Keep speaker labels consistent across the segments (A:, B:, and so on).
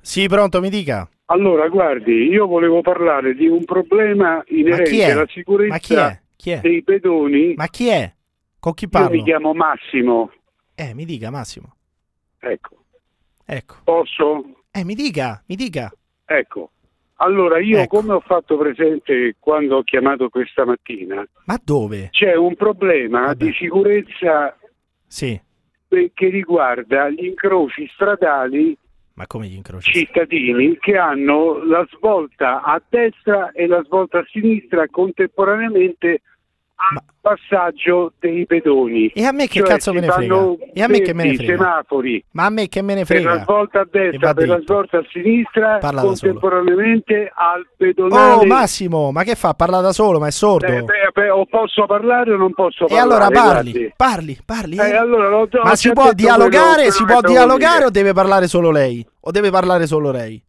A: Sì, pronto, mi dica.
B: Allora, guardi, io volevo parlare di un problema
A: chi
B: inerente
A: è?
B: alla
A: Ma chi è?
B: sicurezza
A: Chi è?
B: dei pedoni.
A: Ma chi è? Con chi
B: Io
A: parlo?
B: mi chiamo Massimo,
A: Eh, mi dica Massimo.
B: ecco,
A: Ecco.
B: posso?
A: Eh, mi dica, mi dica.
B: Ecco. Allora, io
A: Ecco.
B: come ho fatto presente quando ho chiamato questa mattina,
A: Ma dove?
B: c'è un problema
A: Vabbè.
B: di sicurezza
A: Sì,
B: eh, che riguarda gli incroci stradali
A: ma come gli incroci?
B: cittadini che hanno la svolta a destra e la svolta a sinistra contemporaneamente al
A: Ma-
B: passaggio dei pedoni.
A: E a me che
B: Cioè,
A: cazzo
B: si
A: me ne frega?
B: fanno
A: E a me che me ne
B: verdi,
A: frega?
B: semafori
A: Ma a me che me ne
B: per la
A: frega?
B: svolta a
A: E va
B: destra, per la
A: dritto.
B: svolta a sinistra,
A: Parla da solo.
B: contemporaneamente al pedonale.
A: Oh, Massimo, ma che fa? Parla da solo, ma è sordo.
B: Eh, beh, beh, o posso parlare o non
A: e
B: posso parlare?
A: allora parli,
B: guardi.
A: parli, parli.
B: Eh, allora, l'ho- ho
A: ma
B: già
A: si può
B: detto quello-
A: dialogare,
B: quello
A: si
B: che
A: può
B: devo
A: dialogare
B: dire.
A: o deve parlare solo lei? O deve parlare solo lei?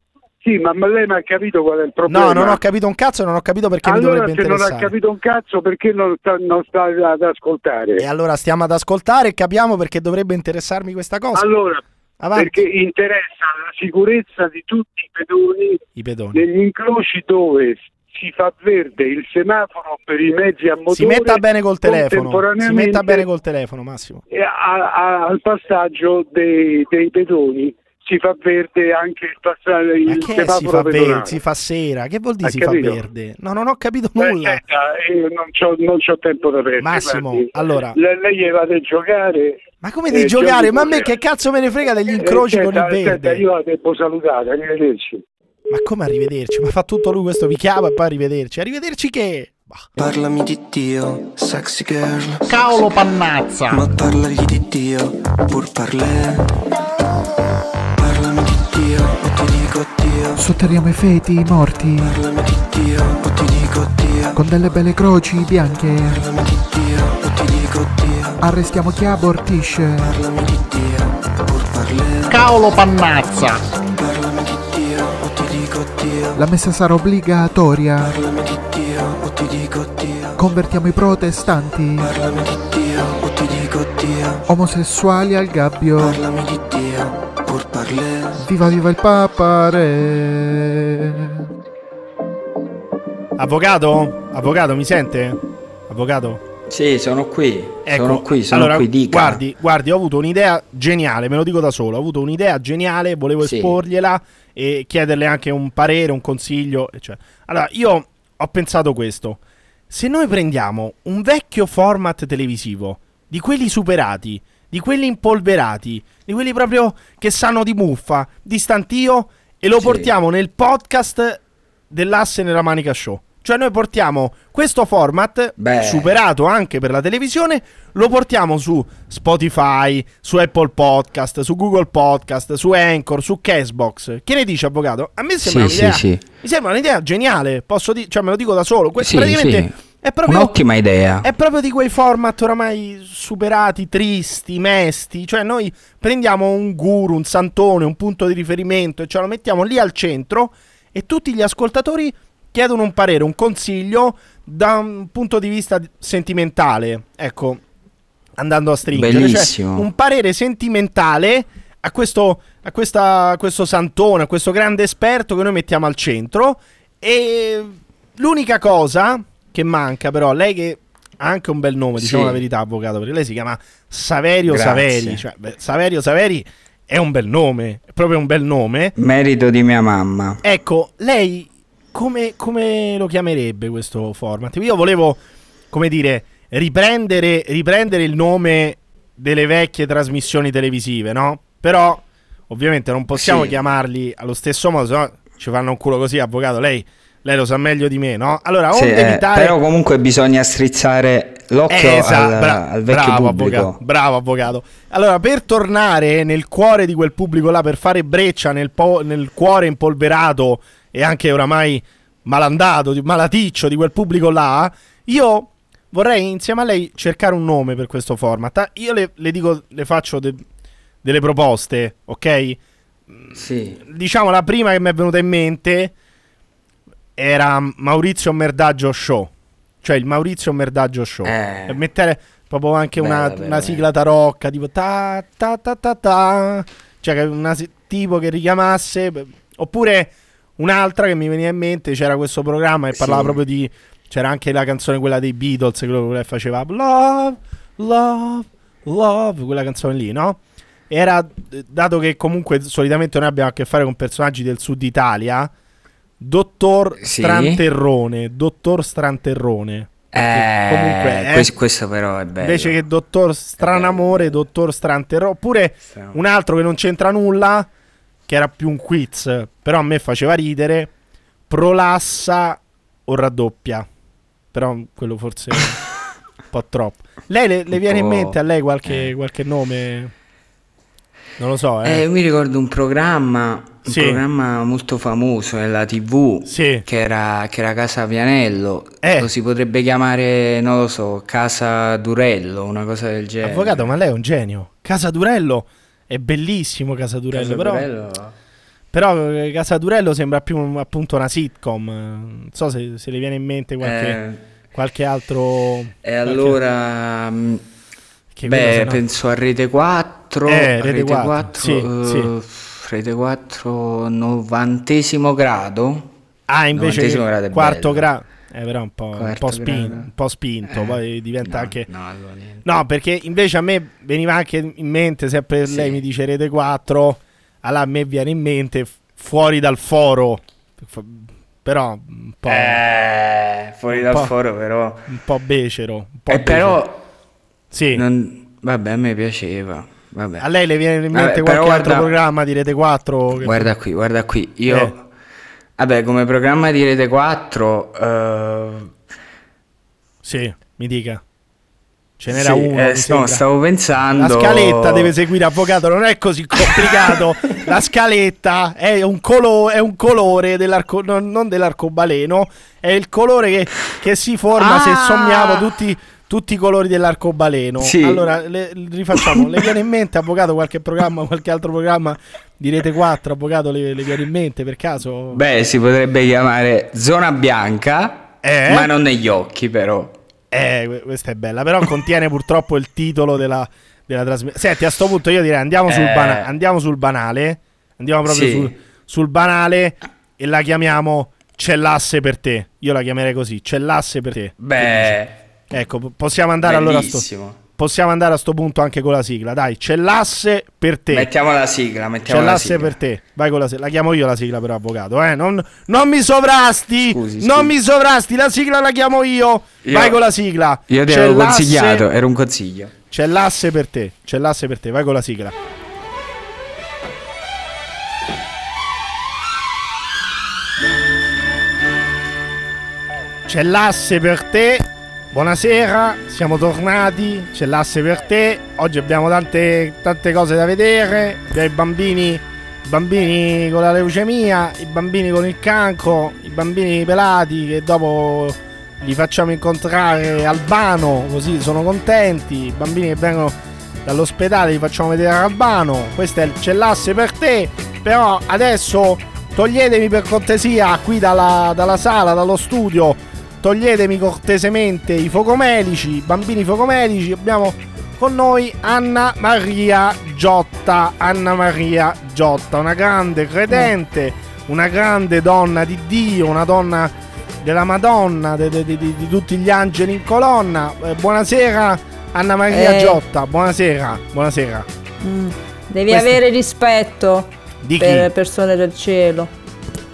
B: Sì, ma ma lei mi ha capito qual è il problema.
A: No, non ho capito un cazzo e non ho capito perché mi
B: Allora,
A: dovrebbe
B: se non ha
A: interessare.
B: capito un cazzo, perché non sta, non sta ad ascoltare?
A: E allora stiamo ad ascoltare e capiamo perché dovrebbe interessarmi questa cosa.
B: Allora,
A: Avanti,
B: perché interessa la sicurezza di tutti i pedoni
A: i pedoni.
B: negli incroci dove si fa verde il semaforo per i mezzi a motore
A: Si metta bene col telefono. Si
B: contemporaneamente
A: metta bene col telefono, Massimo.
B: e a- a- al passaggio dei, dei pedoni si fa verde anche il, passaggio,
A: Ma
B: il
A: che è si
B: semaforo
A: fa
B: pedonale.
A: verde, si fa sera? Che vuol dire
B: Hai
A: si
B: capito?
A: fa verde? No, non ho capito
B: Beh,
A: nulla.
B: senta, io non c'ho, non c'ho tempo da perdere.
A: Massimo,
B: guardi.
A: allora-
B: Le- lei va a giocare.
A: Ma come di
B: Eh,
A: giocare?
B: Gianluca,
A: Ma a me
B: eh,
A: che cazzo me ne frega degli
B: eh,
A: incroci con il
B: senta, senta,
A: verde?
B: io la devo salutare, arrivederci.
A: Ma come arrivederci? Ma fa tutto lui questo, vi chiama e poi arrivederci. Arrivederci che? Bah.
C: Parlami di Dio, sexy girl,
D: Cavolo pannazza!
C: ma parlagli di Dio, pur parlè. Parlami di Dio, o ti dico Dio.
E: Sotterriamo i feti, i morti,
C: Parlami di Dio, o ti dico Dio.
E: con delle belle croci bianche.
C: Parlami di Dio, o ti dico Dio.
E: Arrestiamo chi abortisce.
C: Parlami di Dio, pur parlè.
D: Cavolo pannazza!
C: Parlami di Dio, o ti dico Dio.
E: La messa sarà obbligatoria.
C: Parlami di Dio, o ti dico Dio.
E: Convertiamo i protestanti,
C: Parlami di Dio, o ti dico Dio.
E: omosessuali al gabbio.
C: Parlami di Dio, pur parlè.
E: Viva viva il Papa Re.
A: Avvocato? Avvocato, mi sente? Avvocato?
F: Sì, sono qui.
A: Ecco,
F: sono qui, sono
A: allora,
F: qui, dica.
A: Guardi, guardi, ho avuto un'idea geniale, me lo dico da solo, ho avuto un'idea geniale, volevo
F: Sì.
A: esporgliela e chiederle anche un parere, un consiglio. eccetera. Allora, io ho pensato questo. Se noi prendiamo un vecchio format televisivo, di quelli superati, di quelli impolverati, di quelli proprio che sanno di muffa, di stantio, e lo
F: Sì.
A: portiamo nel podcast dell'asse nella manica show. Cioè noi portiamo questo format,
F: Beh.
A: superato anche per la televisione, lo portiamo su Spotify, su Apple Podcast, su Google Podcast, su Anchor, su Cashbox. Che ne dice, avvocato? A me sembra
F: Sì, sì,
A: un'idea...
F: sì.
A: Mi sembra un'idea geniale, posso dire, cioè me lo dico da solo, que-
F: Sì,
A: praticamente
F: sì.
A: è proprio Eh.
F: Un'ottima idea.
A: è proprio di quei format oramai superati, tristi, mesti. Cioè, noi prendiamo un guru, un santone, un punto di riferimento e ce lo mettiamo lì al centro e tutti gli ascoltatori chiedono un parere, un consiglio da un punto di vista sentimentale. Ecco, andando a stringere. Cioè,
F: Bellissimo.
A: un parere sentimentale a questo, a questa- a questo santone, a questo grande esperto che noi mettiamo al centro. E l'unica cosa che manca, però, lei che ha anche un bel nome, diciamo
F: Sì.
A: la verità, avvocato, perché lei si chiama Saverio
F: Grazie.
A: Saveri. Cioè, beh, Saverio Saveri è un bel nome, è proprio un bel nome.
F: Merito di mia mamma.
A: Ecco, lei come, come lo chiamerebbe questo format? Io volevo, come dire, riprendere, riprendere il nome delle vecchie trasmissioni televisive, no? Però, ovviamente, non possiamo
F: Sì.
A: chiamarli allo stesso modo, se no ci fanno un culo così, avvocato. Lei, lei lo sa meglio di me, no? Allora,
F: Sì,
A: onde
F: eh,
A: evitare...
F: però comunque bisogna strizzare l'occhio
A: Eh, esa-
F: al,
A: bra-
F: al vecchio
A: bravo,
F: pubblico.
A: Avvocato, bravo avvocato. Allora, per tornare nel cuore di quel pubblico là, per fare breccia nel, po- nel cuore impolverato e anche oramai malandato, di- malaticcio di quel pubblico là, io vorrei insieme a lei cercare un nome per questo format. Ah, Io le, le dico, le faccio de- delle proposte, ok?
F: Sì.
A: Diciamo la prima che mi è venuta in mente era Maurizio Merdaggio Show. Cioè il Maurizio Merdaggio Show.
F: Eh.
A: E mettere proprio anche
F: Bella,
A: una,
F: bella,
A: una sigla
F: bella.
A: tarocca, tipo ta ta ta ta ta. Cioè che una si- tipo che richiamasse beh, Oppure un'altra che mi veniva in mente, c'era questo programma che parlava
F: Sì.
A: proprio di... C'era anche la canzone quella dei Beatles, quello che lei faceva Love, Love, Love, quella canzone lì, no? Era, eh, dato che comunque solitamente noi abbiamo a che fare con personaggi del sud Italia, Dottor
F: Sì.
A: Stranterrone, Dottor Stranterrone.
F: Eh,
A: comunque, eh.
F: quest- questo però è bello.
A: Invece che Dottor Stranamore, Dottor Stranterrò. Oppure
F: Strano.
A: un altro che non c'entra nulla, che era più un quiz, però a me faceva ridere. Prolassa o raddoppia? Però quello forse è un po' troppo. Lei le, le
F: Un
A: viene in
F: po'.
A: mente a lei qualche,
F: Eh.
A: qualche nome? Non lo so, eh.
F: Eh, mi ricordo un programma, un
A: Sì.
F: programma molto famoso eh, nella TV
A: Sì.
F: che era, che era Casa Pianello.
A: Eh.
F: Lo si potrebbe chiamare, non lo so, Casa Durello, una cosa del genere.
A: Avvocato, ma lei è un genio. Casa Durello è bellissimo. Casa Durello,
F: Casa
A: però.
F: Durello?
A: Però eh, Casa Durello sembra più un- appunto una sitcom. eh, Non so se, se le viene in mente qualche, qualche altro.
F: Eh, e allora, mh,
A: che quello
F: beh,
A: sennò-
F: penso a Rete 4,
A: Eh,
F: a
A: Rete 4, sì,
F: eh, Rete 4, novantesimo grado.
A: Ah, invece
F: novantesimo grado
A: che
F: è
A: quarto
F: bello.
A: grado. È però un po', un
F: Quarto
A: po' spin-
F: grado.
A: un po' spinto.
F: Eh,
A: Poi diventa
F: no,
A: anche.
F: no, allora niente.
A: No, perché invece a me veniva anche in mente, sempre
F: Sì.
A: lei mi dice Rete 4, allora a me viene in mente fu- fuori dal foro. Fu- Però un po',
F: Eh, fuori
A: Un
F: dal
A: po'.
F: foro però.
A: un po' becero. Un po'
F: E Eh, però
A: becero. Sì.
F: non- vabbè, a me piaceva. Vabbè.
A: A lei le viene in
F: Vabbè,
A: mente
F: però
A: qualche altro
F: guarda-
A: programma di Rete 4?
F: Guarda qui, guarda qui. Io
A: Eh.
F: vabbè, come programma di Rete 4 eh,
A: Sì, mi dica. Ce n'era
F: sì,
A: uno.
F: eh,
A: mi
F: no,
A: sembra.
F: stavo
A: La
F: pensando
A: scaletta deve seguire avvocato, non è così complicato. La scaletta è un, colo- è un colore dell'arco- non, non dell'arcobaleno, è il colore che, che si forma se
F: Ah!
A: sommiamo tutti, tutti i colori dell'arcobaleno.
F: Sì.
A: Allora, le- rifacciamo. Le viene in mente, avvocato, qualche programma, qualche altro programma di Rete 4, avvocato, le, le viene in mente per caso?
F: Beh, si potrebbe chiamare zona bianca,
A: Eh?
F: ma non negli occhi però.
A: Eh, que- questa è bella, però contiene purtroppo il titolo della, della trasmissione. Senti, a sto punto io direi andiamo sul,
F: Eh.
A: bana- andiamo sul banale, andiamo proprio
F: Sì.
A: sul, sul banale e la chiamiamo C'è l'asse per te. Io la chiamerei così, C'è l'asse per te.
F: Beh,
A: Ecco, po- possiamo andare allora a sto
F: bellissimo.
A: Possiamo andare a sto punto anche con la sigla, dai, C'è l'asse per te.
F: Mettiamo la sigla, mettiamo
A: C'è
F: la
A: l'asse
F: sigla.
A: per te. Vai con la sigla. La chiamo io la sigla, però, avvocato. Eh? Non, non mi sovrasti.
F: Scusi,
A: non
F: scusi.
A: mi sovrasti. La sigla la chiamo io.
F: Io-
A: Vai con la sigla.
F: Io ti
A: C'è
F: avevo
A: l'asse-
F: consigliato, eh. era un consiglio.
A: C'è l'asse per te. C'è l'asse per te. Vai con la sigla. C'è l'asse per te. Buonasera, siamo tornati. C'è l'asse per te. Oggi abbiamo tante, tante cose da vedere. Abbiamo i bambini, i bambini con la leucemia, i bambini con il cancro, i bambini pelati che dopo li facciamo incontrare Albano, così sono contenti. I bambini che vengono dall'ospedale li facciamo vedere Albano. Questo è il c'è l'asse per te. Però adesso toglietemi per cortesia qui dalla, dalla sala, dallo studio. Toglietemi cortesemente i focomelici, i bambini focomelici. Abbiamo con noi Anna Maria Giotta. Anna Maria Giotta, una grande credente, una grande donna di Dio, una donna della Madonna, de- de- de- di, di tutti gli angeli in colonna. Eh, buonasera Anna Maria
G: Eh.
A: Giotta, buonasera, buonasera.
G: Mm. Devi
A: Questo-
G: avere rispetto
A: Di
G: per le
A: chi?
G: persone del cielo.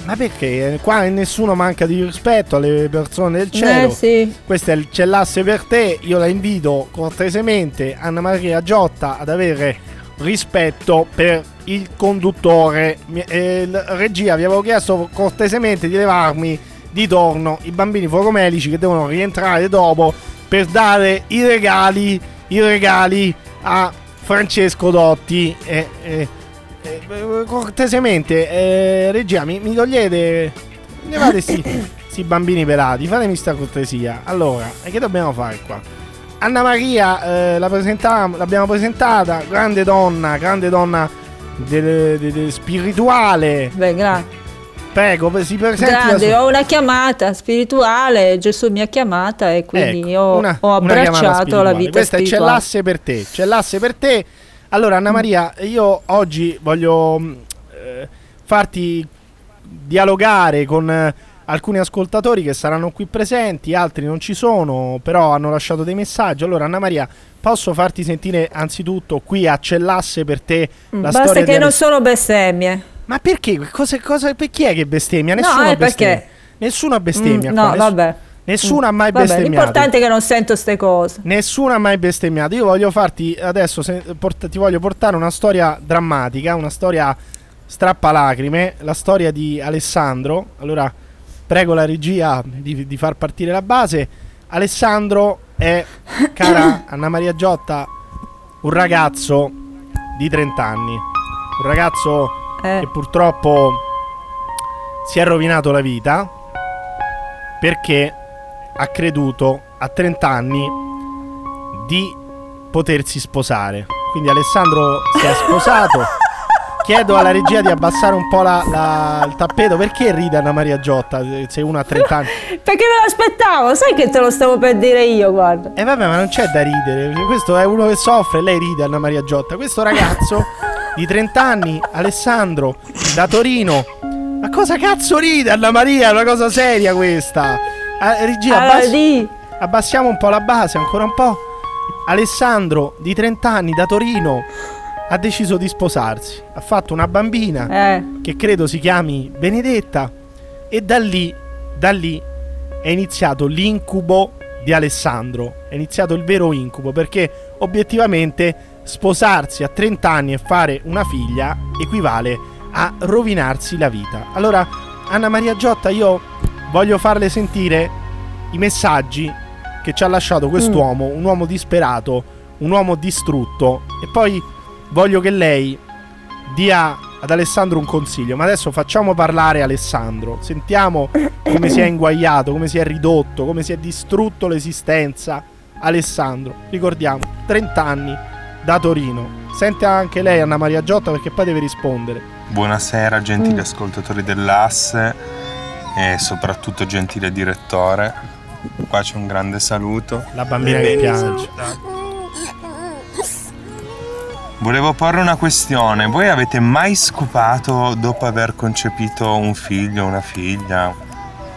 A: Ma perché? Eh, Qua nessuno manca di rispetto alle persone del cielo.
G: Eh sì.
A: Questo è il cellasse per te. Io la invito cortesemente Anna Maria Giotta ad avere rispetto per il conduttore. Mi- eh, l- regia, vi avevo chiesto cortesemente di levarmi di torno i bambini focomelici che devono rientrare dopo per dare i regali, i regali a Francesco Dotti. Eh, eh, eh, eh, cortesemente, eh, regia, mi, mi togliete. Levate sti, sti bambini pelati, fatemi sta cortesia. Allora, e che dobbiamo fare qua? Anna Maria eh, la presentavamo- l'abbiamo presentata, grande donna, grande donna del- del- del spirituale.
G: Beh, gra-
A: Prego, si presenti da
G: grande,
A: sola.
G: ho una chiamata spirituale, Gesù mi ha chiamata e quindi
A: Ecco,
G: io ho,
A: una-
G: ho
A: una chiamata
G: abbracciato la
A: spirituale.
G: vita
A: Questa è c'è
G: spirituale.
A: l'asse per te, c'è l'asse per te.
G: Mm.
A: Allora Anna Maria, io oggi voglio mh, eh, mm, farti dialogare con eh, alcuni ascoltatori che saranno qui presenti, altri non ci sono, però hanno lasciato dei messaggi. Allora, Anna Maria, posso farti sentire anzitutto qui a Cellasse per te la
G: Mm, Basta
A: storia
G: che
A: di
G: non
A: Aless-
G: sono bestemmie.
A: Ma perché? Cosa, cosa, per chi è che bestemmia? Nessuno
G: eh,
A: bestemmia.
G: perché?
A: Nessuno bestemmia.
G: Mm,
A: qua,
G: no,
A: ness-
G: vabbè.
A: Nessuno ha mai
G: Vabbè,
A: bestemmiato.
G: l'importante è che non sento ste cose.
A: Nessuno ha mai bestemmiato. Io voglio farti adesso se- port- ti voglio portare una storia drammatica, una storia strappalacrime, la storia di Alessandro. Allora prego la regia di, di far partire la base. Alessandro è cara Anna Maria Giotta, un ragazzo di 30 anni. Un ragazzo
G: Eh,
A: che purtroppo si è rovinato la vita perché ha creduto a 30 anni di potersi sposare. Quindi Alessandro si è sposato. Chiedo alla regia di abbassare un po' la- la- il tappeto. Perché ride Anna Maria Giotta se- se uno ha 30 anni?
G: Perché me l'aspettavo, sai che te lo stavo per dire io, guarda.
A: E Eh, vabbè, ma non c'è da ridere. Questo è uno che soffre, lei ride Anna Maria Giotta. Questo ragazzo di 30 anni, Alessandro, da Torino. Ma cosa cazzo ride Anna Maria? È una cosa seria questa. Ah, regia,
G: Allora,
A: abbassi-
G: di-
A: abbassiamo un po' la base, ancora un po'. Alessandro, di 30 anni, da Torino, ha deciso di sposarsi. Ha fatto una bambina
G: eh,
A: che credo si chiami Benedetta. E da lì, da lì è iniziato l'incubo di Alessandro. È iniziato il vero incubo perché obiettivamente sposarsi a 30 anni e fare una figlia equivale a rovinarsi la vita. Allora, Anna Maria Giotta, io voglio farle sentire i messaggi che ci ha lasciato quest'uomo, un uomo disperato, un uomo distrutto. E poi voglio che lei dia ad Alessandro un consiglio. Ma adesso facciamo parlare Alessandro. Sentiamo come si è inguagliato, come si è ridotto, come si è distrutto l'esistenza. Alessandro, ricordiamo, 30 anni da Torino. Sente anche lei Anna Maria Giotta perché poi deve rispondere.
H: Buonasera gentili ascoltatori dell'asse e soprattutto gentile direttore. Qua c'è un grande saluto.
A: La bambina che piange.
H: Volevo porre una questione. Voi avete mai scopato dopo aver concepito un figlio o una figlia?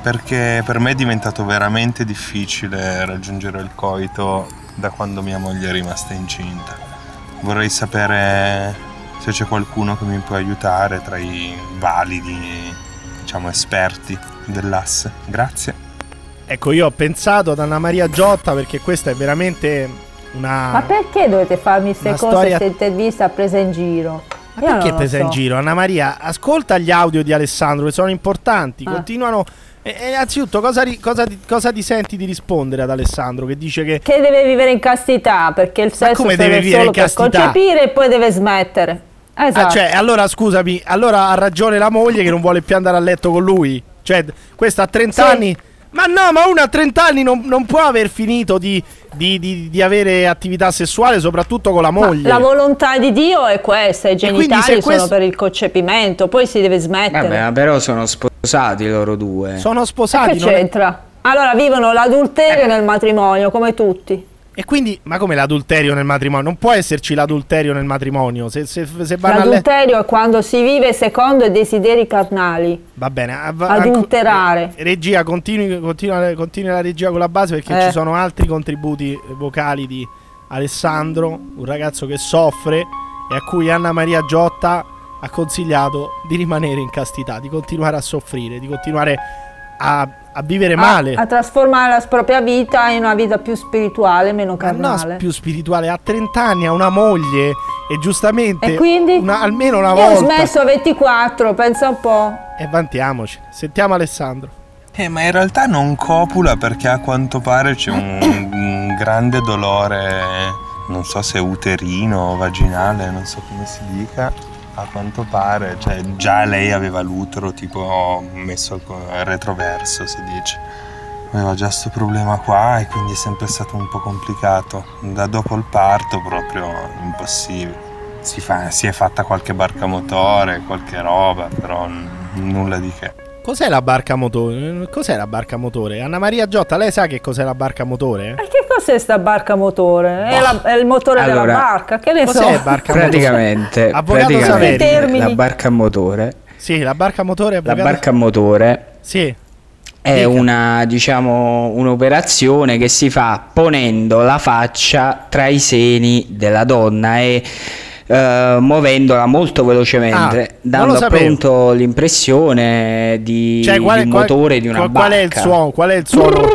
H: Perché per me è diventato veramente difficile raggiungere il coito da quando mia moglie è rimasta incinta. Vorrei sapere se c'è qualcuno che mi può aiutare tra i validi, diciamo, esperti dell'asse. Grazie.
A: Ecco, io ho pensato ad Anna Maria Giotta perché questa è veramente una...
G: Ma perché dovete farmi queste
A: Una
G: cose,
A: Ah. storia-
G: queste interviste prese in giro?
A: Ma
G: Io
A: perché
G: non lo
A: presa in
G: so.
A: giro? Anna Maria, ascolta gli audio di Alessandro che sono importanti.
G: Ah.
A: Continuano. E, e innanzitutto, cosa, ri- cosa ti- cosa ti senti di rispondere ad Alessandro che dice che.
G: Che deve vivere in castità, perché il sesso
A: come
G: serve
A: deve vivere
G: solo
A: in
G: per
A: castità?
G: concepire e poi deve smettere. Esatto.
A: Ah, cioè, allora scusami, allora ha ragione la moglie che non vuole più andare a letto con lui. Cioè, d- questa a 30
G: Sì.
A: anni. Ma no, ma uno a 30 anni non, non può aver finito di, di- di- di avere attività sessuale, soprattutto con la
G: Ma
A: moglie.
G: la volontà di Dio è questa, i
A: quindi se
G: genitali sono
A: questo-
G: per il concepimento, poi si deve smettere.
F: Vabbè, ma però sono sposati loro due.
A: Eh. sono
G: che
A: sposati. non è-
G: c'entra? Allora vivono l'adulterio nel matrimonio, come tutti.
A: E quindi, ma come l'adulterio nel matrimonio? Non può esserci l'adulterio nel matrimonio. Se, se, se vanno a letto.
G: L'adulterio è quando si vive secondo i desideri carnali.
A: Va bene, av-
G: Adulterare.
A: anco- regia, continui, continua, continua la regia con la base perché
G: Eh.
A: ci sono altri contributi vocali di Alessandro, un ragazzo che soffre e a cui Anna Maria Giotta ha consigliato di rimanere in castità, di continuare a soffrire, di continuare a, a vivere male.
G: Ah, A, a trasformare la propria vita in una vita più spirituale, meno
A: Ma no,
G: carnale.
A: più spirituale, ha 30 anni, ha una moglie e giustamente
G: E quindi?
A: una- almeno una
G: Io ho
A: volta.
G: smesso a 24, pensa un po'.
A: E vantiamoci. Sentiamo Alessandro.
H: Eh, ma in realtà non copula perché a quanto pare c'è un, un grande dolore, non so se uterino o vaginale, non so come si dica. A quanto pare, cioè già lei aveva l'utero tipo messo al co- al retroverso, si dice. Aveva già sto problema qua e quindi è sempre stato un po' complicato. Da dopo il parto proprio impossibile. Si, fa- si è fatta qualche barca motore, qualche roba, però n- nulla di che.
A: Cos'è la barca motore? Cos'è la barca motore? Anna Maria Giotta, lei sa che cos'è la barca motore?
G: E che cos'è sta barca motore? È, la- è il motore della
F: Allora,
G: barca, che ne so.
A: Cos'è barca motore?
F: Praticamente,
A: Avvocato
F: praticamente
G: Saverio.
F: la barca a motore
A: Sì, la barca a motore è
F: La
A: bugata-
F: barca a motore
A: Sì.
F: è
A: Dica.
F: una, diciamo, un'operazione che si fa ponendo la faccia tra i seni della donna e eh, muovendola molto velocemente,
A: Ah, non
F: dando
A: lo sapevo.
F: appunto l'impressione di,
A: Cioè, qual,
F: di un
A: qual-
F: motore di una
A: qual-
F: barca.
A: qual è il suono? Qual è il suono?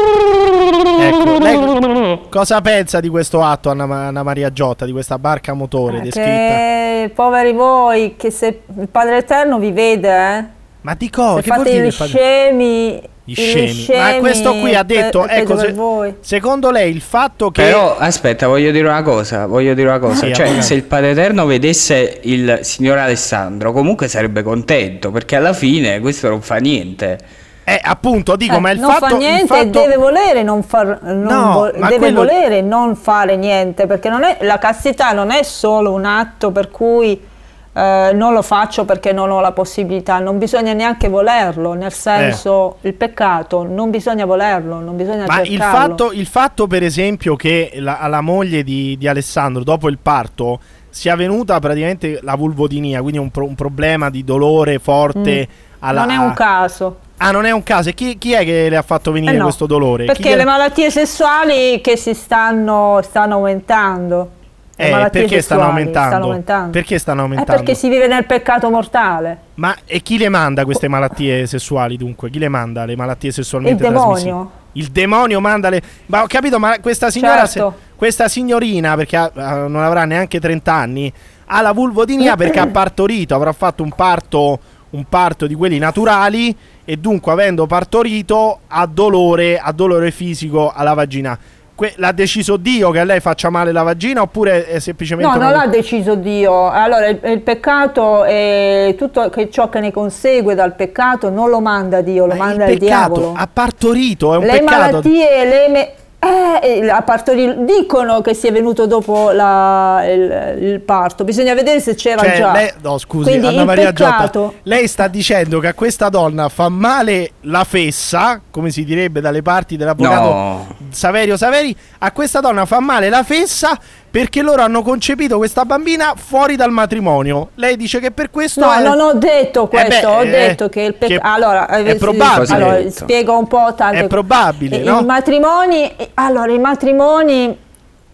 A: Ecco, lei cosa pensa di questo atto Anna, Ma- Anna Maria Giotta, di questa barca a
G: Ah,
A: motore descritta?
G: Che poveri voi, che se il Padre Eterno vi vede, eh,
A: Ma di cosa?
G: se
A: Che vuol
G: fate
A: dire
G: gli
A: fate-
G: scemi,
A: Gli scemi. Ma questo qui ha
G: pe-
A: detto,
G: peggio
A: ecco,
G: per
A: se-
G: voi.
A: secondo lei il fatto che...
F: Però aspetta, voglio dire una cosa, voglio dire una cosa,
A: Sì,
F: cioè
A: avvocato.
F: se il Padre Eterno vedesse il signor Alessandro comunque sarebbe contento perché alla fine questo non fa niente.
A: Eh, appunto, dico,
G: Eh,
A: ma il
G: non
A: fatto...
G: fa
A: il
G: niente,
A: fatto-
G: deve volere non far non
A: No,
G: vo-
A: ma
G: deve
A: quello-
G: volere non fare niente, perché non è, la castità non è solo un atto per cui eh, non lo faccio perché non ho la possibilità, non bisogna neanche volerlo, nel senso il peccato non bisogna volerlo, non bisogna
A: Eh. Ma il
G: cercarlo.
A: fatto, il fatto, per esempio, che la, alla moglie di, di Alessandro, dopo il parto, sia venuta praticamente la vulvodinia, quindi un, pro- un problema di dolore forte alla...
G: Mm. non è un caso.
A: Ah, non è un caso. E Chi, chi è che le ha fatto venire
G: Eh no,
A: questo dolore? Chi
G: Perché
A: gliela-
G: le malattie sessuali che si stanno, stanno aumentando. Le
A: Eh,
G: malattie
A: perché stanno
G: sessuali
A: aumentando?
G: stanno aumentando.
A: Perché stanno
G: È
A: aumentando?
G: perché si vive nel peccato mortale.
A: Ma e chi le manda queste malattie sessuali dunque? Chi le manda le malattie sessualmente
G: Il demonio.
A: trasmissibili? Il demonio manda le... Ma ho capito, ma questa signora... se-
G: Certo.
A: questa signorina, perché ha- ha- non avrà neanche 30 anni, ha la vulvodinia perché ha partorito, avrà fatto un parto, un parto di quelli naturali e dunque avendo partorito ha dolore, ha dolore fisico alla vagina. Que- l'ha deciso Dio che a lei faccia male la vagina oppure è semplicemente...
G: No,
A: una-
G: non l'ha deciso Dio. Allora, il, il peccato e tutto che- ciò che ne consegue dal peccato non lo manda Dio, lo
A: Ma
G: manda il,
A: il peccato,
G: diavolo.
A: ha partorito, è un
G: le
A: peccato.
G: malattie, le me- eh, eh, a partorire- dicono che sia venuto dopo la- il, il parto. Bisogna vedere se c'era
A: Cioè,
G: già.
A: lei- no, scusi,
G: Quindi
A: Anna
G: il
A: Maria
G: peccato.
A: Giotta, lei sta dicendo che a questa donna fa male la fessa, come si direbbe dalle parti dell'avvocato
F: No.
A: Saverio Saveri, a questa donna fa male la fessa perché loro hanno concepito questa bambina fuori dal matrimonio. Lei dice che per questo
G: No,
A: è-
G: non ho detto questo,
A: beh,
G: ho
A: eh,
G: detto che il
A: che
G: peccato... Allora,
A: è
G: eh, sì,
A: probabile.
G: allora,
F: Cosa hai detto?
G: spiego un po' tante
A: È probabile,
G: I-
A: no?
G: I matrimoni, allora, i matrimoni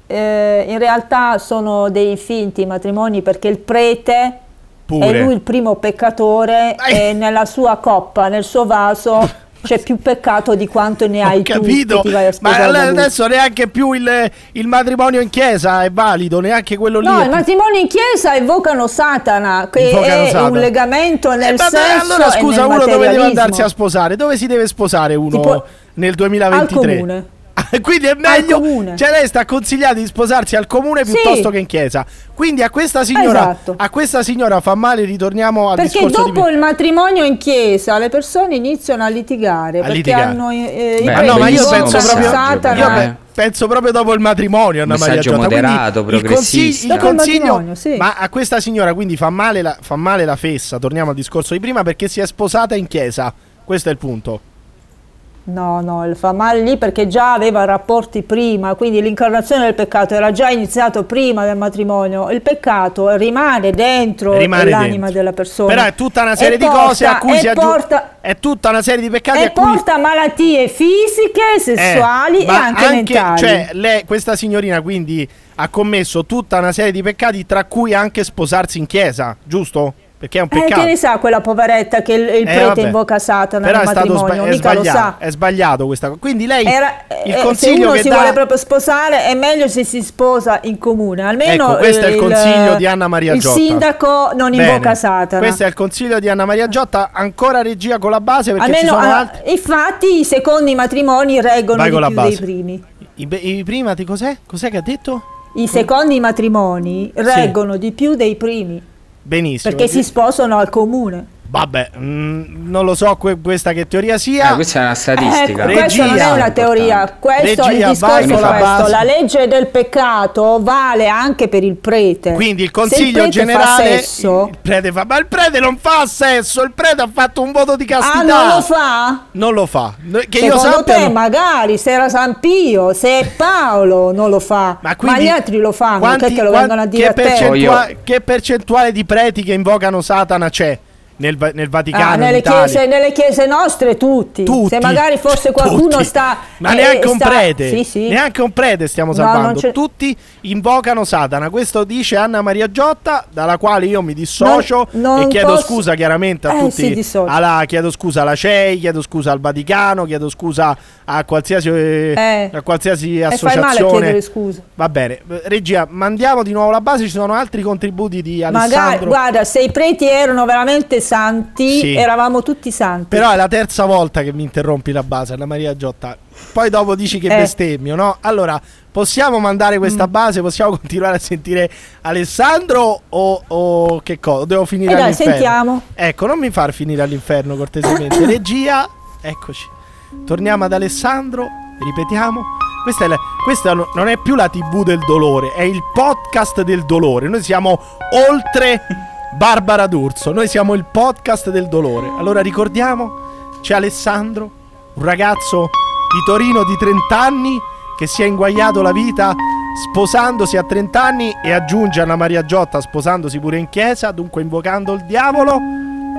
G: eh, in realtà sono dei finti matrimoni perché il prete
A: Pure.
G: è lui il primo peccatore
A: Eh.
G: e nella sua coppa, nel suo vaso... C'è più peccato di quanto ne hai
A: Ho
G: tu
A: capito,
G: che ti vai a
A: ma
G: sposare da
A: allora
G: lui.
A: adesso neanche più il, il matrimonio in chiesa è valido, neanche quello lì.
G: No,
A: è
G: i
A: più-
G: matrimoni in chiesa evocano Satana, che
A: Invocano
G: è
A: Satana.
G: un legamento nel
A: Eh, vabbè,
G: sesso
A: allora
G: e
A: scusa
G: nel
A: uno dove deve
G: materialismo.
A: andarsi a sposare dove si deve sposare uno
G: Tipo-
A: nel 2023
G: Al comune.
A: Ah, quindi è meglio
G: comune.
A: cioè lei sta consigliando di sposarsi al comune
G: Sì.
A: piuttosto che in chiesa quindi a questa signora
G: Esatto.
A: a questa signora fa male ritorniamo al
G: Perché
A: discorso
G: dopo
A: di
G: il matrimonio in chiesa le persone iniziano a litigare
A: A
G: perché
A: litigare.
G: hanno eh, i
F: Beh,
A: ma no, ma io
G: preti
A: penso
G: invocano
A: proprio,
G: Satana.
A: io
F: però, eh.
A: pe- penso proprio dopo il matrimonio, Anna Maria
F: Messaggio
A: Giotta. Quindi
F: moderato,
A: il
F: progressista.
A: il
G: Dopo il
A: consiglio-
G: matrimonio, sì.
A: ma a questa signora quindi fa male, la, fa male la fessa. Torniamo al discorso di prima perché si è sposata in chiesa. Questo è il punto.
G: No, no, le fa male lì perché già aveva rapporti prima, quindi l'incarnazione del peccato era già iniziato prima del matrimonio. Il peccato rimane dentro
A: Rimane
G: l'anima
A: dentro.
G: della persona.
A: Però è tutta una
G: E
A: serie di
G: porta-
A: cose a cui
G: e
A: si aggiunge.
G: porta-
A: È tutta una serie di peccati
G: E
A: a cui.
G: porta malattie fisiche,
A: Eh,
G: sessuali e
A: ma
G: anche, mentali.
A: Cioè, lei- questa signorina quindi ha commesso tutta una serie di peccati, tra cui anche sposarsi in chiesa, giusto? Perché è un
G: Eh,
A: peccato.
G: che ne sa quella poveretta che il, il
A: Eh,
G: prete
A: vabbè.
G: invoca Satana
A: Però
G: nel
A: è stato sba-
G: matrimonio?
A: è
G: Mica lo sa.
A: sbagliato, è sbagliato questa cosa. Quindi lei
G: Era- eh,
A: il
G: se
A: consiglio
G: uno
A: che
G: si
A: dà
G: vuole proprio sposare è meglio se si sposa in comune. Almeno
A: Ecco, questo è il
G: eh,
A: consiglio di Anna Maria
G: il
A: Giotta.
G: sindaco non
A: Bene.
G: invoca Satana.
A: Questo è il consiglio di Anna Maria Giotta, ancora regia con la base perché ci
G: Almeno,
A: sono
G: ah,
A: altri
G: infatti, i secondi matrimoni reggono
A: Vai
G: di
A: con la
G: più dei
A: base.
G: primi.
A: I, be- i prima ti cos'è? Cos'è che ha detto?
G: I secondi matrimoni reggono di più dei primi
A: Benissimo.
G: perché si sposano al comune.
A: Vabbè, mm, non lo so que- questa che teoria sia.
F: Ah, questa è una
G: Ecco,
F: statistica.
G: questa non è una
A: Regia.
G: teoria, questo è il
A: Regia,
G: discorso
A: vai
G: è
F: con la
G: questo,
A: base.
G: la legge del peccato vale anche per il prete.
A: Quindi il
G: Se
A: consiglio
G: prete fa
A: generale
G: sesso,
A: il prete fa ma il prete non fa sesso, il prete ha fatto un voto di
G: ah,
A: castità.
G: non lo fa?
A: Non lo fa. No, Che io
G: Secondo
A: sappia
G: te
A: no.
G: magari se era San Pio, se Paolo non lo fa, ma,
A: quindi
G: gli altri lo fanno,
A: quanti-
G: perché lo
A: quan-
G: vengono a dire
A: che,
G: a te?
A: percentua-
F: Voglio-
A: che percentuale di preti che invocano Satana c'è? nel, Va- nel Vaticano.
G: Ah,
A: in
G: nelle,
A: Italia.
G: chiese, nelle chiese nostre tutti.
A: Tutti.
G: Se magari forse qualcuno
A: Tutti.
G: sta...
A: Ma
G: eh,
A: neanche un
G: sta-
A: prete.
G: Sì, sì.
A: Neanche un prete stiamo
G: No, non
A: salvando.
G: c'è-
A: Tutti invocano Satana. Questo dice Anna Maria Giotta, dalla quale io mi dissocio
G: Non-
A: e
G: non
A: chiedo
G: posso-
A: scusa chiaramente a
G: Eh,
A: tutti.
G: sì, dissocio.
A: alla- chiedo scusa alla CEI, chiedo scusa al Vaticano, chiedo scusa a qualsiasi, eh,
G: Eh.
A: a qualsiasi
G: E fai male a
A: associazione.
G: chiedere scusa.
A: Va bene, regia, mandiamo di nuovo la base. Ci sono altri contributi di
G: Magari,
A: Alessandro.
G: guarda, se i preti erano veramente santi,
A: Sì.
G: eravamo tutti santi.
A: Però è la terza volta che mi interrompi la base, Anna Maria Giotta. Poi dopo dici che
G: Eh. Mm.
A: bestemmio, no? Allora, possiamo mandare questa base? Possiamo continuare a sentire Alessandro o, o che cosa? Devo finire
G: Eh dai,
A: all'inferno?
G: sentiamo.
A: Ecco, non mi far finire all'inferno cortesemente. Regia, eccoci. Torniamo ad Alessandro, ripetiamo. Questa, è la- questa no- non è più la TV del dolore, è il podcast del dolore. Noi siamo oltre Barbara D'Urso, noi siamo il podcast del dolore. Allora ricordiamo, c'è Alessandro, un ragazzo di Torino di 30 anni che si è inguagliato la vita sposandosi a 30 anni e aggiunge Anna Maria Giotta sposandosi pure in chiesa, dunque invocando il diavolo,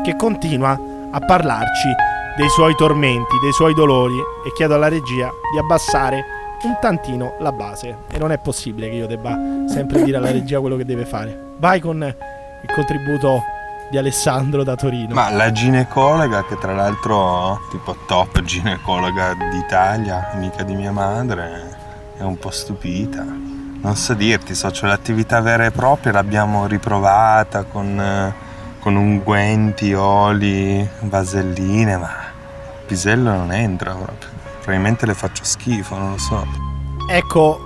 A: che continua a parlarci dei suoi tormenti, dei suoi dolori e chiedo alla regia di abbassare un tantino la base. E non è possibile che io debba sempre dire alla regia quello che deve fare. Vai con il contributo di Alessandro da Torino.
H: Ma la ginecologa, che tra l'altro tipo top ginecologa d'Italia, amica di mia madre, è un po' stupita. Non so dirti, socio, l'attività vera e propria l'abbiamo riprovata con, eh, con unguenti, oli, vaselline, ma il pisello non entra proprio. Probabilmente le faccio schifo, non lo so.
A: Ecco,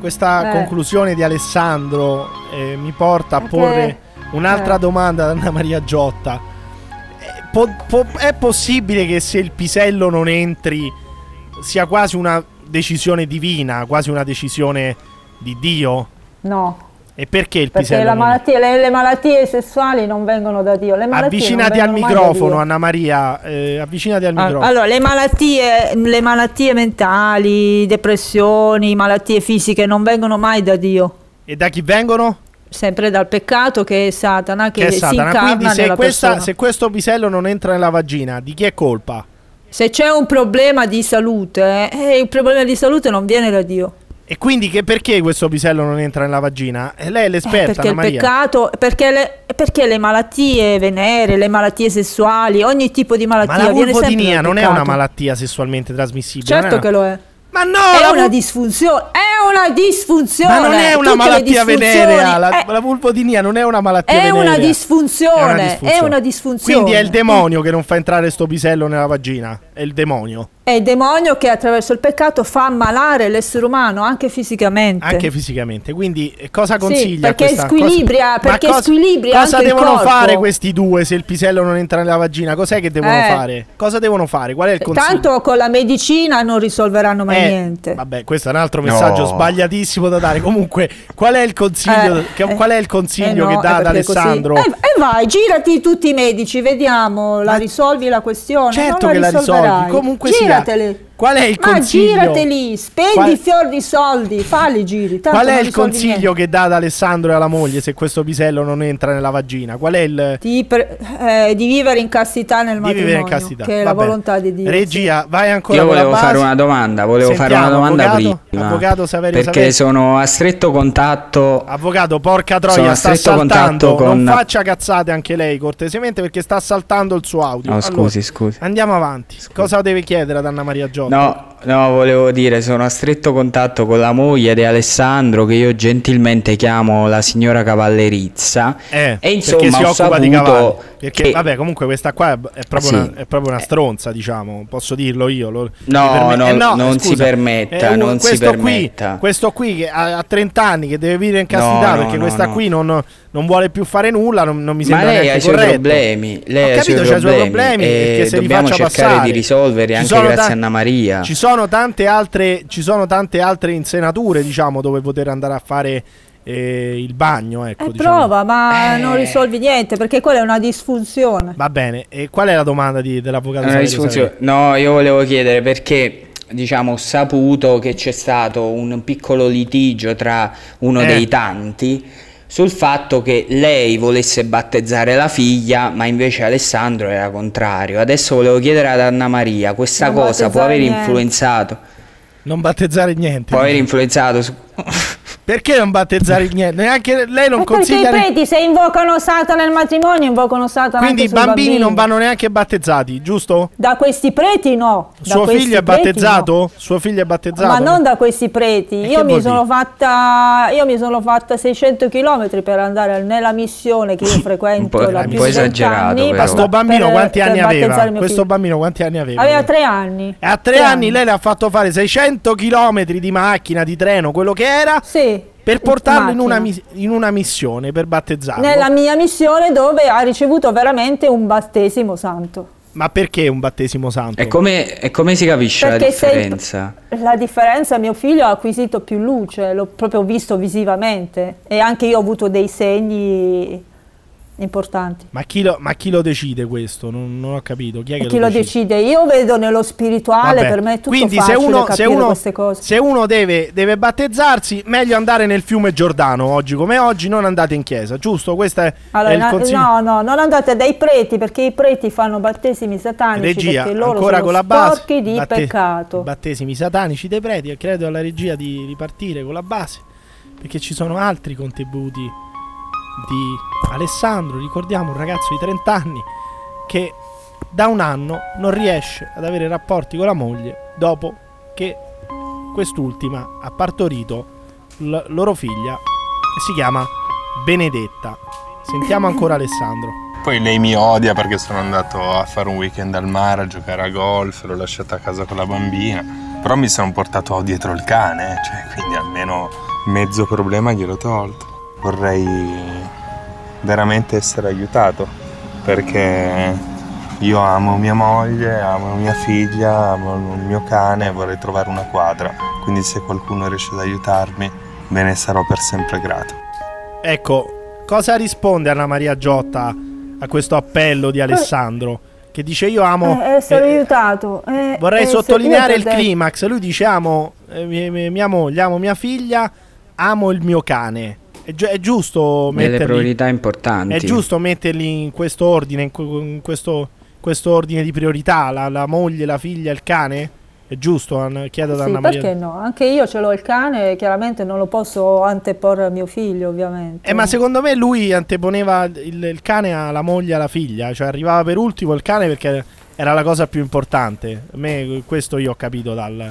A: questa
G: Eh.
A: conclusione di Alessandro eh, mi porta a
G: Anche-
A: porre un'altra
G: eh.
A: domanda ad Anna Maria Giotta. Eh, po- po- è possibile che se il pisello non entri sia quasi una decisione divina, quasi una decisione di Dio?
G: No,
A: E perché il
G: perché
A: pisello?
G: la
A: non-
G: malattia- le, le malattie sessuali non vengono da Dio. Le malattie
A: Avvicinati
G: non
A: al
G: vengono mai da
A: microfono,
G: Dio.
A: Anna Maria. eh, avvicinati al microfono.
G: Ah, Allora, le malattie, le malattie mentali, depressioni, malattie fisiche non vengono mai da Dio,
A: E da chi vengono?
G: sempre dal peccato che è Satana che,
A: Che è
G: si
A: Satana.
G: incarna
A: Quindi se,
G: nella
A: questa,
G: persona.
A: se questo pisello non entra nella vagina, di chi è colpa?
G: Se c'è un problema di salute, eh, il problema di salute non viene da Dio.
A: E quindi che perché questo pisello non entra nella vagina? Eh, lei è
G: Eh,
A: l'esperta,
G: perché
A: Anna
G: il
A: Maria.
G: peccato, perché le, perché le malattie venere, le malattie sessuali, ogni tipo di
A: Ma
G: malattia
A: la
G: viene sempre
A: vulvodinia
G: dal
A: non è
G: peccato.
A: una malattia sessualmente trasmissibile. non
G: Certo
A: è
G: che
A: una-
G: lo è.
A: Ma no!
G: È
A: la
G: una
A: vul-
G: disfunzione, è una disfunzione.
A: Ma non è una
G: eh, Tutte le
A: malattia
G: disfunzioni-
A: venerea. La,
G: eh,
A: la vulvodinia non è una malattia
G: È
A: venerea.
G: una disfunzione,
A: È una
G: è
A: disfunzione.
G: una disfunzione.
A: Quindi è il demonio che non fa entrare sto pisello nella vagina. È il demonio.
G: È il demonio che attraverso il peccato fa ammalare l'essere umano anche fisicamente.
A: Anche fisicamente. Quindi eh, cosa
G: Sì,
A: consiglia?
G: perché
A: questa-
G: squilibria-
A: cosa-
G: perché
A: Ma cosa-
G: squilibria
A: Cosa
G: anche il
A: devono
G: corpo.
A: fare questi due se il pisello non entra nella vagina? Cos'è che devono
G: Eh.
A: fare? Cosa devono fare? Qual è il consiglio?
G: Tanto con la medicina non risolveranno mai
A: Eh,
G: niente.
A: Vabbè, questo è un altro messaggio
H: No.
A: sbagliatissimo da dare. Comunque, qual è il consiglio,
G: Eh,
A: che-
G: eh,
A: qual è il
G: eh
A: consiglio
G: no,
A: che
G: eh,
A: dà ad
G: perché così- Eh,
A: Alessandro?
G: E vai, girati tutti i medici, vediamo, la
A: Ma-
G: risolvi la questione.
A: Certo
G: non
A: che la risolvi,
G: risolverai.
A: comunque sia.
G: girateli.
A: Qual è il
G: Ma
A: consiglio?
G: girateli, spendi
A: Qual-
G: fior di soldi, falli i giri. tanto
A: Qual è
G: non
A: il
G: risolvi
A: consiglio
G: niente.
A: che dà ad Alessandro e alla moglie se questo pisello non entra nella vagina? Qual è il
G: Di, pre- eh, di vivere in castità nel
A: di
G: matrimonio,
A: vivere in castità?
G: che
A: Va
G: è la
A: bene.
G: volontà di Dio.
A: Regia, vai ancora
F: Io
A: con la
F: volevo
A: base.
F: fare una domanda, volevo fare una
A: Sentiamo,
F: domanda
A: avvocato,
F: prima.
A: avvocato Saverio
F: perché
A: Saverio.
F: sono a stretto contatto
A: Avvocato, porca
F: Sono
A: troia,
F: a
A: sta
F: stretto
A: saltando.
F: contatto
A: Non
F: con-
A: faccia cazzate anche lei cortesemente perché sta saltando il suo audio.
F: No,
A: Allora,
F: scusi, scusi.
A: Andiamo avanti. Cosa deve chiedere ad Anna Maria Giotta?
F: No, no, volevo dire, sono a stretto contatto con la moglie di Alessandro che io gentilmente chiamo la signora Cavallerizza.
A: Eh,
F: e
A: perché
F: insomma,
A: si
F: ho
A: occupa di cavalli.
F: saputo
A: Perché,
F: che-
A: vabbè, comunque questa qua è, è proprio,
F: Sì. Eh.
A: una, è proprio una stronza, diciamo, posso dirlo io. lo-
F: No,
A: mi perme- eh,
F: no, non si permetta,
A: un-
F: non si
A: Eh, questo
F: permetta.
A: Qui, questo qui che ha, ha 30 anni che deve vivere in castità
F: No, no,
A: perché
F: no,
A: questa
F: no.
A: qui non, non vuole più fare nulla, non, non mi
F: Ma
A: sembra
F: lei ha
A: neanche
F: i suoi
A: corretto.
F: problemi, lei
A: Ho
F: ha i suoi
A: capito, c'ha i suoi
F: problemi,
A: problemi
F: e
A: perché se li
F: dobbiamo
A: faccia
F: cercare
A: passare.
F: di risolverli
A: Ci
F: anche
A: sono
F: grazie a Anna Maria.
A: Ci sono tante altre, ci sono tante altre insenature, diciamo, dove poter andare a fare eh, il bagno, ecco,
G: Eh,
A: diciamo.
G: prova, ma
F: Eh.
G: non risolvi niente perché quella è una disfunzione.
A: Va bene, e qual è la domanda di- dell'avvocato?
F: Una
A: Saverio
F: disfunzione.
A: Saverio?
F: No, io volevo chiedere perché diciamo ho saputo che c'è stato un piccolo litigio tra uno
A: Eh.
F: dei tanti sul fatto che lei volesse battezzare la figlia, ma invece Alessandro era contrario. Adesso volevo chiedere ad Anna Maria, questa
G: Non
F: cosa può
G: battezzare
F: aver
G: niente.
F: influenzato,
A: Non battezzare niente.
F: può aver influenzato su-
A: Perché non battezzare niente? Neanche lei non
G: Ma Eh, perché i
A: consiglia. ne-
G: preti se invocano Satana nel matrimonio invocano Satana
A: Quindi i
G: anche sui
A: bambini, non vanno neanche battezzati, giusto?
G: da questi preti no da
A: Suo
G: questi
A: figlio è
G: preti no.
A: battezzato? Suo figlio è battezzato?
G: ma non da questi
A: Esatto.
G: preti
A: E che
G: io
A: vuol
G: mi, sono fatta, io mi sono fatta 600 km per andare nella missione che io frequento
F: Un po'-
G: da
F: un
G: più
F: po'
G: di
F: esagerato,
G: vent'anni
A: Ma
F: però.
A: sto bambino
G: per-
A: quanti
G: per
A: anni
G: battezzare
A: aveva?
G: mio
A: Questo
G: figlio.
A: bambino quanti anni aveva?
G: aveva tre anni
A: E a tre,
G: Tre
A: anni, lei le ha fatto fare 600 km di macchina, di treno, quello che era,
G: sì
A: per portarlo in
G: macchina.
A: una, mis- in una missione, per battezzarlo.
G: nella mia missione dove ha ricevuto veramente un battesimo santo
A: Ma perché un battesimo santo?
F: E come, e come si capisce la
G: Perché sei-
F: differenza?
G: La differenza, mio figlio ha acquisito più luce, l'ho proprio visto visivamente e anche io ho avuto dei segni importanti.
A: Ma, chi lo, ma chi lo decide questo? Non, non ho capito. Chi è
G: E
A: che
G: chi lo decide? Io vedo nello spirituale,
A: Vabbè.
G: per me è tutto
A: Quindi se
G: facile
A: uno,
G: capire
A: se uno-
G: queste cose.
A: se uno deve, deve battezzarsi, meglio andare nel fiume Giordano oggi come oggi, non andate in chiesa, giusto? Questo è, è
G: Allora,
A: il
G: na-
A: consiglio.
G: no, no, non andate dai preti perché i preti fanno battesimi satanici
A: Regia,
G: perché loro
A: ancora
G: sono
A: con la base.
G: sporchi di
A: Batte-
G: peccato.
A: Battesimi satanici dei preti. e Credo alla regia di ripartire con la base. Perché ci sono altri contributi di Alessandro. Ricordiamo un ragazzo di 30 anni che da un anno non riesce ad avere rapporti con la moglie dopo che quest'ultima ha partorito l- loro figlia che si chiama Benedetta. Sentiamo ancora Alessandro.
H: Poi lei mi odia perché sono andato a fare un weekend al mare, a giocare a golf, l'ho lasciata a casa con la bambina. Però mi sono portato dietro il cane, eh, cioè, quindi almeno mezzo problema gliel'ho tolto. Vorrei veramente essere aiutato perché io amo mia moglie, amo mia figlia, amo il mio cane e vorrei trovare una quadra. Quindi se qualcuno riesce ad aiutarmi, ve ne sarò per sempre grato.
A: Ecco, cosa risponde Anna Maria Giotta a questo appello di Alessandro? Che dice io amo...
G: Eh, essere
A: eh,
G: aiutato. eh,
A: vorrei
G: essere-
A: sottolineare
G: io
A: il
G: ti ho detto-
A: climax. Lui dice amo eh, mi- mi- mia moglie, amo mia figlia, amo il mio cane. È, gi- è giusto
F: Delle
A: metterli...
F: priorità importanti.
A: È giusto metterli in questo ordine, in, que- in questo, questo ordine di priorità, la, la moglie, la figlia, il cane? È giusto? Anna- Chiedo ad
G: Sì,
A: Anna Maria.
G: perché no? Anche io ce l'ho il cane, chiaramente non lo posso anteporre a mio figlio, ovviamente.
A: Eh, ma secondo me lui anteponeva il, il cane alla moglie e alla figlia, cioè arrivava per ultimo il cane perché era la cosa più importante. A me questo io ho capito dal,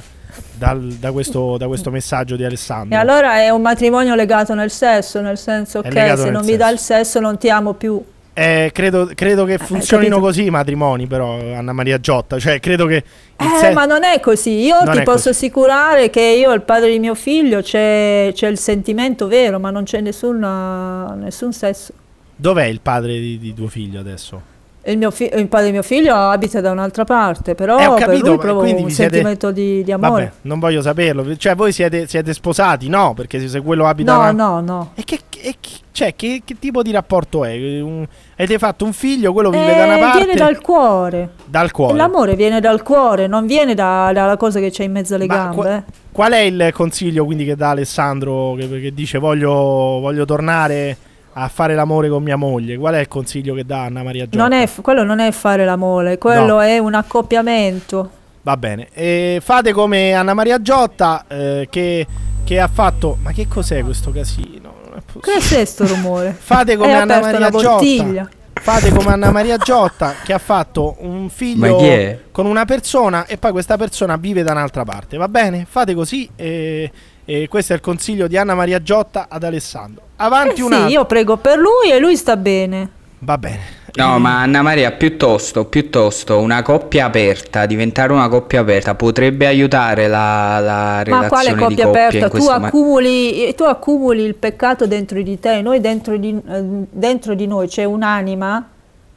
A: dal- da, questo, da questo messaggio di
G: E
A: Alessandro.
G: allora è un matrimonio legato nel sesso, nel senso
A: È
G: che
A: legato
G: se
A: nel
G: non mi dà
A: sesso.
G: il sesso non ti amo più.
A: Eh, credo, credo che funzionino
G: capito.
A: così i matrimoni, però, Anna Maria Giotta. Cioè, credo che. il
G: Eh,
A: se-
G: ma non è così. Io
A: Non
G: ti
A: è
G: posso
A: così.
G: assicurare che io, il padre di mio figlio, c'è, c'è il sentimento vero, ma non c'è nessuna- nessun sesso.
A: Dov'è il padre di, di tuo figlio adesso?
G: Il, mio fi- il padre di mio figlio abita da un'al'altra parte, però
A: Eh, ho
G: per
A: capito,
G: lui
A: ma
G: provo
A: quindi
G: un
A: vi siete-
G: sentimento di, di amore.
A: Vabbè, non voglio saperlo. Cioè, voi siete, siete sposati? No, perché se- se quello abita.
G: No,
A: una-
G: no, no.
A: E che, e chi- cioè, che, che tipo di rapporto è? Un- avete fatto un figlio, quello vive da una
G: Eh,
A: parte
G: viene dal cuore.
A: dal cuore.
G: L'amore viene dal cuore, non viene da- dalla cosa che c'è in mezzo alle
A: Ma
G: gambe. eh.
A: qua- Qual è il consiglio quindi che dà Alessandro che, che dice voglio, voglio tornare a fare l'amore con mia moglie? Qual è il consiglio che dà Anna Maria Giotta?
G: Non è- quello non è fare l'amore, quello
A: No. Eh,
G: è un accoppiamento.
A: Va bene, E fate come Anna Maria Giotta eh, che, che ha fatto... Ma che cos'è questo casino? Non è
G: Che è
A: possibile.
G: questo rumore?
A: Fate come
G: Hai
A: Anna
G: aperto
A: Maria
G: una
A: Giotta.
G: bottiglia.
A: Fate come Anna Maria Giotta che ha fatto un
F: Ma chi
A: figlio
F: è?
A: con una persona e poi questa persona vive da un'altra parte. Va bene? Fate così e, e questo è il consiglio di Anna Maria Giotta ad Alessandro.
G: Eh
A: Avanti
G: sì,
A: un attimo.
G: io prego per lui e lui sta bene.
A: Va bene.
G: Mm.
F: No, ma Anna Maria, piuttosto, piuttosto una coppia aperta, diventare una coppia aperta potrebbe aiutare la, la
G: Ma quale
F: relazione di
G: coppia
F: coppia in
G: aperta? Tu
F: questo ma-
G: accumuli, eh, tu accumuli il peccato dentro di te, noi dentro di, eh, dentro di noi c'è un'anima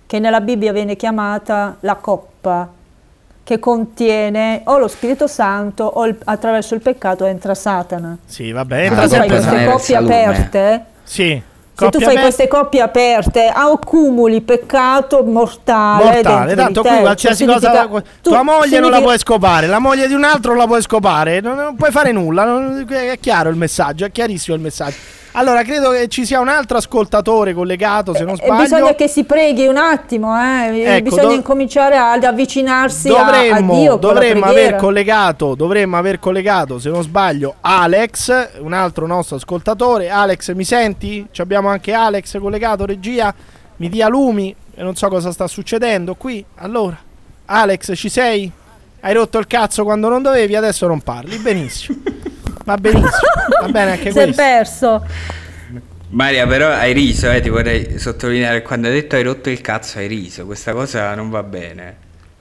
G: che nella Bibbia viene chiamata la coppa, che contiene o lo Spirito Santo o il- attraverso il peccato entra Satana.
A: Sì, va bene.
F: Ma
A: Entra
G: tu fai
F: sempre
G: queste
F: Satana.
G: coppie
F: Salume.
G: aperte,
A: Sì.
G: se tu
A: coppia
G: fai
A: aperta,
G: queste coppie aperte accumuli peccato mortale.
A: mortale.
G: dentro di
A: Tanto
G: te.
A: qui
G: Cioè,
A: qualsiasi cosa.
G: significa-
A: la-
G: tu-
A: tua moglie non la
G: significa-
A: puoi scopare, la moglie di un altro non la puoi scopare. Non, non puoi fare nulla. non- è chiaro il messaggio, è chiarissimo il messaggio. Allora, credo che ci sia un altro ascoltatore collegato, se non
G: Eh, Bisogna
A: sbaglio.
G: che si preghi un attimo, eh.
A: Ecco,
G: bisogna
A: dov-
G: incominciare ad avvicinarsi a- a,
A: Dovremmo,
G: Dio. con la
A: dovremmo
G: preghiera.
A: aver collegato, dovremmo aver collegato, se non sbaglio, Alex, un altro nostro ascoltatore. Alex, mi senti? Ci abbiamo anche Alex collegato, regia. Mi dia lumi e non so cosa sta succedendo qui. Allora, Alex, ci sei? Hai rotto il cazzo quando non dovevi, adesso non parli. Benissimo. Va benissimo. Va bene anche
G: si è
A: questo.
G: perso.
F: Maria, però hai riso, eh, ti vorrei sottolineare quando hai detto hai rotto il cazzo, hai riso. Questa cosa non va bene.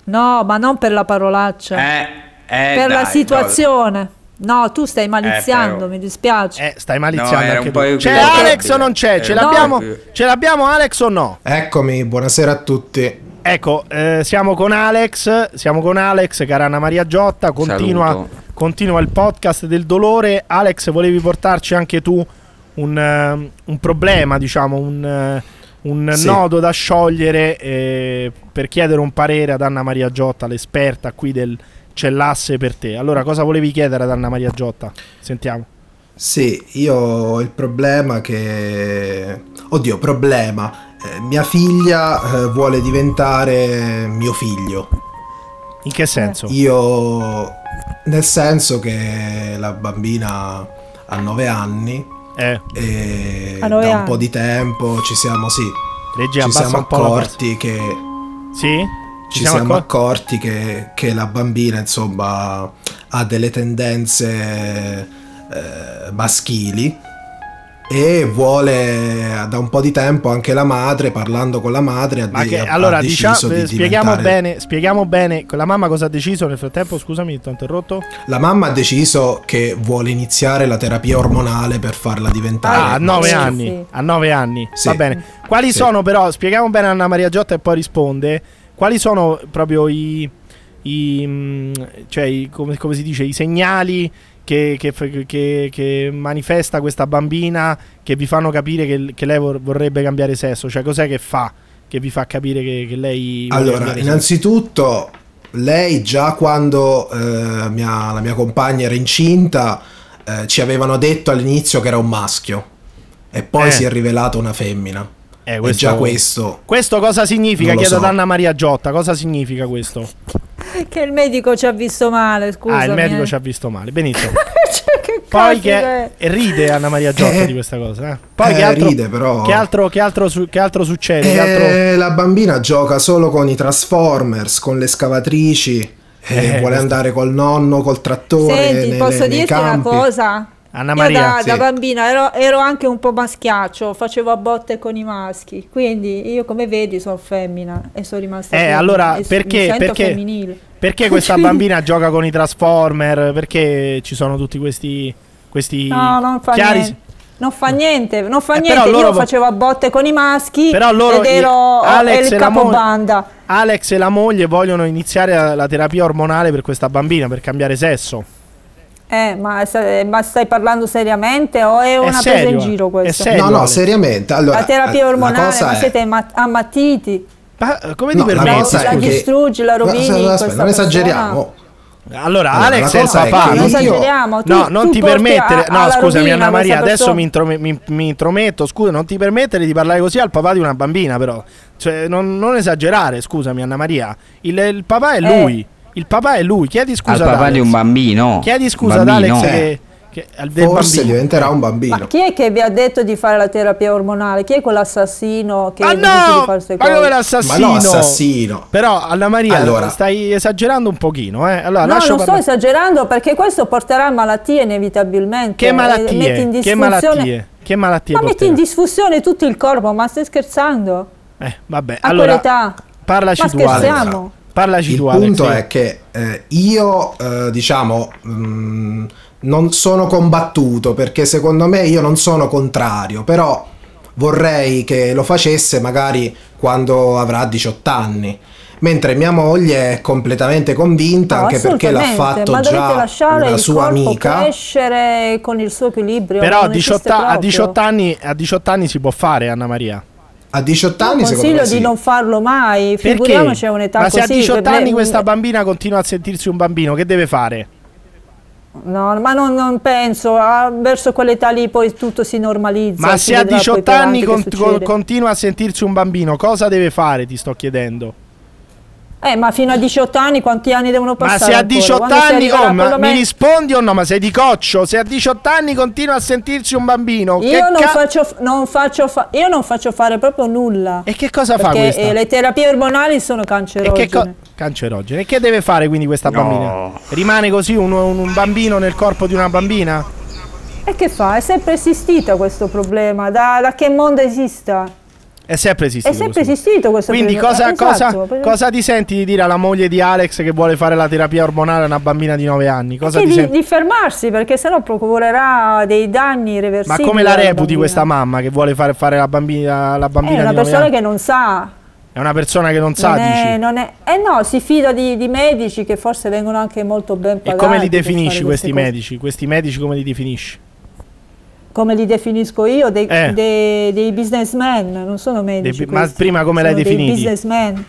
G: No, ma non per la parolaccia,
F: Eh, eh,
G: per la
F: dai, Eh,
G: situazione. No, tu stai maliziando,
F: però.
G: mi dispiace.
A: Eh, stai maliziando
F: No, era
A: anche
F: un po'
A: tu. C'è
F: equilibrato.
A: Alex o non c'è? Ce
F: Era
G: un po'
A: l'abbiamo,
F: equilibrato.
A: ce l'abbiamo Alex o no?
I: Eccomi, buonasera a tutti.
A: Ecco, eh, siamo con Alex, siamo con Alex, cara Anna Maria Giotta, continua,
F: Saluto.
A: continua il podcast del dolore. Alex, volevi portarci anche tu un, eh, un problema, diciamo, un, eh, un
I: Sì.
A: nodo da sciogliere eh, per chiedere un parere ad Anna Maria Giotta, l'esperta qui del c'è l'asse per te. Allora, cosa volevi chiedere ad Anna Maria Giotta? Sentiamo.
I: Sì, io ho il problema che... Oddio, problema. Eh, mia figlia eh, vuole diventare mio figlio.
A: In che senso?
I: Io... Nel senso che la bambina ha 9 anni
A: Eh,
I: e
G: Ha
I: da
G: nove
I: un
G: anni.
I: po' di tempo ci siamo, sì,
A: leggi,
I: ci
A: abbassa
I: siamo
A: un po' la base.
I: accorti che...
A: Sì?
I: ci siamo,
A: accor-
I: accorti che, che la bambina insomma ha delle tendenze eh, maschili e vuole eh, da un po' di tempo anche la madre parlando con la madre ha,
A: Ma
I: de-
A: che,
I: ha- ha
A: allora, diciamo,
I: deciso di
A: spieghiamo
I: diventare-
A: bene, spieghiamo bene la mamma cosa ha deciso nel frattempo, scusami, ti ho interrotto.
I: la mamma ha deciso che vuole iniziare la terapia ormonale per farla diventare
A: Ah, a
G: sì,
A: 9
G: sì.
A: anni, a 9 anni.
I: Sì.
A: Va bene. Quali
I: Sì.
A: sono però, spieghiamo bene a Anna Maria Giotta e poi risponde, quali sono proprio i, i, mm, cioè, i- come, come si dice, i segnali che, che f- che- che manifesta questa bambina che vi fanno capire che, che lei vor- vorrebbe cambiare sesso? Cioè cos'è che fa che vi fa capire che, che lei... vuole
I: Allora,
A: cambiare sesso?
I: innanzitutto, lei già quando eh, mia- la mia compagna era incinta eh, ci avevano detto all'inizio che era un maschio e poi
A: Eh.
I: si è rivelato una femmina.
A: Eh,
I: E già questo.
A: Questo cosa significa?
I: Non lo
A: Chiedo ad
I: so.
A: Anna Maria Giotta, cosa significa questo?
G: Che il medico ci ha visto male, scusa.
A: ah, il medico ci ha visto male. Benissimo.
G: eh. Cioè, che
A: Poi
G: cazzo
A: che
G: è?
A: e ride Anna Maria Giotta
I: Eh.
A: di questa cosa. eh. Poi
I: Eh,
A: che altro,
I: ride, però.
A: Che altro, che altro su- che altro succede? Che altro-
I: Eh, la bambina gioca solo con i Transformers, con le scavatrici. eh,
A: Eh,
I: vuole
A: questo-
I: andare col nonno, col trattore.
G: Senti,
I: nei-
G: posso
I: nei
G: dirti
I: campi.
G: una cosa?
A: Anna
G: Io
A: Maria.
G: da,
I: sì.
G: da bambina ero, ero anche un po' maschiaccio, facevo a botte con i maschi, quindi io come vedi sono femmina e sono rimasta
A: Eh,
G: femmina,
A: allora,
G: e s- mi
A: perché,
G: sento
A: perché,
G: femminile.
A: perché questa bambina gioca con i Transformer? Perché ci sono tutti questi, questi
G: No, non fa
A: chiari-
G: niente. Non fa niente, non fa
A: Eh, però
G: niente.
A: loro-
G: Io facevo a botte con i maschi
A: Però loro-
G: ed ero
A: i- Alex
G: il
A: e la mo-
G: capobanda.
A: Alex e la moglie vogliono iniziare la- la terapia ormonale per questa bambina per cambiare sesso.
G: Eh, ma, sa- ma stai parlando seriamente o è una presa
A: serio,
G: in
A: eh.
G: giro
A: È
G: questo?
A: serio.
I: No, no,
A: Ale.
I: seriamente. Allora,
G: La terapia
I: eh,
G: ormonale,
I: cosa
G: ma
I: è-
G: siete ma- ammattiti,
A: Ma eh, come
I: no,
A: ti
I: la
A: permetti?
I: cosa è
G: La
I: che-
G: distruggi, la
I: No,
G: rovini
I: aspetta,
G: questa
I: aspetta, non
G: persona.
I: esageriamo.
A: Allora,
I: Allora,
A: Alex
I: la
A: è il
I: cosa è
A: papà.
I: che
G: non
I: io-
G: esageriamo. Tu-
A: No, non
G: tu
A: ti
G: porti
A: permettere.
G: a-
A: no,
G: alla
A: scusami,
G: rovina
A: Anna Maria.
G: questa
A: Adesso
G: persona.
A: mi, introme- mi- mi intrometto. Scusa, non ti permettere di parlare così al papà di una bambina, però. Cioè, non, non esagerare, scusami, Anna Maria. Il, il papà è
G: Eh.
A: lui. Il papà è lui. Chiedi scusa
F: Al
A: ad
F: papà
A: Alex.
F: di un bambino.
A: Chiedi scusa
F: Bambino.
A: ad Alex.
I: Eh.
A: Che, che- al- del
I: Forse
A: bambino. Eh.
I: diventerà un bambino.
G: Ma chi è che vi ha detto di fare la terapia ormonale? Chi è quell'assassino che
A: Ma
G: vi dice di
A: Ah, no!
G: fare queste
A: Ma come
G: cose?
I: Ma
A: l'assassino?
I: no, assassino.
A: Però, Anna Maria,
I: Allora.
A: stai esagerando un pochino, eh. Allora,
G: No,
A: lascia
G: non sto
A: parlare.
G: esagerando perché questo porterà a malattie inevitabilmente.
A: Che
G: eh, metti in
A: malattie? Che
G: disfunzione-
A: malattie? Che malattie?
G: Ma metti in
A: porterà?
G: disfunzione tutto il corpo, ma stai scherzando?
A: Eh, vabbè,
G: A
A: allora
G: quell'età?
A: parlaci
G: Ma
A: tu, Alex.
G: scherziamo?
A: Parlaci
I: Il
A: tu, Alex.
I: punto
A: sì.
I: è che eh, io, eh, diciamo, mh, non sono combattuto perché secondo me io non sono contrario, però vorrei che lo facesse magari quando avrà 18 anni. Mentre mia moglie è completamente convinta,
G: No,
I: anche perché l'ha
G: assolutamente,
I: fatto
G: ma dovete
I: già
G: lasciare
I: una
G: il
I: sua
G: corpo
I: amica.
G: crescere con il suo equilibrio.
A: Però a
G: non esiste
A: 18, a
G: proprio.
A: 18 anni, a 18 anni si può fare, Anna Maria.
I: A 18 anni,
G: Io
I: secondo
G: consiglio
I: me,
G: di
I: sì.
G: non farlo mai,
A: Perché?
G: figuriamoci a un'età
A: Ma
G: così.
A: se a 18
G: per me-
A: anni questa bambina continua a sentirsi un bambino, che deve fare?
G: Eh, No, ma non, non penso, ah, verso quell'età lì poi tutto si normalizza.
A: Ma
G: si
A: se a
G: vedrà poi
A: 18
G: per
A: anni
G: avanti che
A: con-
G: succede.
A: continua a sentirsi un bambino, cosa deve fare? Ti sto chiedendo.
G: Eh, ma fino a 18 anni quanti anni devono
A: Ma
G: passare?
A: se a
G: ancora?
A: 18
G: Quando si
A: anni,
G: arriverà
A: oh,
G: a
A: ma
G: quello
A: mi
G: me-
A: rispondi o no? Ma sei di coccio? Se a 18 anni continua a sentirsi un bambino, che
G: Io non,
A: ca-
G: faccio, non faccio fa- io non faccio fare proprio nulla.
A: e che cosa fa
G: Perché
A: questa?
G: eh, le terapie ormonali sono
A: E
G: cancerogene.
A: che co- cancerogene. E che deve fare quindi questa bambina? Rimane così un, un bambino nel corpo di una bambina?
G: E che fa? È sempre esistito questo problema, da, da che mondo esista?
A: È sempre esistito.
G: È sempre
A: questo.
G: esistito questo
A: Quindi cosa,
G: problema.
A: cosa-
G: Esatto, per-
A: cosa ti senti di dire alla moglie di Alex che vuole fare la terapia ormonale a una bambina di 9 anni? Cosa
G: Sì,
A: ti
G: di,
A: senti?
G: di fermarsi perché sennò procurerà dei danni
A: Ma
G: irreversibili.
A: come la
G: alla
A: reputi
G: bambina.
A: questa mamma che vuole fare, fare la bambina, la bambina
G: È una
A: di 9
G: persona
A: anni?
G: che non sa.
A: È una persona che non sa,
G: Non è,
A: dici.
G: non è- eh no, si fida di, di medici che forse vengono anche molto ben
A: E
G: pagati.
A: come li
G: per
A: definisci questi
G: fare queste cose.
A: medici? Questi medici come li definisci?
G: Come li definisco io? Dei,
A: Eh.
G: dei- dei businessmen, non sono medici.
A: Dei bi- ma
G: questi.
A: prima come l'hai
G: Sono
A: definiti?
G: Dei businessmen.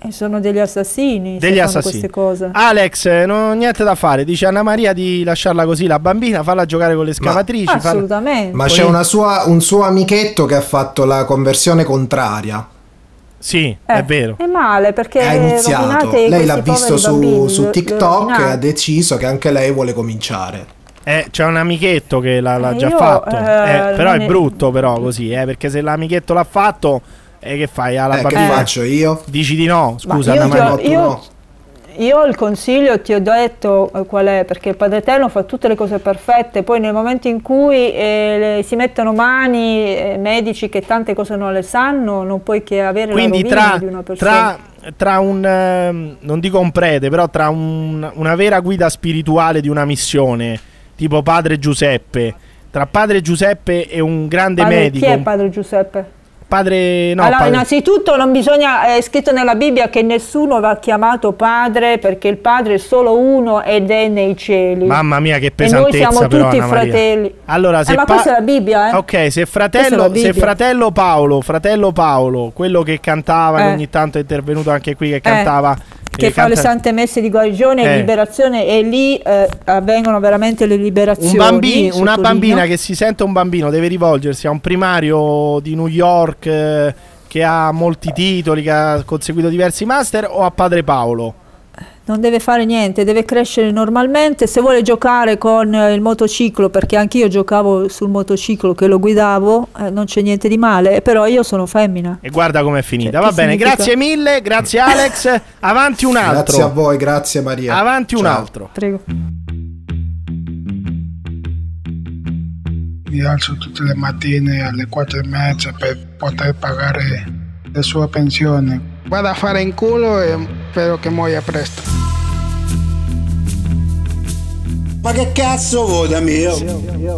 G: E sono degli assassini. se
A: Degli
G: fanno
A: assassini.
G: Queste cose.
A: Alex, eh, non ho niente da fare. Dice Anna Maria di lasciarla così la bambina, farla giocare con le scavatrici. farla-
G: Assolutamente.
I: Ma
A: Poi-
I: c'è una sua- un suo amichetto che ha fatto la conversione contraria.
A: Sì,
G: Eh,
A: è vero.
G: È male perché
I: ha iniziato.
G: Eh, rovinate
I: Lei l'ha
G: questi
I: visto
G: poveri
I: su,
G: bambini,
I: su
G: lo- lo
I: TikTok e ha
G: rovinate.
I: deciso che anche lei vuole cominciare.
A: Eh, c'è un amichetto che l'ha, l'ha
G: Eh,
A: già
G: io,
A: fatto.
G: eh,
A: Eh, però
G: non
A: è
G: è-
A: brutto, però così, eh, perché se l'amichetto l'ha fatto, eh, che fai? Alla
I: Eh, che
A: bambina
I: faccio io?
A: dici di no. Scusa,
G: Ma io
A: Anna
G: ti ho-
A: Maria.
I: tu
G: io-
I: no.
G: Io il consiglio ti ho detto eh, qual è, perché il Padre Eterno fa tutte le cose perfette, poi nel momento in cui eh, le- si mettono mani eh, medici che tante cose non le sanno, non puoi che avere
A: Quindi
G: la rovina
A: tra,
G: di una persona.
A: tra, tra un ehm, non dico un prete, però tra un- una vera guida spirituale di una missione, tipo padre Giuseppe, tra padre Giuseppe e un grande
G: Padre-
A: medico,
G: Chi è
A: un
G: Padre Giuseppe?
A: padre no,
G: allora,
A: padre-
G: innanzitutto non bisogna, eh, è scritto nella Bibbia che nessuno va chiamato padre perché il padre è solo uno ed è nei cieli.
A: Mamma mia che
G: e noi
A: pesantezza
G: siamo
A: però
G: tutti
A: Anna Maria.
G: fratelli.
A: Allora,
G: Eh,
A: se
G: ma
A: pa-
G: questa è la Bibbia, eh?
A: Ok, se
G: Questa è la
A: fratello, se
G: Bibbia.
A: fratello Paolo, fratello Paolo, quello che cantava, che
G: Eh.
A: ogni tanto è intervenuto anche qui, che cantava.
G: che fa le
A: canta-
G: sante messe di guarigione e
A: Eh.
G: liberazione e lì eh, avvengono veramente le liberazioni.
A: Un bambino, una
G: sottolineo.
A: bambina che si sente un bambino deve rivolgersi a un primario di New York eh, che ha molti titoli, che ha conseguito diversi master o a padre Paolo?
G: non deve fare niente, deve crescere normalmente, se vuole giocare con eh, il motociclo, perché anch'io giocavo sul motociclo che lo guidavo, eh, non c'è niente di male, però io sono femmina.
A: E guarda com'è finita.
G: Cioè,
A: Ah, Va
G: che
A: bene,
G: significa?
A: grazie mille, grazie Alex. Avanti un
I: Grazie a
A: altro.
I: voi, grazie Maria.
A: Avanti un
I: Ciao.
A: altro.
G: Prego.
J: Mi alzo tutte le mattine alle quattro e mezza per poter pagare la sua pensione. Vado a fare in culo e spero che muoia presto.
K: Ma che cazzo vuoi da me?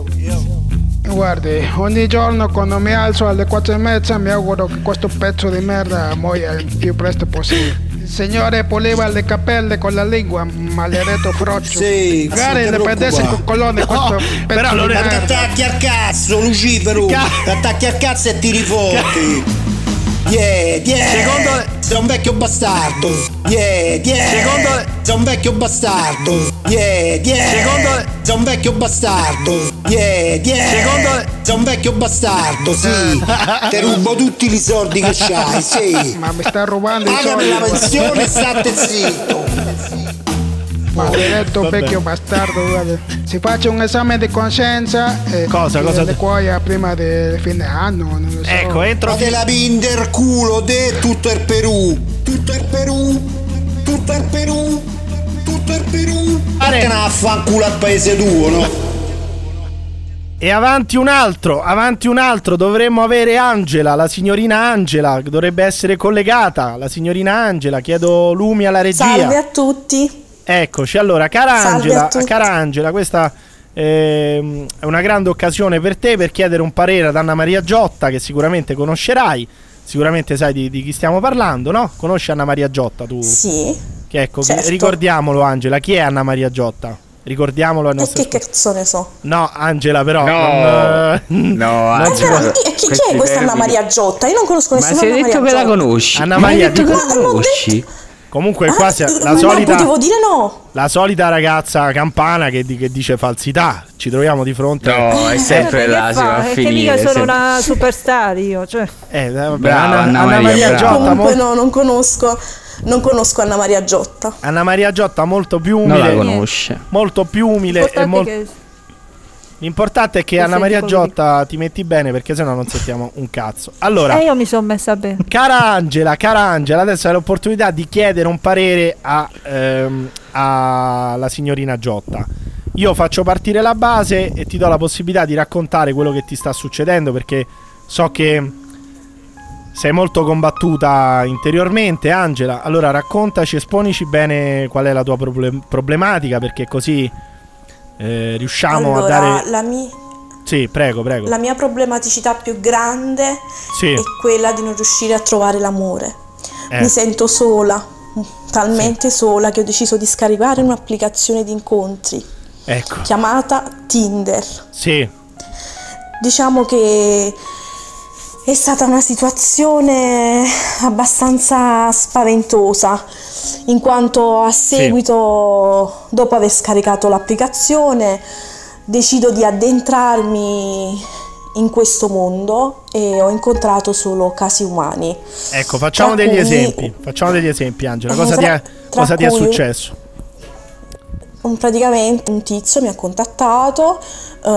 J: Guardi, ogni giorno quando mi alzo alle quattro e mezza mi auguro che questo pezzo di merda muoia il più presto possibile. Il signore poliva le capelle con la lingua, maledetto froccio.
K: Sì,
J: Magari
K: non ti
J: le prendesse
K: preoccupare.
J: con colonne questo pezzo
A: però non
J: di
A: è-
K: Ma ti
J: merda.
K: attacchi al cazzo, Lucifero! Ti
A: Ca-
K: attacchi al cazzo e tiri forti! Yeah, yeah!
A: Secondo le-
K: Sei un vecchio bastardo! Yeah, yeah!
A: Secondo le-
K: Sei un vecchio bastardo! Yeah, yeah!
A: Secondo le-
K: Sei un vecchio bastardo! Yeah, yeah!
A: Secondo le-
K: Sei un vecchio bastardo, sì! Ti rubo tutti i soldi che c'hai, sì!
J: Ma mi sta rubando i
K: Pagami
J: soldi.
K: la
J: guarda.
K: pensione e state zitto!
J: Maledetto
A: Vabbè.
J: vecchio bastardo, guarda. Si faccia un esame di coscienza e
A: Cosa,
J: e
A: cosa-
J: le cuoia prima del fine anno, non lo so.
A: Ecco, entro
K: Ma te la pinder culo te tutto il Perù. Tutto il Perù. Tutto il Perù. Tutto il Perù. Ma
A: Pare-
K: te ne affanculo al paese tuo, no?
A: E avanti un altro, avanti un altro, dovremmo avere Angela, la signorina Angela, che dovrebbe essere collegata, la signorina Angela, chiedo lumi alla regia.
L: Salve a tutti.
A: Eccoci, allora, cara
L: Salve a
A: Angela,
L: tutti.
A: cara Angela, questa ehm, è una grande occasione per te per chiedere un parere ad Anna Maria Giotta, che sicuramente conoscerai, sicuramente sai di, di chi stiamo parlando, no? Conosci Anna Maria Giotta tu?
L: Sì.
A: Che ecco, chi-
L: certo.
A: ricordiamolo Angela, chi è Anna Maria Giotta? Ricordiamolo ai
L: E
A: nostri
L: che cazzo ne so?
A: No, Angela, però.
F: No.
A: Oh, non- eh,
F: No,
A: non
L: Ma
A: si
F: Angela,
A: può-
L: allora, chi, chi- chi
F: questi
L: è questa Anna
F: termini.
L: Maria Giotta? Io non conosco
F: Ma
L: nessuna
F: si è
L: Anna
F: detto
L: Maria
F: che la
L: Giotta.
F: conosci.
A: Anna
F: Ma hai
A: Maria,
F: detto che
L: Ma
F: la
L: l'ho
F: conosci.
L: detto-
A: Comunque,
L: Ah,
A: qua si- la
L: ma
A: solita.
L: No, potevo dire no.
A: La solita ragazza campana che, di- che dice falsità. Ci troviamo di fronte.
F: No, Eh, è sempre là, si va a
G: Eh, Perché
F: finire.
G: mica sono
F: sempre.
G: una superstar io, cioè.
A: Eh, eh, vabbè,
F: Brava,
A: Anna,
F: Anna
A: Anna Maria,
F: Maria, brava.
A: Giotta.
L: Comunque
A: mol-
L: no, non conosco, non conosco Anna Maria Giotta.
A: Anna Maria Giotta molto più
F: Non la
A: umile.
F: conosce.
A: molto più umile. E mol- L'importante è che
G: Lo
A: Anna
G: senti
A: Maria
G: quello lì.
A: Giotta ti metti bene perché sennò non sentiamo un cazzo. Allora,
F: Eh,
G: E Eh, io mi sono messa bene.
A: Cara Angela, cara Angela, adesso hai l'opportunità di chiedere un parere a, ehm, alla signorina Giotta. Io faccio partire la base e ti do la possibilità di raccontare quello che ti sta succedendo perché so che sei molto combattuta interiormente, Angela. Allora raccontaci, esponici bene qual è la tua problem- problematica perché così eh, riusciamo
L: allora,
A: a dare...
L: la, mi-
A: Sì, prego, prego.
L: la mia problematicità più grande
A: Sì.
L: è quella di non riuscire a trovare l'amore.
A: Eh.
L: Mi sento sola, talmente sola che ho deciso di scaricare un'applicazione di incontri
A: Ecco.
L: chiamata Tinder.
A: Sì,
L: Diciamo che è stata una situazione abbastanza spaventosa, in quanto a seguito, dopo aver scaricato l'applicazione, decido di addentrarmi in questo mondo e ho incontrato solo casi umani.
A: Ecco, facciamo
L: Tra
A: degli
L: cui-
A: esempi. Facciamo degli esempi, Angela.
L: Eh,
A: Cosa, ti,
L: tra-
A: è,
L: tra
A: cosa ti è
L: cui-
A: successo?
L: Un- praticamente un tizio mi ha contattato, eh,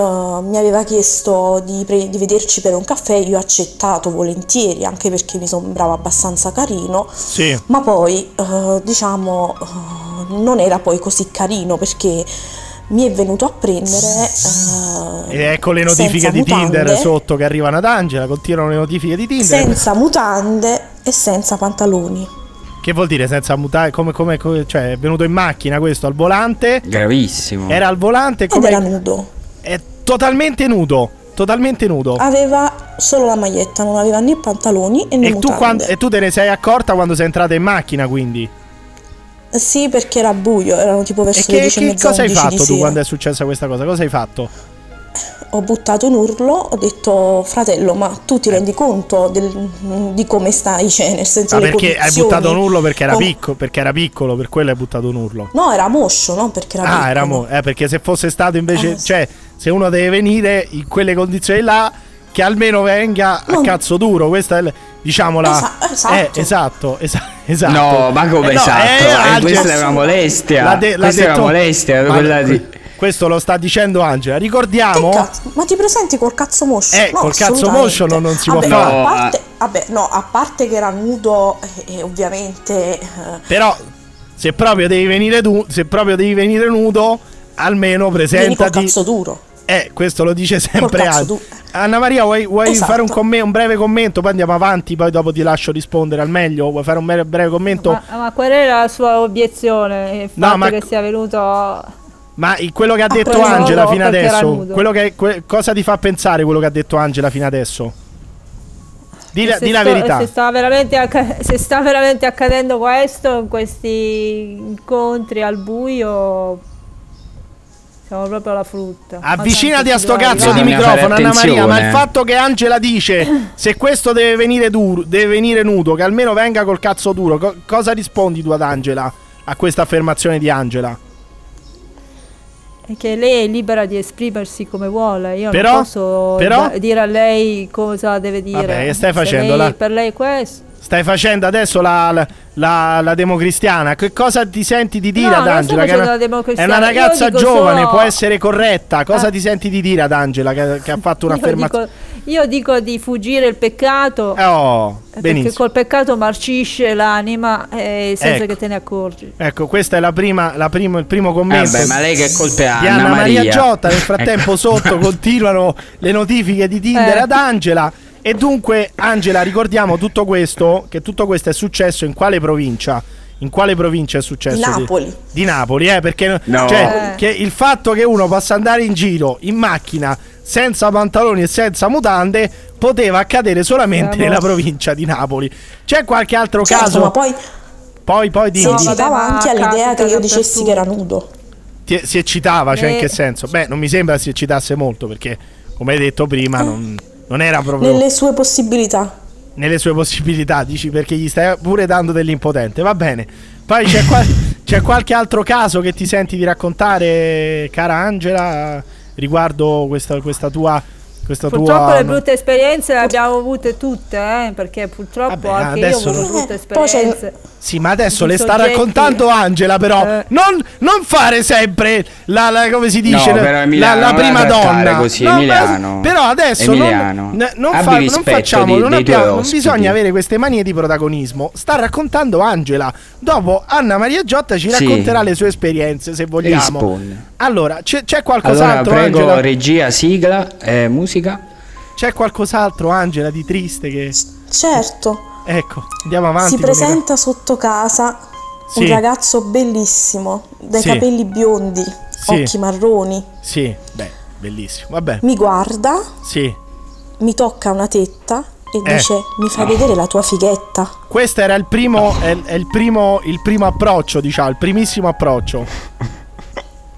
L: mi aveva chiesto di, pre- di vederci per un caffè, io ho accettato volentieri, anche perché mi sembrava abbastanza carino,
A: Sì,
L: ma poi eh, diciamo eh, non era poi così carino perché mi è venuto a prendere... eh,
A: ed ecco le notifiche
L: senza
A: di Tinder
L: mutande,
A: sotto che arrivano ad Angela. Continuano le notifiche di Tinder.
L: Senza mutande e senza pantaloni.
A: Che vuol dire senza mutare? Come, come, come- cioè, è venuto in macchina questo al volante.
F: Gravissimo.
A: Era al volante
L: Ed
A: come.
L: era nudo.
A: È totalmente nudo. Totalmente nudo.
L: Aveva solo la maglietta, non aveva né pantaloni né
A: e,
L: mutande.
A: tu quan- e tu te ne sei accorta quando sei entrata in macchina, quindi.
L: Sì, perché era buio, erano tipo
A: E
L: verso le
A: che,
L: 10 e
A: che
L: mezza,
A: cosa hai
L: 11 di
A: fatto tu
L: sera.
A: quando è successa questa cosa? Cosa hai fatto?
L: Ho buttato un urlo, ho detto fratello, ma tu
A: Eh.
L: ti rendi conto del- di come stai? Cioè, nel senso
A: Ah,
L: le
A: perché hai
L: condizioni-
A: buttato un urlo perché era,
L: Com-
A: picco- perché era piccolo, per quello hai buttato un urlo.
L: No, era moscio, no? Perché era
A: Ah,
L: piccolo. Ah,
A: era mo- eh, perché se fosse stato invece, cioè, se uno deve venire in quelle condizioni là, che almeno venga a cazzo duro. Questa è, il- diciamo, la.
L: Esa-
A: eh, esatto, esa- esatto.
F: No, ma come
A: Eh, no,
F: esatto?
A: eh,
F: Eh,
A: Angela-
F: questa è una molestia.
A: L'ha de- l'ha
F: questa è
A: detto-
F: una molestia.
A: Ma-
F: quella di-
A: Questo lo sta dicendo Angela. Ricordiamo.
L: Ma ti presenti col cazzo moscio?
A: Eh,
L: No,
A: col cazzo
L: assolutamente.
A: moscio non, non si può
L: Vabbè,
A: fare.
L: a parte- vabbè, no, a parte che era nudo e, e ovviamente... eh,
A: Però, se proprio devi venire tu, se proprio devi venire nudo, almeno presentati.
L: col cazzo duro.
A: Eh, questo lo dice sempre
L: cazzo
A: Anna.
L: duro.
A: Anna Maria, vuoi, vuoi
L: Esatto.
A: fare un, commen- un breve commento? Poi andiamo avanti, poi dopo ti lascio rispondere al meglio. Vuoi fare un mere- breve commento?
G: Ma, Ah, ma qual era la sua obiezione? Il
A: No,
G: fatto
A: ma-
G: che sia venuto
A: Ma il- quello che ha
F: Ah,
A: detto
G: quello
A: Angela
G: no,
A: fino
G: perché era
A: adesso,
G: nudo.
A: quello che- que- cosa ti fa pensare quello che ha detto Angela fino adesso? Di la,
G: se
A: di la
G: sto-
A: verità.
G: Se sta, veramente acca- se sta veramente accadendo questo in questi incontri al buio, siamo proprio alla frutta. Ma
A: Avvicinati
G: tanto
A: a
G: ci
A: sto
G: deve
A: cazzo di
G: arrivare.
F: Bisogna fare
A: microfono, Anna Maria. Ma il
F: attenzione.
A: fatto che Angela dice: Se questo deve venire, duro, deve venire nudo, che almeno venga col cazzo duro, co- cosa rispondi tu ad Angela? A questa affermazione di Angela?
G: È che lei è libera di esprimersi come vuole. Io
A: Però-
G: non posso
A: però-
G: da- dire a lei cosa deve dire.
A: Vabbè, che stai
G: Se
A: facendo,
G: lei-
A: la-
G: Per lei è questo.
A: Stai facendo adesso la, la, la- la democristiana. Che cosa ti senti di dire
G: No,
A: ad
G: non sto
A: Angela? Che è,
G: facendo
A: una,
G: la
A: è
G: democristiana.
A: una
G: Io
A: ragazza
G: dico
A: giovane,
G: solo-
A: può essere corretta. Cosa
G: Ah.
A: ti senti di dire ad Angela che, che ha fatto
G: Io
A: un'affermazione?
G: dico, io dico di fuggire il peccato.
A: Oh,
G: Eh, Perché
A: benissimo.
G: col peccato marcisce l'anima eh, senza
A: Ecco.
G: che te ne accorgi.
A: Ecco, questo è la prima, la prima- il primo commento.
F: Vabbè, ma lei che colpa è
A: Di
F: Anna,
A: Anna Maria,
F: Maria Ecco.
A: Giotta, nel frattempo sotto continuano le notifiche di Tinder
G: Eh.
A: ad Angela. E dunque, Angela, ricordiamo tutto questo, che tutto questo è successo in quale provincia? In quale provincia è successo?
L: Di Napoli.
A: Di Napoli, eh, perché
F: No.
A: cioè,
G: Eh.
A: che il fatto che uno possa andare in giro in macchina senza pantaloni e senza mutande poteva accadere solamente
G: Siamo-
A: nella provincia di Napoli. C'è qualche altro
L: certo,
A: caso?
L: ma poi
A: Poi, poi dimmi.
L: si
G: No,
L: eccitava
G: vabbè, ma
L: anche all'idea
G: capita
L: che io
G: dappertutto.
L: dicessi che era nudo.
A: Ti- si eccitava, cioè in
G: Eh.
A: che senso? Beh, non mi sembra si eccitasse molto perché, come hai detto prima, non, non era proprio nelle...
L: Nelle sue possibilità.
A: sue possibilità, dici perché gli stai pure dando dell'impotente, va bene. Poi c'è, qual- c'è qualche altro caso che ti senti di raccontare, cara Angela, riguardo questa, questa tua... Questa
G: Purtroppo
A: tua
G: le brutte esperienze le abbiamo avute tutte, eh, perché purtroppo anche io ho
A: adesso-
G: avuto brutte
A: Eh,
G: esperienze.
A: Sì, ma adesso
G: Di
A: le sta
G: soggetti.
A: raccontando Angela, però. Non, non fare sempre la, la- come si dice
F: No,
A: la-
F: però
A: la-
F: Emiliano,
A: la,
F: non la
A: prima
F: trattare
A: donna.
F: così,
A: No, ma-
F: Emiliano.
A: però adesso
F: Emiliano,
A: non, ne- non,
F: abbi
A: non
F: rispetto
A: facciamo,
F: di-
A: non,
F: dei
A: abbiamo-
F: tuoi
A: non
F: ospiti.
A: bisogna avere queste manie di protagonismo. Sta raccontando Angela. Dopo Anna Maria Giotta ci
F: Sì.
A: racconterà le sue esperienze, se vogliamo.
F: Risponde.
A: Allora, c'è, c'è
F: Allora
A: qualcos'altro,
F: prego
A: Angela?
F: regia, sigla, eh, musica.
A: C'è qualcos'altro, Angela, di triste che
L: Certo.
A: Ecco, andiamo avanti.
L: si
A: con i-
L: presenta sotto casa
A: Sì.
L: un ragazzo bellissimo, dai
A: Sì.
L: capelli biondi,
A: Sì.
L: occhi marroni.
A: Sì, beh, bellissimo. Vabbè.
L: Mi guarda,
A: Sì.
L: mi tocca una tetta e
A: Eh.
L: dice: Mi fai
A: Ah.
L: vedere la tua fighetta.
A: Questo era il primo, è, è il primo, il primo approccio, diciamo, il primissimo approccio.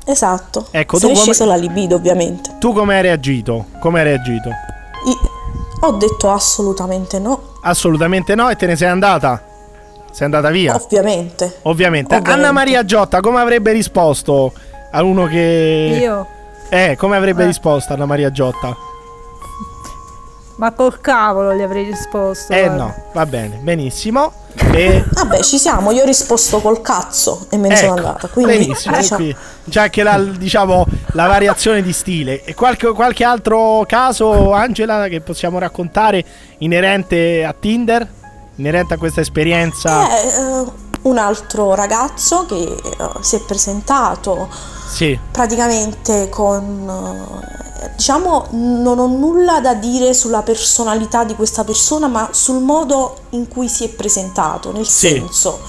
L: Esatto.
A: Ecco,
L: Se
A: tu
L: è
A: come-
L: sceso la libido, ovviamente.
A: Tu come hai reagito? Come hai reagito?
L: I- Ho detto assolutamente no,
A: Assolutamente no e te ne sei andata. Ah. Sei andata via.
L: ovviamente.
A: Ovviamente.
L: Ovviamente.
A: Anna Maria Giotta come avrebbe risposto a uno che...
G: Io,
A: Eh, come avrebbe
G: Eh.
A: risposto Anna Maria Giotta?
G: ma col cavolo gli avrei risposto.
A: Eh
G: guarda.
A: no, va bene, benissimo. E...
L: Vabbè, ci siamo, io ho risposto col cazzo e me ne sono
A: Ecco,
L: andata. Quindi,
A: benissimo.
L: diciamo-
A: qui C'è anche la, diciamo, la variazione di stile. E qualche, qualche altro caso, Angela, che possiamo raccontare inerente a Tinder? Inerente a questa esperienza?
L: Eh, eh, un altro ragazzo che eh, si è presentato
A: Sì.
L: praticamente con eh, diciamo non ho nulla da dire sulla personalità di questa persona ma sul modo in cui si è presentato nel senso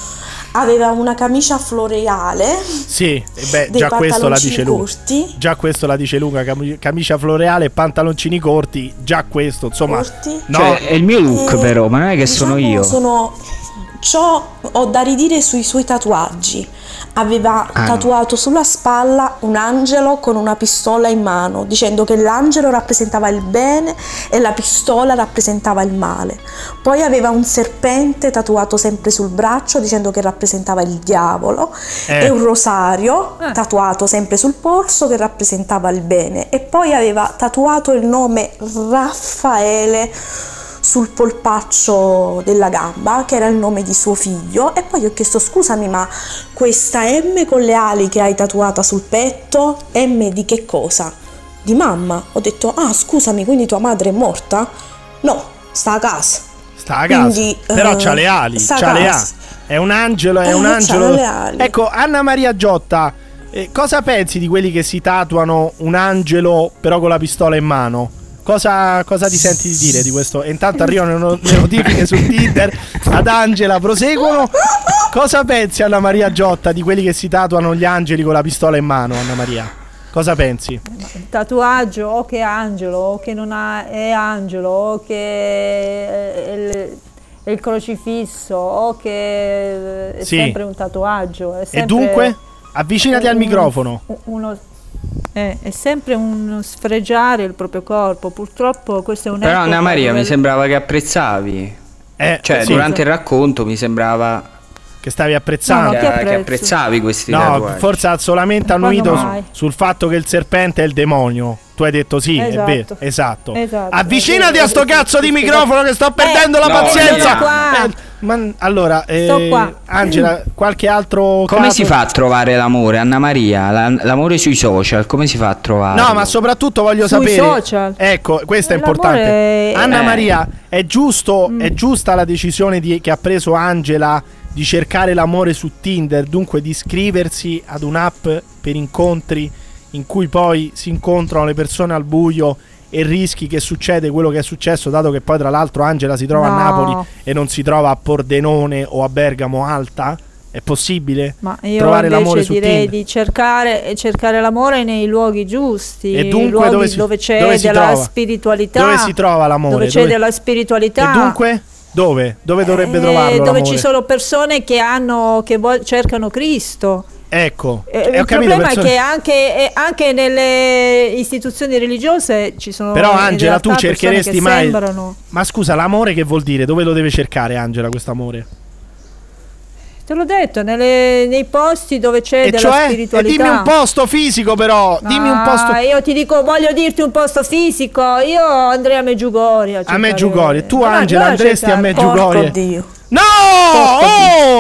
L: aveva una camicia floreale
A: Sì, e beh,
L: Dei
A: Eh, già questo la
L: pantaloncini
A: dice Luca.
L: corti.
A: Già questo la dice Luca, cam- camicia floreale e pantaloncini corti, già questo, insomma. No,
F: Cioè, è il mio look
L: Eh,
F: però, ma non è che sono
L: diciamo,
F: io.
L: sono- ciò ho da ridire sui suoi tatuaggi aveva
F: Ah.
L: tatuato sulla spalla un angelo con una pistola in mano dicendo che l'angelo rappresentava il bene e la pistola rappresentava il male poi aveva un serpente tatuato sempre sul braccio dicendo che rappresentava il diavolo
M: Eh.
L: e un rosario
A: Eh.
L: tatuato sempre sul polso che rappresentava il bene e poi aveva tatuato il nome Raffaele sul polpaccio della gamba che era il nome di suo figlio e poi gli ho chiesto scusami ma questa M con le ali che hai tatuata sul petto M di che cosa? Di mamma ho detto ah scusami quindi tua madre è morta? No sta a casa
A: Sta a casa.
L: Quindi,
A: Però
L: eh,
A: c'ha le ali,
L: sta a
A: c'ha le ali.
L: casa.
A: È un angelo, è
L: Eh,
A: un
L: c'ha
A: angelo.
L: le ali.
A: Ecco, Anna Maria Giotta, eh, cosa pensi di quelli che si tatuano un angelo però con la pistola in mano? Cosa, cosa ti senti di dire di questo? E intanto arrivano le no- le notifiche su Tinder ad Angela, proseguono. Cosa pensi Anna Maria Giotta di quelli che si tatuano gli angeli con la pistola in mano, Anna Maria? Cosa pensi?
G: Il tatuaggio o che è angelo o che non ha- è angelo o che è il, è il crocifisso o che è
A: Sì.
G: sempre un tatuaggio. È sempre
A: E dunque, avvicinati al
G: un-
A: microfono.
G: u- uno- eh, è sempre uno sfregiare il proprio corpo. Purtroppo questo è un ecco,
F: Però Anna Maria mi sembrava che apprezzavi. cioè,
A: Eh, sì.
F: durante il racconto mi sembrava
A: che stavi apprezzando.
F: Eh, che, che apprezzavi questi
A: No,
F: tatuaggi.
A: forse ha solamente
F: Ma quando
A: annuito
F: mai?
A: su- sul fatto che il serpente è il demonio. Tu hai detto sì, è
G: Esatto.
A: vero, esatto.
G: Esatto, è
F: Eh,
A: Avvicinati
G: vero,
A: a sto
G: è vero,
A: cazzo di
G: sì, sì,
A: microfono
G: sì.
A: che sto perdendo la
F: no,
A: pazienza.
F: sono qua.
A: Eh, ma allora, eh,
G: qua.
A: Angela, qualche altro
F: Come
A: caso?
F: si fa a trovare l'amore, Anna Maria? La- l'amore sui social, come si fa a trovare?
A: No, ma soprattutto voglio
F: Sui
A: sapere.
F: social.
A: Ecco, questo è
F: L'amore
A: importante.
F: è-
A: Anna
F: Eh.
A: Maria, è, giusto, è giusta la decisione di- che ha preso Angela di cercare l'amore su Tinder, dunque di iscriversi ad un'app per incontri in cui poi si incontrano le persone al buio e rischi che succede quello che è successo, dato che poi tra l'altro Angela si trova
G: No.
A: a Napoli e non si trova a Pordenone o a Bergamo Alta? È possibile
G: Ma io
A: trovare
G: invece
A: l'amore su
G: direi
A: Tinder?
G: di cercare, cercare l'amore nei luoghi giusti,
A: E
G: nei
A: dunque
G: luoghi
A: dove si-
G: c'è
A: dove si
G: della
A: trova?
G: spiritualità,
A: Dove si trova l'amore?
G: dove c'è
A: Dove-
G: della spiritualità.
A: E dunque? Dove? Dove dovrebbe
G: eh,
A: trovarlo?
G: dove
A: l'amore?
G: ci sono persone che, hanno, che vo- cercano Cristo.
A: Ecco,
G: Eh,
A: eh, ho
G: il
A: capito,
G: problema
A: perso-
G: è che anche, eh, anche nelle istituzioni religiose ci sono
A: Però
G: in
A: Angela,
G: realtà
A: tu
G: persone
A: cercheresti
G: che
A: mai...
G: sembrano
A: Ma scusa, l'amore che vuol dire? Dove lo deve cercare Angela questo amore?
G: Te l'ho detto, nelle- nei posti dove c'è
A: E
G: Eh, della
A: cioè, e
G: spiritualità.
A: dimmi un posto fisico però, dimmi un
G: Ah,
A: posto...
G: Io ti dico, voglio dirti un posto fisico. Io andrei a Meggiugorio.
A: A Meggiugorie, tu
G: Ma
A: Angela
G: guarda,
A: andresti a
G: cercare.
A: Meggiugorie?
G: Porco Dio.
A: No!
G: Porco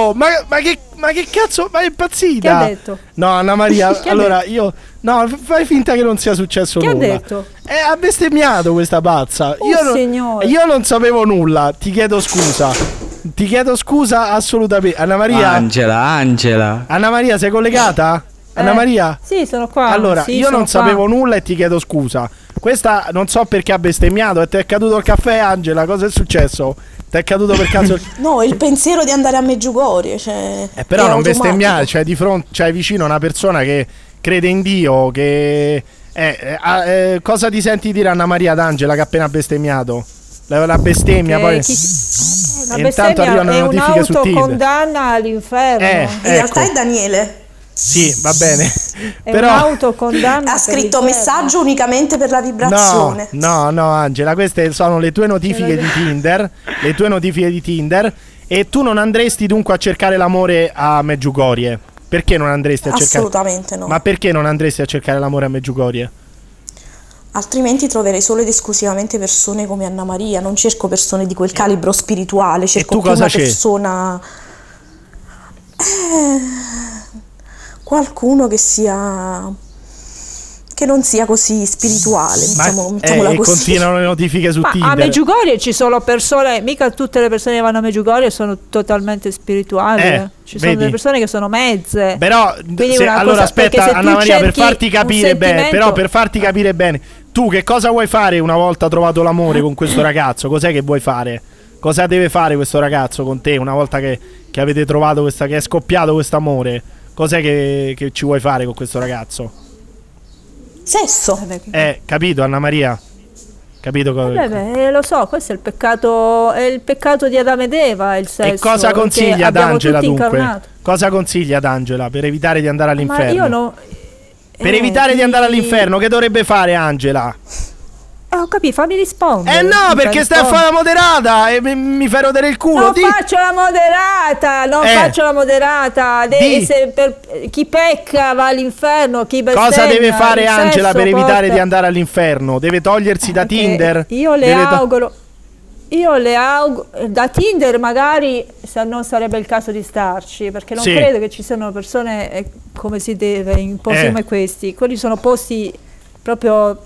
A: Oh, ma, ma che, ma che cazzo? Ma è impazzita!
G: Che ha detto?
A: No, Anna Maria,
G: Che ha
A: allora io... No, f- fai finta che non sia successo
G: Che ha
A: nulla.
G: detto?
A: Eh, ha bestemmiato questa pazza.
G: Oh,
A: io, non,
G: signore.
A: io non sapevo nulla, ti chiedo scusa. Ti chiedo scusa assolutamente. Anna Maria,
F: Angela, Angela.
A: Anna Maria, sei collegata? Anna
G: Eh,
A: Maria?
G: Sì, sono qua.
A: Allora,
G: Sì,
A: io
G: sono
A: non
G: qua.
A: sapevo nulla e ti chiedo scusa. Questa non so perché ha bestemmiato e ti è caduto il caffè, Angela. Cosa è successo? Ti è caduto per caso il.
L: No, il pensiero di andare a Meggiugorie, cioè...
A: Eh, però
L: è
A: non
L: automatico.
A: bestemmiare, cioè di fronte, cioè vicino una persona che crede in Dio, che. eh, eh, ah, eh, cosa ti senti dire a Anna Maria d'Angela che ha appena bestemmiato? La, la bestemmia
G: Che
A: poi.
G: chi- Una
A: E intanto
G: bestemmia
A: arrivano le
G: è
A: notifiche su Tinder.
G: un'autocondanna all'inferno.
A: Eh, In realtà ecco. è
L: Daniele.
A: Sì, va bene.
L: È
A: però.
G: un'autocondanna
L: Ha scritto messaggio unicamente per la vibrazione.
A: No, no, no, Angela, queste sono le tue
L: Cioè,
A: notifiche di Tinder, le tue notifiche di Tinder e tu non andresti dunque a cercare l'amore a Meggiugorie. Perché non andresti a cercare?
L: Assolutamente no.
A: cioè, Ma perché non andresti a cercare l'amore a Meggiugorie?
L: Altrimenti troverei solo ed esclusivamente persone come Anna Maria. Non cerco persone di quel calibro spirituale, cerco
A: tu
L: più
A: cosa
L: una
A: c'è?
L: persona. Eh, qualcuno che sia. che non sia così spirituale. diciamo, mettiamola
A: eh, e
L: così.
A: continuano le notifiche su
G: Ma a
A: Tinder.
G: Meggiugorie ci sono persone, mica tutte le persone che vanno a Meggiugorie sono totalmente spirituali.
A: Eh,
G: eh. ci sono
A: vedi.
G: delle persone che sono mezze.
A: Però
G: Quindi
A: se-
G: una cosa-
A: allora aspetta
G: perché se tu
A: Anna Maria per
G: cerchi
A: farti
G: un
A: capire bene,
G: sentimento-
A: però per farti capire bene, tu che cosa vuoi fare una volta trovato l'amore con questo ragazzo? Cos'è che vuoi fare? Cosa deve fare questo ragazzo con te una volta che, che avete trovato questa che è scoppiato questo amore? Cos'è che, che ci vuoi fare con questo ragazzo?
L: Sesso.
A: Eh, capito Anna Maria? Capito co-
G: Eh beh, lo so, questo è il peccato, è il peccato di Adamo ed Eva, il sesso.
A: E cosa
G: perché
A: consiglia ad
G: abbiamo
A: Angela
G: tutti
A: dunque?
G: incarnato.
A: Cosa consiglia ad Angela per evitare di andare
G: Ma
A: all'inferno?
G: io non...
A: Per
G: eh,
A: evitare di andare
G: mi-
A: all'inferno, che dovrebbe fare Angela?
G: Eh, ho capito, fammi rispondere.
A: Eh no,
G: Mi
A: perché
G: fai
A: stai a fare la
G: rispondere.
A: moderata e mi, mi fai rodere il culo.
G: Non
A: di-
G: faccio la moderata, non
A: Eh.
G: faccio la moderata. De-
A: Di.
G: se per- chi pecca va all'inferno, chi bestemmia.
A: Cosa deve fare
G: il
A: Angela
G: sesso
A: per evitare
G: porta- Eh,
A: di andare all'inferno? Deve togliersi da Tinder?
G: Io le
A: Deve to-
G: auguro. Io le auguro da Tinder magari sa- non sarebbe il caso di starci perché non
A: Sì.
G: credo che ci siano persone eh, come si deve in posti
A: Eh.
G: come questi. Quelli sono posti proprio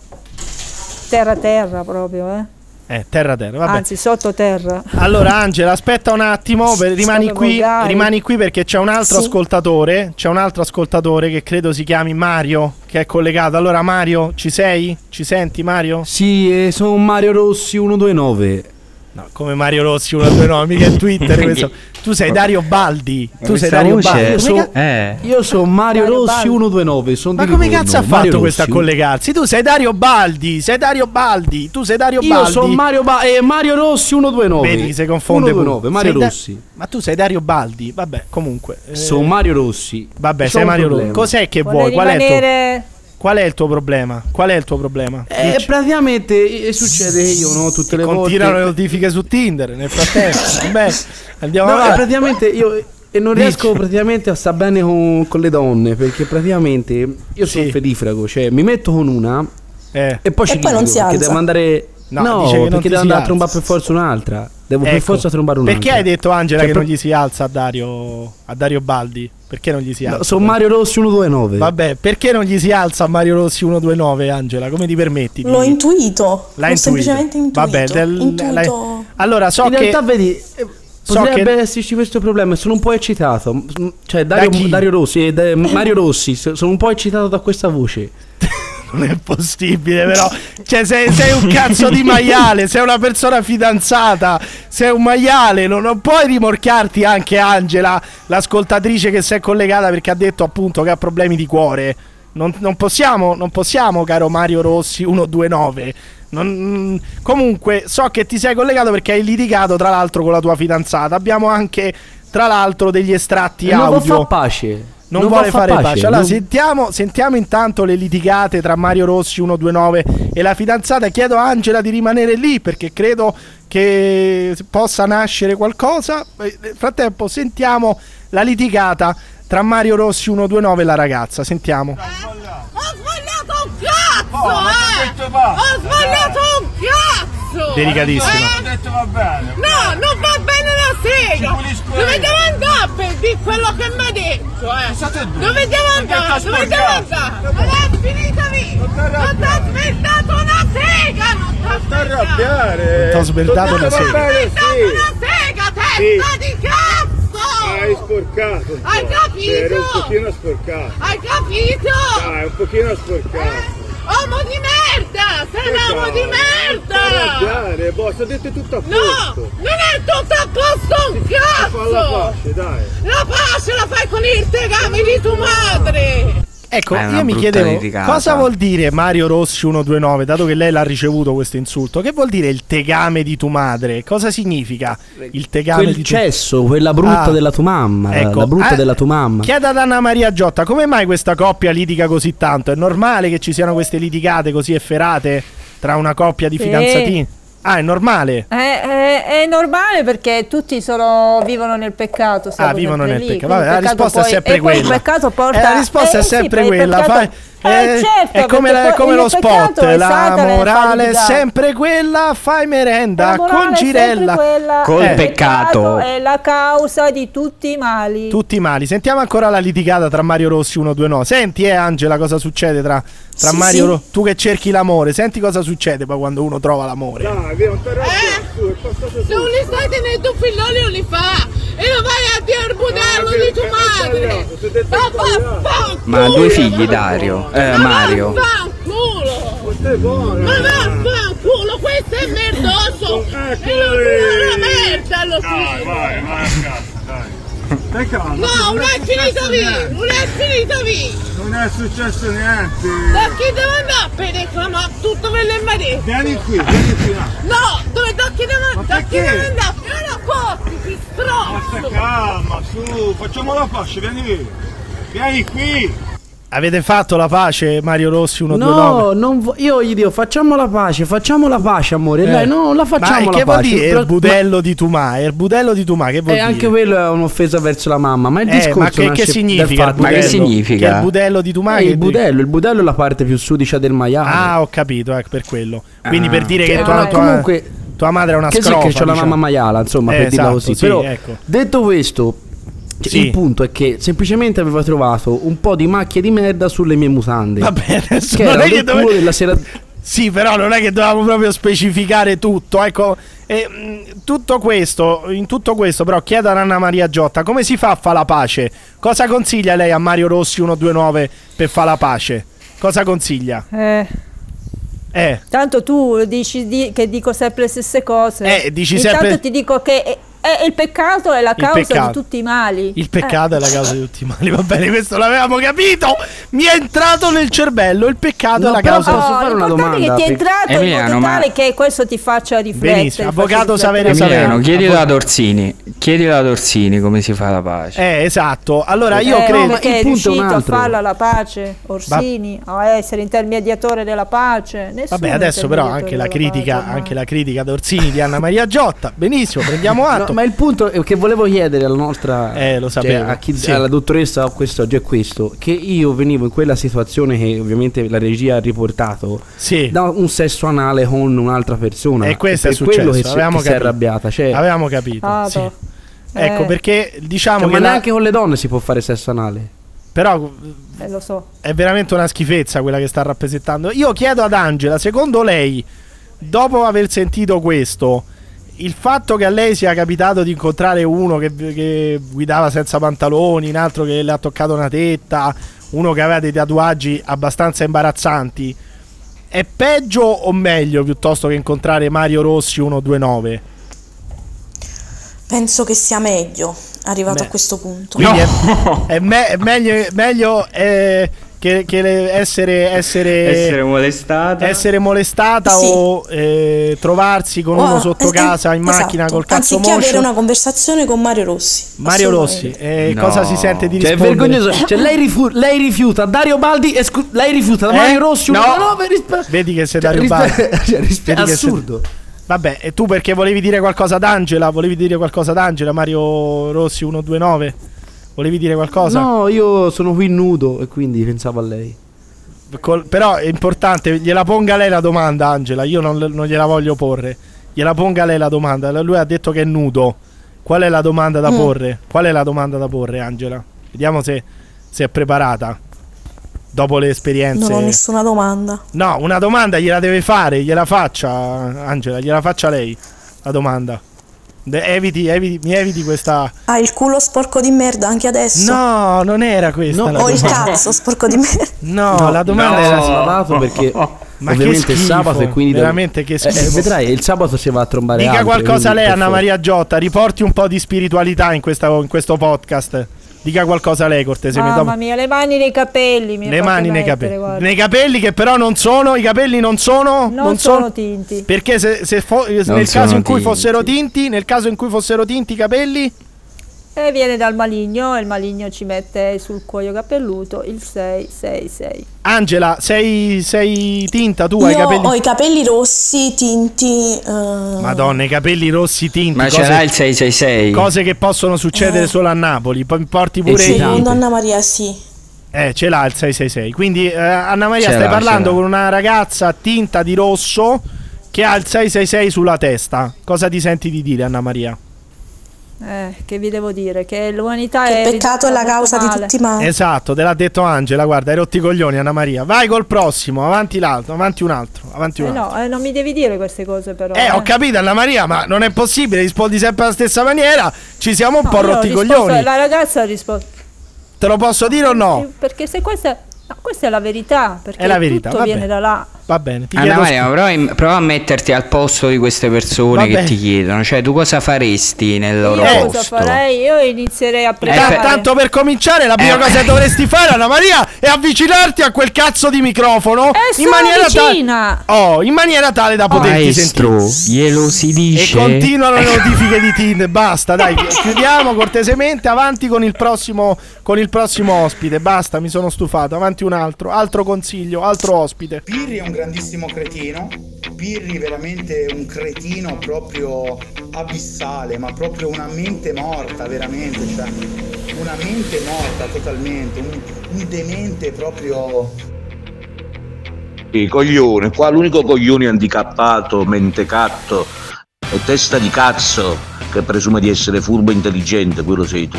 G: terra terra proprio, eh.
A: Eh, terra terra, vabbè.
G: Anzi, sottoterra.
A: Allora Angela, aspetta un attimo, per- rimani,
G: Sono
A: qui,
G: volgari.
A: rimani qui perché c'è un altro
G: Sì.
A: ascoltatore, c'è un altro ascoltatore che credo si chiami Mario, che è collegato. Allora Mario, ci sei? Ci senti Mario?
M: Sì, eh, sono Mario Rossi 129.
A: No, come Mario Rossi, uno due no, mica è Twitter questo. Tu sei Dario Baldi, tu sei
M: Questa
A: Dario
M: voce
A: Baldi.
M: è-
A: Come ca-
M: Eh. Io sono Mario,
A: Mario
M: Rossi
A: Baldi.
M: 129. Sono
A: Ma
M: di
A: come
M: Livorno.
A: cazzo ha
M: Mario
A: fatto questo a
M: Rossi.
A: collegarsi? Tu sei Dario Baldi, sei Dario Baldi, tu sei Dario
M: Io
A: Baldi.
M: sono Mario, Ba- eh, Mario Rossi 129.
A: Vedi, si confonde pure.
M: 129, Mario
A: Sei da-
M: Rossi.
A: Ma tu sei Dario Baldi? Vabbè, comunque. eh,
M: Sono Mario Rossi.
A: Vabbè,
M: C'ho
A: sei
M: un
A: Mario Rossi.
M: problema.
A: Cos'è che
M: Vuole
A: vuoi? Qual è, il tuo...
G: rimanere-
A: Qual è il tuo problema? Qual è il tuo problema?
M: Eh, praticamente eh, succede che io no, tutte le volte.
A: Continuano le notifiche su Tinder nel frattempo. Vabbè, andiamo
M: No, eh,
A: avanti.
M: praticamente io eh, e non riesco praticamente a stare bene con, con le donne perché praticamente io sono fedifrago, cioè mi metto con una e poi
L: E
M: ci
L: poi non
M: litigo,
L: si
M: perché
L: alza.
M: devo andare
A: Eh. No,
M: No,
A: dice che non ti
M: perché devo
A: si
M: andare
A: alza.
M: a trombare per forza un'altra. Devo per
A: Ecco.
M: forza trombare un'altra.
A: Perché hai detto Angela
M: Cioè,
A: che
M: pro-
A: non gli si alza a Dario, a Dario Baldi? Perché non gli si alza?
M: No, sono Mario Rossi 129.
A: Vabbè, perché non gli si alza a Mario Rossi 129, Angela? Come ti permetti? di-
L: L'ho intuito.
A: L'ha
L: L'ho
A: intuito.
L: semplicemente intuito.
A: Vabbè, del-
L: Intuito.
A: l'hai- Allora, so
M: In
A: che-
M: realtà vedi eh,
A: so
M: Potrebbe
A: che-
M: esserci questo problema, sono un po' eccitato. Mm, Cioè, Dario,
A: chi?
M: Dario Rossi e Mario Rossi, so- sono un po' eccitato da questa voce.
A: Non è possibile, però. Cioè, sei, sei un cazzo di maiale, sei una persona fidanzata, sei un maiale. Non, non puoi rimorchiarti anche Angela, l'ascoltatrice che si è collegata perché ha detto appunto che ha problemi di cuore. Non, non possiamo, non possiamo, caro Mario Rossi 129. Non- mm, comunque, so che ti sei collegato perché hai litigato, tra l'altro, con la tua fidanzata. Abbiamo anche, tra l'altro, degli estratti
M: Non può
A: audio.
M: far pace.
A: non,
M: Non
A: vuole
M: fa
A: fare pace.
M: pace,
A: Allora,
M: non-
A: sentiamo, sentiamo intanto le litigate tra Mario Rossi 129 e la fidanzata. Chiedo a Angela di rimanere lì perché credo che possa nascere qualcosa. Eh, Nel frattempo, sentiamo la litigata tra Mario Rossi 129 e la ragazza. Sentiamo.
N: sbagliato un cazzo, eh! Ho sbagliato un cazzo!
A: Delicatissimo.
N: Eh? No, non va bene la sega! Dovete andare per dire quello che mi ha detto, eh! Dovete andare, dovete andare! Non è finita lì! Non ti ha sveltato una sega! Non ti arrabbiare!
A: Non t'ho sveltato una sega.
N: una sega, testa di cazzo! Hai sporcato! Hai
O: cioè,
N: capito? Ah!
O: sporcato.
N: Hai capito?
O: Dai, un pochino sporcato.
N: Uomo di merda! Sei un uomo di merda!
O: Dai,
P: boh,
O: boss, ho detto tutto a
N: No!
O: posto.
N: Non è tutto a posto un
O: Alla
N: cazzo!
O: pace, dai.
N: La pace la fai con il tegame di tua madre!
A: Ecco,
F: È una
A: io mi
F: brutta
A: chiedevo
F: litigata.
A: cosa vuol dire Mario Rossi 129, dato che lei l'ha ricevuto questo insulto. Che vuol dire il tegame di tu madre? Cosa significa il tegame
M: Quel
A: di tu
M: cesso, quella brutta
A: Ah.
M: della tua mamma.
A: Ecco,
M: La brutta
A: eh,
M: della tua mamma.
A: Chiedo ad Anna Maria Giotta, come mai questa coppia litiga così tanto? È normale che ci siano queste litigate così efferate tra una coppia di
G: Sì.
A: fidanzatini? Ah, è normale.
G: È, è- Eh, è normale perché tutti sono, vivono nel peccato. siamo
A: Ah, vivono
G: sempre
A: nel
G: lì,
A: peccato.
G: quindi
A: Vabbè,
G: il
A: la risposta è
G: poi-
A: sempre
G: e poi
A: quella.
G: Il peccato porta,
A: Eh, la risposta è
G: sì,
A: sempre
G: poi il
A: quella,
G: peccato-
A: fai-
G: eh,
A: eh,
G: certo,
A: è come,
G: perché
A: la- è
G: poi
A: come
G: il
A: lo
G: peccato
A: spot,
G: è
A: la
G: Satana, è
A: morale è
G: fallibilità.
A: sempre quella, fai merenda
G: La morale
A: con
G: è sempre
A: girella.
G: quella, il È la causa di tutti i mali.
A: Tutti i mali. Sentiamo ancora la litigata tra Mario Rossi 129. Senti, eh, Angela, cosa succede tra, tra
G: Sì,
A: Mario
G: sì.
A: Ro- Tu che cerchi l'amore, senti cosa succede poi quando uno trova l'amore.
O: Dai, via, non ti
N: Eh? Se non li stai tenendo figlioli non li fa! E lo vai a dire al
O: Ah,
N: budello di tua madre! Ma vaffanculo!
F: Ma ha due figli, Dario. Eh, Mario.
N: Vaffanculo!
O: eh.
N: Ma vaffanculo! Questo è merdoso! E lo una merda lo figlio!
O: Vai, vai, a cazzo, dai. calma.
N: No, non è finita lì! Non è finita lì!
O: Non è successo niente.
N: Da chi deve andare per reclamare tutto quello che mi ha detto?
O: Vieni qui, vieni qui. là.
N: No, dove da chi deve andare? Da chi
O: perché?
N: deve andare? Per la porti, ti
O: Ma sta
N: strozzo!
O: calma, su, facciamo la pace, vieni qui. Vieni qui.
A: Avete fatto la pace, Mario Rossi 129?
M: No, non vo- io gli dico facciamo la pace, facciamo la pace, amore. E Lei no, non la facciamo
A: Eh. Ma
M: la
A: che vuol
M: pace.
A: dire
M: Però-
A: il budello di Tumà? Il budello di Tumà, che
M: ma-
A: vuol
M: e
A: dire?
M: Eh, anche quello è un'ofesa verso la mamma. Ma il
A: Eh,
M: discorso
A: ma che- che
M: nasce dal
A: significa il
M: fatto
A: budello? Che il budello di Tumà
M: Eh,
A: che-
M: il budello, il budello è la parte più sudicia del maiale.
A: Ah, ho capito, ecco per quello. Quindi
M: Ah.
A: per dire che
M: Ah,
A: tua, tua-
M: comunque-
A: tua madre è una
M: che sì,
A: scrofa
M: che c'ho la
A: diciamo.
M: mamma maiala, insomma,
A: Eh,
M: per dirla
A: esatto,
M: così.
A: sì,
M: Però,
A: ecco.
M: detto questo, cioè,
A: Sì.
M: il punto è che semplicemente aveva trovato un po' di macchie di merda sulle mie musande. Va
A: bene,
M: che
A: non
M: era
A: è che
M: del culo
A: dove-
M: della sera.
A: Sì, però non è che dovevamo proprio specificare tutto. Ecco, E, mh, tutto questo, in tutto questo, però, chiedo ad Anna Maria Giotta come si fa a fare la pace? Cosa consiglia lei a Mario Rossi 129 per fare la pace? Cosa consiglia?
G: Eh,
A: Eh,
G: tanto tu dici di- che dico sempre le stesse cose.
A: Eh, dici
G: Intanto
A: sempre-
G: ti dico che è- è il peccato è la
A: Il
G: causa
A: peccato.
G: di tutti i mali.
A: il peccato è la causa di tutti i mali. Va bene, questo l'avevamo capito. Mi è entrato nel cervello. Il peccato è la causa.
G: Oh, l'importante è che ti è entrato in
F: Emiliano,
G: modo
F: ma-
G: tale che questo ti faccia riflettere.
A: Benissimo,
G: ti faccia
A: avvocato
G: riflettere.
A: Saverio
F: Emiliano, chiedilo a Dorsini. Chiedilo a Dorsini come si fa la pace.
A: Eh, esatto. Allora
G: Eh,
A: io
G: no,
A: credo.
G: perché è riuscito a farla la pace Orsini, a essere intermediatore della pace. Nessuno
A: Vabbè,
G: è
A: adesso però anche
G: intermediatore
A: la
G: della
A: critica, anche la critica d'Orsini di Anna Maria Giotta. Benissimo, prendiamo
M: No,
A: atto.
M: ma il punto è che volevo chiedere alla nostra
A: Eh, lo
M: cioè,
A: sapevo.
M: a chi-
A: Sì.
M: alla dottoressa quest'oggi è questo che io venivo in quella situazione che ovviamente la regia ha riportato da un sesso anale con un'altra persona
A: E questo
M: per
A: è successo,
M: quello che, si-
A: avevamo
M: che si è
A: capito.
M: arrabbiata cioè,
A: Avevamo capito.
G: Ah,
A: sì.
G: boh.
A: Ecco
G: Eh.
A: perché diciamo
M: Cioè,
A: che
M: ma
A: la-
M: neanche con le donne si può fare sesso anale
A: però
G: Eh, lo so.
A: è veramente una schifezza quella che sta rappresentando. Io chiedo ad Angela, secondo lei, dopo aver sentito questo, il fatto che a lei sia capitato di incontrare uno che, che guidava senza pantaloni, un altro che le ha toccato una tetta, uno che aveva dei tatuaggi abbastanza imbarazzanti, è peggio o meglio piuttosto che incontrare Mario Rossi 129?
L: Penso che sia meglio arrivato
A: Beh.
L: a questo punto.
A: Quindi è, è me- è meglio, meglio, eh, Che, che le- essere, essere,
F: Essere molestata.
A: essere molestata
L: Sì.
A: o eh, trovarsi con
L: Oh,
A: uno sotto
L: eh,
A: casa in
L: esatto.
A: macchina col cazzo
L: Anziché avere
A: moscio.
L: una conversazione con Mario Rossi.
A: Mario Rossi,
L: Assolutamente.
A: eh,
M: No.
A: cosa si sente di
M: Cioè, è
A: rispondere?
M: vergognoso. Cioè, lei, rifu- lei rifiuta Dario Baldi e scu- lei rifiuta
A: Eh?
M: Mario Rossi
A: No.
M: 1,9 rispe-
A: Vedi che sei
M: Cioè,
A: Dario
M: rispe-
A: Baldi.
M: cioè, rispe-
A: Vedi che sei-
M: assurdo.
A: Vabbè, e tu perché volevi dire qualcosa ad Angela? Volevi dire qualcosa ad Angela, Mario Rossi 129? Volevi dire qualcosa?
M: No, io sono qui nudo e quindi pensavo a lei.
A: Col- però è importante, gliela ponga lei la domanda, Angela. Io non, non gliela voglio porre. Gliela ponga lei la domanda. Lui ha detto che è nudo. Qual è la domanda da
M: Mm.
A: porre? Qual è la domanda da porre, Angela? Vediamo se, se è preparata. Dopo le esperienze.
L: Non ho nessuna domanda.
A: No, una domanda gliela deve fare, gliela faccia Angela, gliela faccia lei la domanda. De- eviti, eviti, mi eviti questa.
L: Ha Ah, il culo sporco di merda anche adesso.
A: No, non era questa. la
L: o il
A: domanda.
L: cazzo sporco di merda.
A: No, la domanda
M: no.
A: era
M: si è lavato perché
A: Ma
M: ovviamente
A: che
M: è
A: schifo,
M: sabato e quindi
A: veramente che
M: Eh,
A: schifo.
M: eh, vedrai, il sabato si va a trombare
A: Dica
M: altre,
A: qualcosa
M: quindi,
A: lei,
M: per
A: Anna
M: forza.
A: Maria Giotta, riporti un po' di spiritualità in, questa- in questo podcast. Dica qualcosa lei, cortesemente.
G: Mamma
A: dopo-
G: mia, le mani nei capelli. Mi
A: Le
G: fate
A: mani nei
G: mettere,
A: capelli.
G: guarda.
A: Nei capelli che però non sono, i capelli non sono...
G: Non
A: sono-
G: sono tinti.
A: Perché se, se fo- eh, nel
F: sono
A: caso in cui
F: tinti.
A: fossero tinti, nel caso in cui fossero tinti i capelli...
G: E viene dal maligno e il maligno ci mette sul cuoio capelluto il 666.
A: Angela, sei, sei tinta tu, hai i
L: Io
A: capelli...
L: ho i capelli rossi, tinti. eh,
A: Madonna, i capelli rossi tinti.
F: Ma ce
A: cose-
F: l'ha il 666.
A: Cose che possono succedere solo a Napoli. Poi porti
F: Eh
A: pure i
L: secondo Anna Maria, sì.
A: Eh, ce l'ha il 666. Quindi, eh, Anna Maria,
F: Ce
A: stai
F: l'ha,
A: parlando
F: ce l'ha.
A: con una ragazza tinta di rosso che ha il 666 sulla testa. Cosa ti senti di dire, Anna Maria?
G: Eh, che vi devo dire? Che l'umanità
L: Che
G: è.
L: peccato è la causa di tutti i
G: Ah.
L: mali.
A: Esatto, te l'ha detto Angela. Guarda, hai rotto i coglioni, Anna Maria. Vai col prossimo, avanti l'altro, avanti un altro, avanti un
G: Eh
A: altro.
G: no, eh, non mi devi dire queste cose, però.
A: Eh, ho capito Anna Maria, ma non è possibile, rispondi sempre alla stessa maniera. Ci siamo un po' rotti i coglioni.
G: La ragazza ha risposto.
A: Te lo posso dire o no?
G: Perché se questa. no, questa è la verità. Perché
A: Oh. È la verità,
G: tutto
A: va
G: viene
A: bene.
G: da là.
A: Va bene, ti
F: Anna
A: chiedo
F: Maria,
A: scusa.
F: prova, in- prova a metterti al posto di queste persone
A: Vabbè.
F: che ti chiedono, cioè tu cosa faresti nel loro
G: Io cosa
F: posto?
G: farei? Io inizierei a
A: Ta-
G: preparare.
A: tanto Eh, per cominciare, la prima
F: Eh.
A: cosa che dovresti fare, Anna Maria, è avvicinarti a quel cazzo di microfono
G: Eh,
A: in
G: sono
A: maniera
G: vicina.
A: tale Oh, in maniera tale
F: Ah,
A: da poterti sentire.
F: Maestro, glielo si
A: E
F: dice.
A: continuano le notifiche di Tinder, basta, dai, chi- chiudiamo cortesemente, avanti con il prossimo con il prossimo ospite, basta, mi sono stufato, avanti un altro, altro consiglio, altro ospite.
P: Pirri è un grandissimo cretino, Pirri veramente un cretino proprio abissale, ma proprio una mente morta, veramente, cioè una mente morta totalmente, un, un demente proprio...
Q: Sì, coglione, qua l'unico coglione handicappato, mentecatto e testa di cazzo che presume di essere furbo e intelligente, quello sei tu.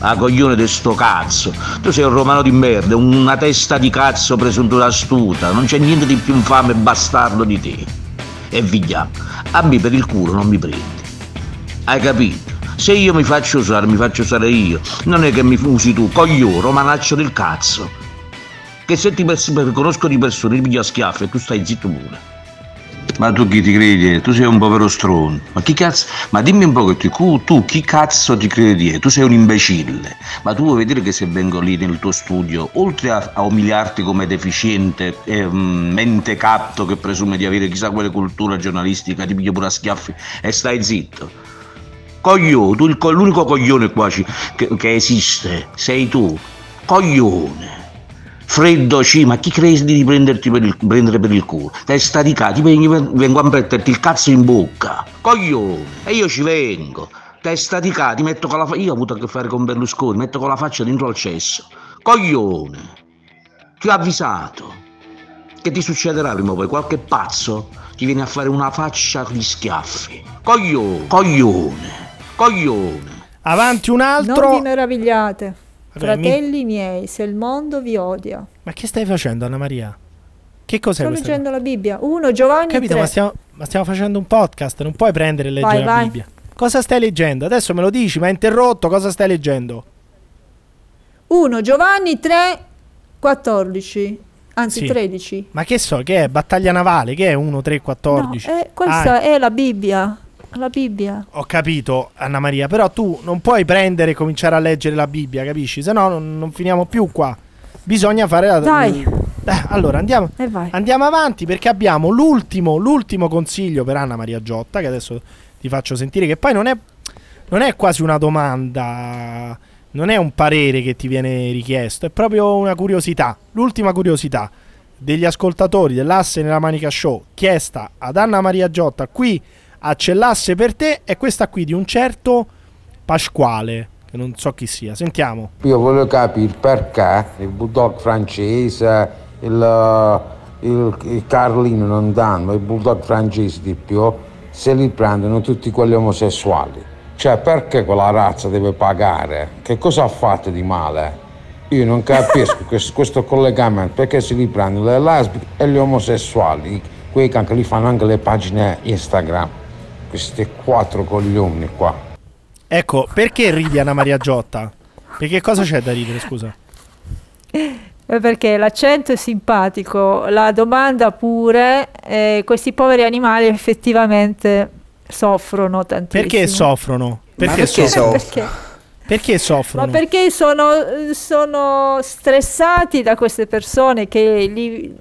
Q: Ah, coglione di sto cazzo. Tu sei un romano di merda, una testa di cazzo presunto astuta. Non c'è niente di più infame e bastardo di te. E vigliamo. A me per il culo non mi prendi. Hai capito? Se io mi faccio usare, mi faccio usare io. Non è che mi usi tu, coglione, romanaccio del cazzo che se ti pers- conosco di persone ti piglio a schiaffi e tu stai zitto pure. Ma tu chi ti credi? Tu sei un povero stronzo. Ma chi cazzo? Ma dimmi un po' che ti- cu- tu chi cazzo ti credi? Tu sei un imbecille. Ma tu vuoi vedere che se vengo lì nel tuo studio, oltre a, a umiliarti come deficiente, eh, mm, mente capto che presume di avere chissà quale cultura giornalistica, ti piglio pure a schiaffi e stai zitto. Coglione, tu il co- l'unico coglione qua ci- che, che esiste, sei tu. Coglione. Freddo C, ma chi credi di prenderti per il, prendere per il culo? Testa di cazzo, ti vengo, vengo a metterti il cazzo in bocca. Coglione, e io ci vengo. Testa di cazzo, ti metto con la faccia. Io ho avuto a che fare con Berlusconi, metto con la faccia dentro al cesso. Coglione, ti ho avvisato. Che ti succederà prima o poi? Qualche pazzo ti viene a fare una faccia di schiaffi. Coglione, coglione, coglione.
A: Avanti un altro.
G: Non vi meravigliate.
A: Vabbè, mi-
G: Fratelli miei, se il mondo vi odia.
A: Ma che stai facendo, Anna Maria? Che cos'è
G: Sto
A: questa? cosa?
G: leggendo la Bibbia. 1 Giovanni
A: Capito,
G: 3.
A: ma stiamo, ma stiamo facendo un podcast, non puoi prendere e leggere
G: Vai,
A: la
G: vai.
A: Bibbia. Cosa stai leggendo? Adesso me lo dici, ma hai interrotto, cosa stai leggendo?
G: 1 Giovanni 3 14. Anzi
A: Sì.
G: 13.
A: Ma che so, che è? Battaglia navale, che è 1, 3, 14?
G: Eh, questa
A: Ah,
G: è la Bibbia. La Bibbia.
A: Ho capito, Anna Maria, però tu non puoi prendere e cominciare a leggere la Bibbia, capisci? Se no non, non finiamo più qua. bisogna fare la.
K: Dai.
A: Eh, allora andiamo, andiamo avanti perché abbiamo l'ultimo, l'ultimo consiglio per Anna Maria Giotta che adesso ti faccio sentire che poi non è, non è quasi una domanda, non è un parere che ti viene richiesto, è proprio una curiosità, l'ultima curiosità degli ascoltatori dell'Asse nella Manica Show chiesta ad Anna Maria Giotta qui a Cellasse per te è questa qui di un certo Pasquale che non so chi sia, sentiamo.
R: Io voglio capire perché il bulldog francese, il, il, il Carlino non danno, il bulldog francese di più, se li prendono tutti quelli omosessuali. Cioè perché quella razza deve pagare? Che cosa ha fatto di male? Io non capisco questo, questo collegamento, perché se li prendono le lesbiche e gli omosessuali, quelli che anche li fanno anche le pagine Instagram. Questi quattro coglioni qua.
A: Ecco, perché ridi Anna Maria Giotta? Perché cosa c'è da ridere, scusa?
G: Eh, Perché l'accento è simpatico, la domanda pure, eh, questi poveri animali effettivamente soffrono tantissimo.
A: Perché soffrono? Perché,
F: perché
A: soffrono?
G: Perché?
A: Perché soffrono?
G: Ma perché sono, sono stressati da queste persone che li,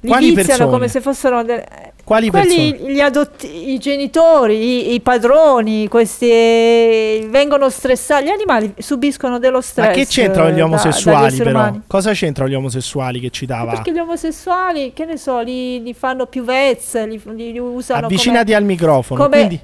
G: li
A: Quali
G: viziano
A: persone?
G: come se fossero delle...
A: Quali persone?
G: Quelli, gli adotti- i genitori, i, i padroni, questi eh, vengono stressati. Gli animali subiscono dello stress.
A: Ma che c'entrano gli
G: eh, da- dagli
A: omosessuali
G: esseri
A: però?
G: umani.
A: Cosa c'entrano gli omosessuali che citava?
G: Perché gli omosessuali, che ne so, li, li fanno più vezze, li, li- li usano
A: Avvicinati al microfono.
G: come-
A: Quindi,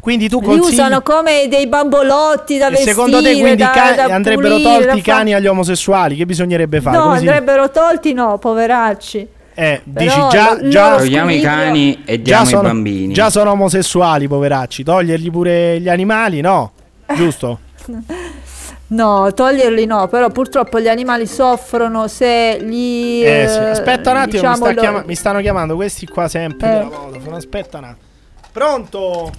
A: quindi tu
G: come, li
A: consigli...
G: usano come dei bambolotti da
A: E
G: vestire.
A: secondo te quindi
G: da-
A: i cani-
G: da
A: andrebbero
G: pulire, da
A: tolti i
G: fa-
A: cani agli omosessuali? Che bisognerebbe fare?
G: No,
A: Come si-
G: andrebbero tolti no, poveracci.
A: Eh,
G: però
A: dici già,
G: lo-
A: già
G: loro Togliamo i squilibrio-
F: cani e diamo i
A: sono,
F: bambini.
A: Già sono omosessuali, poveracci. Togliergli pure gli animali, no? Giusto?
G: Eh. No, toglierli no, però purtroppo gli animali soffrono se gli...
A: Eh, sì. Aspetta un attimo,
G: diciamo,
A: mi, sta
G: lo-
A: chiama- mi stanno chiamando questi qua sempre.
G: Eh.
A: della Vodafone. Aspetta un attimo. Pronto?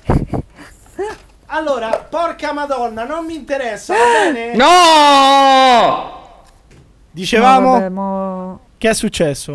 A: Allora, porca madonna, non mi interessa,
K: Ah,
A: va bene?
F: No!
A: Dicevamo
G: No, vabbè, mo-
A: che è successo?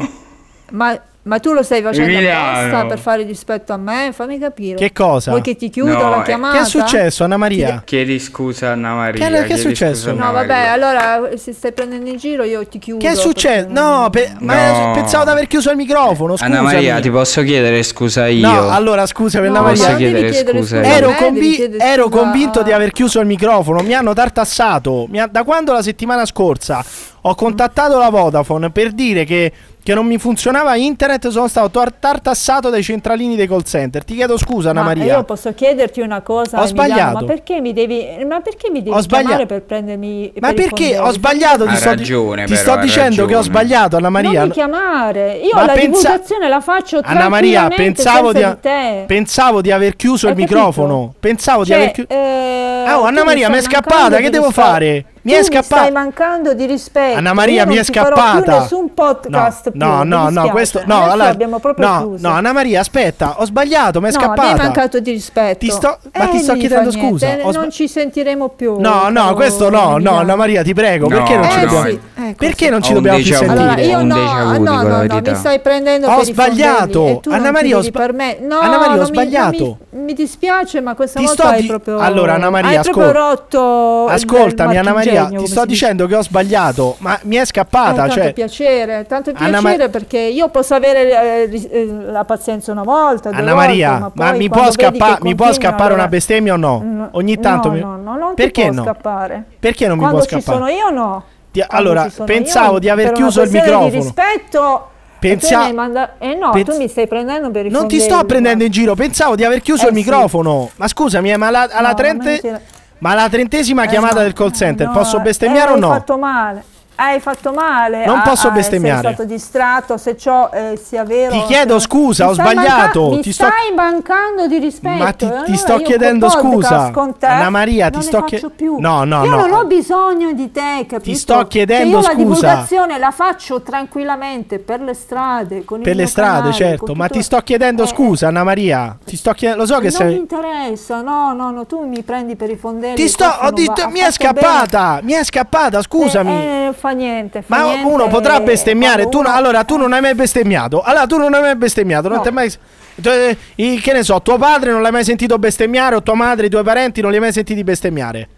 G: ma, ma tu lo stai facendo
A: Emiliano.
G: apposta per fare dispetto a me? Fammi capire.
A: Che cosa?
G: Vuoi che ti chiudo
F: No,
G: la
F: eh,
G: chiamata?
A: Che è successo, Anna Maria?
F: Chiedi scusa a Anna Maria.
A: Che- che è
F: chiedi
A: successo?
F: scusa a Anna
G: No, vabbè,
F: Maria.
G: allora se stai prendendo in giro io ti chiudo.
A: Che è successo? No, pe- ma
F: No.
A: pensavo di aver chiuso il microfono. Scusa.
F: Anna Maria, ti posso chiedere scusa io?
A: No, allora scusa per la
F: No,
A: Maria.
F: posso chiedere scusa io?
A: ero,
F: Eh,
A: convi-
G: devi chiedere
A: ero
G: scusa
A: convinto di aver chiuso il microfono. Mi hanno tartassato. Mi ha- da quando la settimana scorsa ho
G: Mm.
A: contattato la Vodafone per dire che, che non mi funzionava internet, sono stato tar- tartassato dai centralini dei call center. Ti chiedo scusa, Anna
G: Ma
A: Maria.
G: Io posso chiederti una cosa?
A: Ho
G: Emiliano,
A: sbagliato.
G: Ma perché mi devi, ma perché mi
A: Ho
G: devi
A: sbagliato.
G: chiamare per prendermi...
A: Ma
G: per i
A: perché ho
G: fondelli?
A: sbagliato? Ti
F: Ha
A: sto, di-
F: ragione,
A: ti
F: però,
A: sto
F: ha
A: dicendo che ho
F: ragione.
A: sbagliato, Anna Maria.
G: Non mi chiamare, io
A: Ma
G: la
A: pensa-
G: divulgazione la faccio
A: Anna Maria,
G: tranquillamente
A: pensavo di,
G: senza
A: a-
G: te.
A: pensavo di aver chiuso
G: Hai
A: il microfono. Pensavo
G: Cioè,
A: di aver chiuso.
G: eh,
A: Ah, oh,
G: tu
A: Anna Maria, mi
G: stai
A: è
G: mancando
A: scappata.
G: di
A: Che devo
G: rispetto.
A: fare? Mi
G: Tu
A: è
G: Mi stai
A: scappata.
G: mancando di rispetto.
A: Anna Maria,
G: Eh, Io non
A: mi è
G: ti farò più
A: scappata.
G: nessun podcast. più,
A: no,
G: mi
A: no, no,
G: dispiace.
A: questo no,
G: Adesso
A: allora,
G: abbiamo proprio
A: no,
G: chiuso.
A: no, Anna Maria, aspetta, ho sbagliato, mi è
G: No,
A: scappata.
G: mi hai mancato di rispetto.
A: Ti sto- ma ti
G: Eh,
A: sto
G: mi
A: chiedendo
G: fa niente,
A: scusa, ho sba-
G: non ci sentiremo più.
A: No, no,
G: caro
A: questo no, no,
G: Emiliano.
A: Anna Maria, ti prego,
F: No,
A: perché non ci
F: eh,
A: dobbiamo
F: sì,
G: ecco,
A: Perché non
F: Ho
A: ci
F: un
A: dobbiamo più
F: déjà vu,
A: sentire?
G: Allora, io
F: ho un
G: no,
F: déjà vu,
G: ah,
F: dico
G: no,
F: la
G: no, no,
F: verità.
G: mi stai prendendo
A: Ho
G: per i fondelli
A: sbagliato.
G: e tu
A: Anna
G: non ti
A: Maria, ho
G: vedi
A: sba-
G: per me. No,
A: Anna Maria, ho
G: non mi-
A: sbagliato.
G: Mi, mi dispiace, ma questa
A: Ti
G: volta
A: sto
G: hai
A: di-
G: proprio
A: Allora, Anna Maria,
G: hai proprio
A: ascolta.
G: rotto il-
A: Ascoltami
G: il
A: Anna Maria,
G: marchingegno,
A: ti
G: come
A: sto
G: si dice.
A: dicendo che ho sbagliato, ma mi è
G: Eh,
A: scappata,
G: tanto
A: cioè
G: piacere, tanto
A: Anna
G: piacere
A: Ma-
G: perché io posso avere eh, ris- eh, la pazienza una volta, due
A: Anna
G: volte,
A: Maria,
G: ma,
A: ma,
G: poi
A: mi, può
G: quando vedi
A: scappa-
G: che
A: mi può
G: continua,
A: scappare
G: allora- Mm,
A: una bestemmia o no? Ogni tanto
G: no,
A: mi-
G: no, no, non ti
A: Perché
G: può
A: no?
G: scappare.
A: Perché non mi
G: Quando
A: può
G: ci
A: scappare?
G: sono io no.
A: Ti-
G: Quando
A: allora,
G: ci sono
A: pensavo
G: io,
A: di aver
G: per una
A: chiuso il
G: questione
A: microfono.
G: Di rispetto
A: Pensa-
G: e tu mi hai manda- eh no,
A: Pens-
G: tu mi stai prendendo per i
A: Non ti
G: fondelli.
A: sto prendendo in giro, pensavo di aver chiuso
G: Eh,
A: il
G: sì.
A: microfono. Ma scusami, eh, ma alla, alla
G: No,
A: trente-
G: non mi-
A: ma alla trentesima
G: Eh,
A: chiamata
G: no.
A: del call center
G: No,
A: posso
G: eh,
A: bestemmiare o
G: hai
A: no?
G: fatto male. Hai fatto male.
A: Non
G: a-
A: posso
G: a essere
A: bestemmiare.
G: stato distratto, se ciò eh, sia vero.
A: Ti chiedo
G: se-
A: scusa,
G: Mi
A: ho
G: stai
A: sbagliato,
G: manca- mi
A: ti sto-
G: stai mancando di rispetto.
A: Ma ti,
G: e allora
A: ti sto
G: io
A: chiedendo
G: col podcast
A: scusa,
G: con te
A: Anna Maria.
G: non
A: Ti
G: ne
A: sto
G: faccio più.
A: chiedendo. No, no,
G: Io
A: no.
G: non ho bisogno di te, capito?
A: sto chiedendo
G: Cioè, io
A: scusa.
G: la divulgazione la faccio tranquillamente per le strade, con il
A: Per le
G: mio
A: strade,
G: canale,
A: certo.
G: con
A: Ma
G: tutto- Eh.
A: ti sto chiedendo scusa, Anna Maria. Ti sto chiedendo. Lo so che
G: non mi
A: sei.
G: interessa, no, no, no, tu mi prendi per i fondelli.
A: Ti sto.
G: questo
A: Ho
G: non va-
A: detto.
G: ha
A: Mi è
G: fatto bene.
A: scappata. Mi è scappata, scusami.
G: Eh, eh, fa niente. fa
A: Ma
G: niente,
A: uno potrà
G: eh,
A: bestemmiare, tu,
G: quando
A: no-
G: uno-
A: allora tu non hai mai bestemmiato, allora tu non hai mai bestemmiato, non
G: No.
A: ti è mai... tu- eh, il- che ne so, tuo padre non l'hai mai sentito bestemmiare o tua madre, i tuoi parenti non li hai mai sentiti bestemmiare.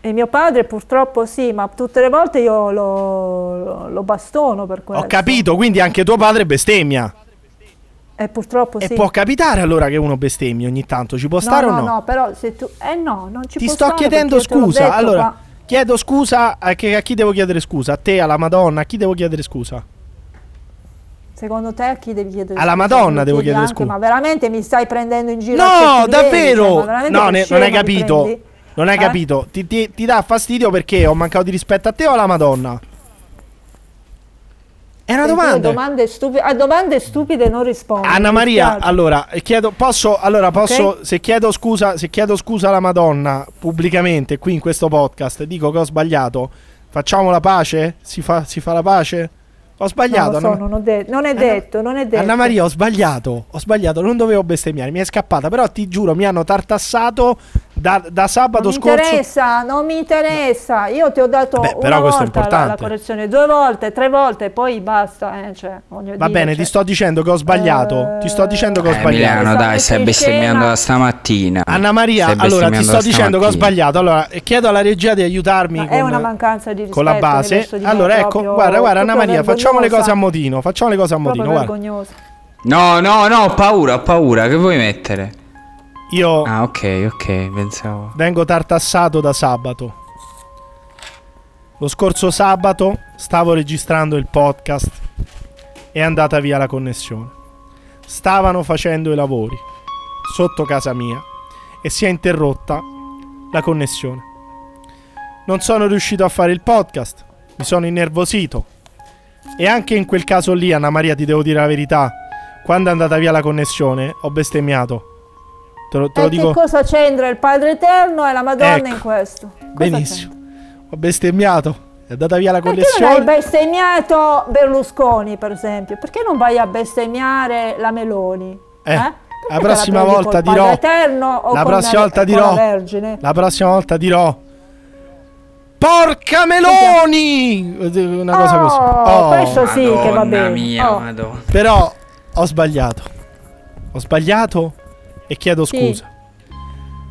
G: E mio padre purtroppo sì, ma tutte le volte io lo, lo- lo bastono per questo.
A: Ho capito, quindi anche tuo padre bestemmia.
G: E Eh, purtroppo sì.
A: E può capitare allora che uno bestemmi ogni tanto, ci può
G: No,
A: stare o
G: no,
A: no?
G: no, però se tu... Eh no, non ci
A: Ti
G: può
A: sto
G: stare
A: chiedendo
G: perché io te l'ho
A: scusa.
G: detto
A: Allora,
G: qua.
A: chiedo scusa a, che- a chi devo chiedere scusa? A te, alla Madonna, a chi devo chiedere scusa?
G: Secondo te a chi devi chiedere
A: Alla
G: scusa?
A: Madonna devo
G: Mi chiedi
A: chiedere
G: anche,
A: scusa.
G: Ma veramente mi stai prendendo in giro?
A: No,
G: a tutti i livelli,
A: davvero!
G: cioè, ma veramente
A: no,
G: che
A: ne- non
G: scemo
A: hai
G: mi
A: capito.
G: prendi?
A: Non hai
G: Eh?
A: capito. Ti, ti- ti dà fastidio perché ho mancato di rispetto a te o alla Madonna? È una
G: Senti, io
A: domanda.
G: domande stupi- a domande stupide non rispondo.
A: Anna
G: mi
A: Maria,
G: dispiace.
A: allora, eh, chiedo, posso, allora, posso,
G: Ok.
A: se, chiedo scusa, se chiedo scusa alla Madonna pubblicamente qui in questo podcast, dico che ho sbagliato, facciamo la pace? Si fa, si fa la pace? Ho
G: Non
A: sbagliato,
G: lo so,
A: Anna-
G: non, ho de- non è
A: Anna-
G: detto, non è detto.
A: Anna Maria, ho sbagliato, ho sbagliato, non dovevo bestemmiare, mi è scappata, però ti giuro, mi hanno tartassato da, da sabato
G: non mi
A: scorso.
G: interessa, non mi interessa. Io ti ho dato
A: però
G: una
A: questo è
G: volta la, la
A: importante.
G: correzione, due volte, tre volte, poi basta. eh, cioè, voglio
A: Va
G: dire,
A: bene, ti
G: cioè.
A: sto dicendo che ho sbagliato, ti sto dicendo che ho
F: Eh,
A: sbagliato.
F: Milano, dai, stai bestemmiando da stamattina.
A: Anna Maria, allora ti sto dicendo che ho sbagliato. Allora, eh, chiedo alla regia di aiutarmi
G: È
A: con,
G: una mancanza di rispetto.
A: con la
G: nei
A: base.
G: verso di me,
A: Allora, ecco,
G: proprio-
A: guarda, guarda, Anna
G: proprio
A: Maria, facciamo le
G: vergognosa,
A: cose a modino. Facciamo le cose a modino.
G: Proprio
A: Guarda.
G: vergognosa.
F: No, no, no, ho paura, ho paura. Che vuoi mettere?
A: Io.
F: Ah, ok, ok, pensavo.
A: Vengo tartassato da sabato. Lo scorso sabato stavo registrando il podcast. È andata via la connessione. Stavano facendo i lavori sotto casa mia e si è interrotta la connessione. Non sono riuscito a fare il podcast. Mi sono innervosito. E anche in quel caso lì, Anna Maria, ti devo dire la verità. Quando è andata via la connessione, ho bestemmiato. Te lo, te
G: E
A: lo
G: Eh, che
A: dico.
G: cosa c'entra il Padre Eterno e la Madonna
A: Ecco.
G: in questo? Cosa
A: Benissimo. Ho bestemmiato. È andata via la
G: Perché non hai
A: connessione.
G: bestemmiato Berlusconi, per esempio? Perché non vai a bestemmiare la Meloni?
A: Eh,
G: Perché
A: la
G: te
A: prossima
G: prendi
A: volta
G: col Padre
A: dirò.
G: Eterno o
A: La
G: con
A: prossima volta
G: con
A: dirò.
G: la Vergine?
A: La prossima volta dirò. Porca Meloni! Una cosa così. Oh.
G: questo sì che va
F: Madonna
G: bene.
F: mia,
G: Oh.
F: madonna.
A: Però ho sbagliato. Ho sbagliato e chiedo
G: Sì.
A: scusa.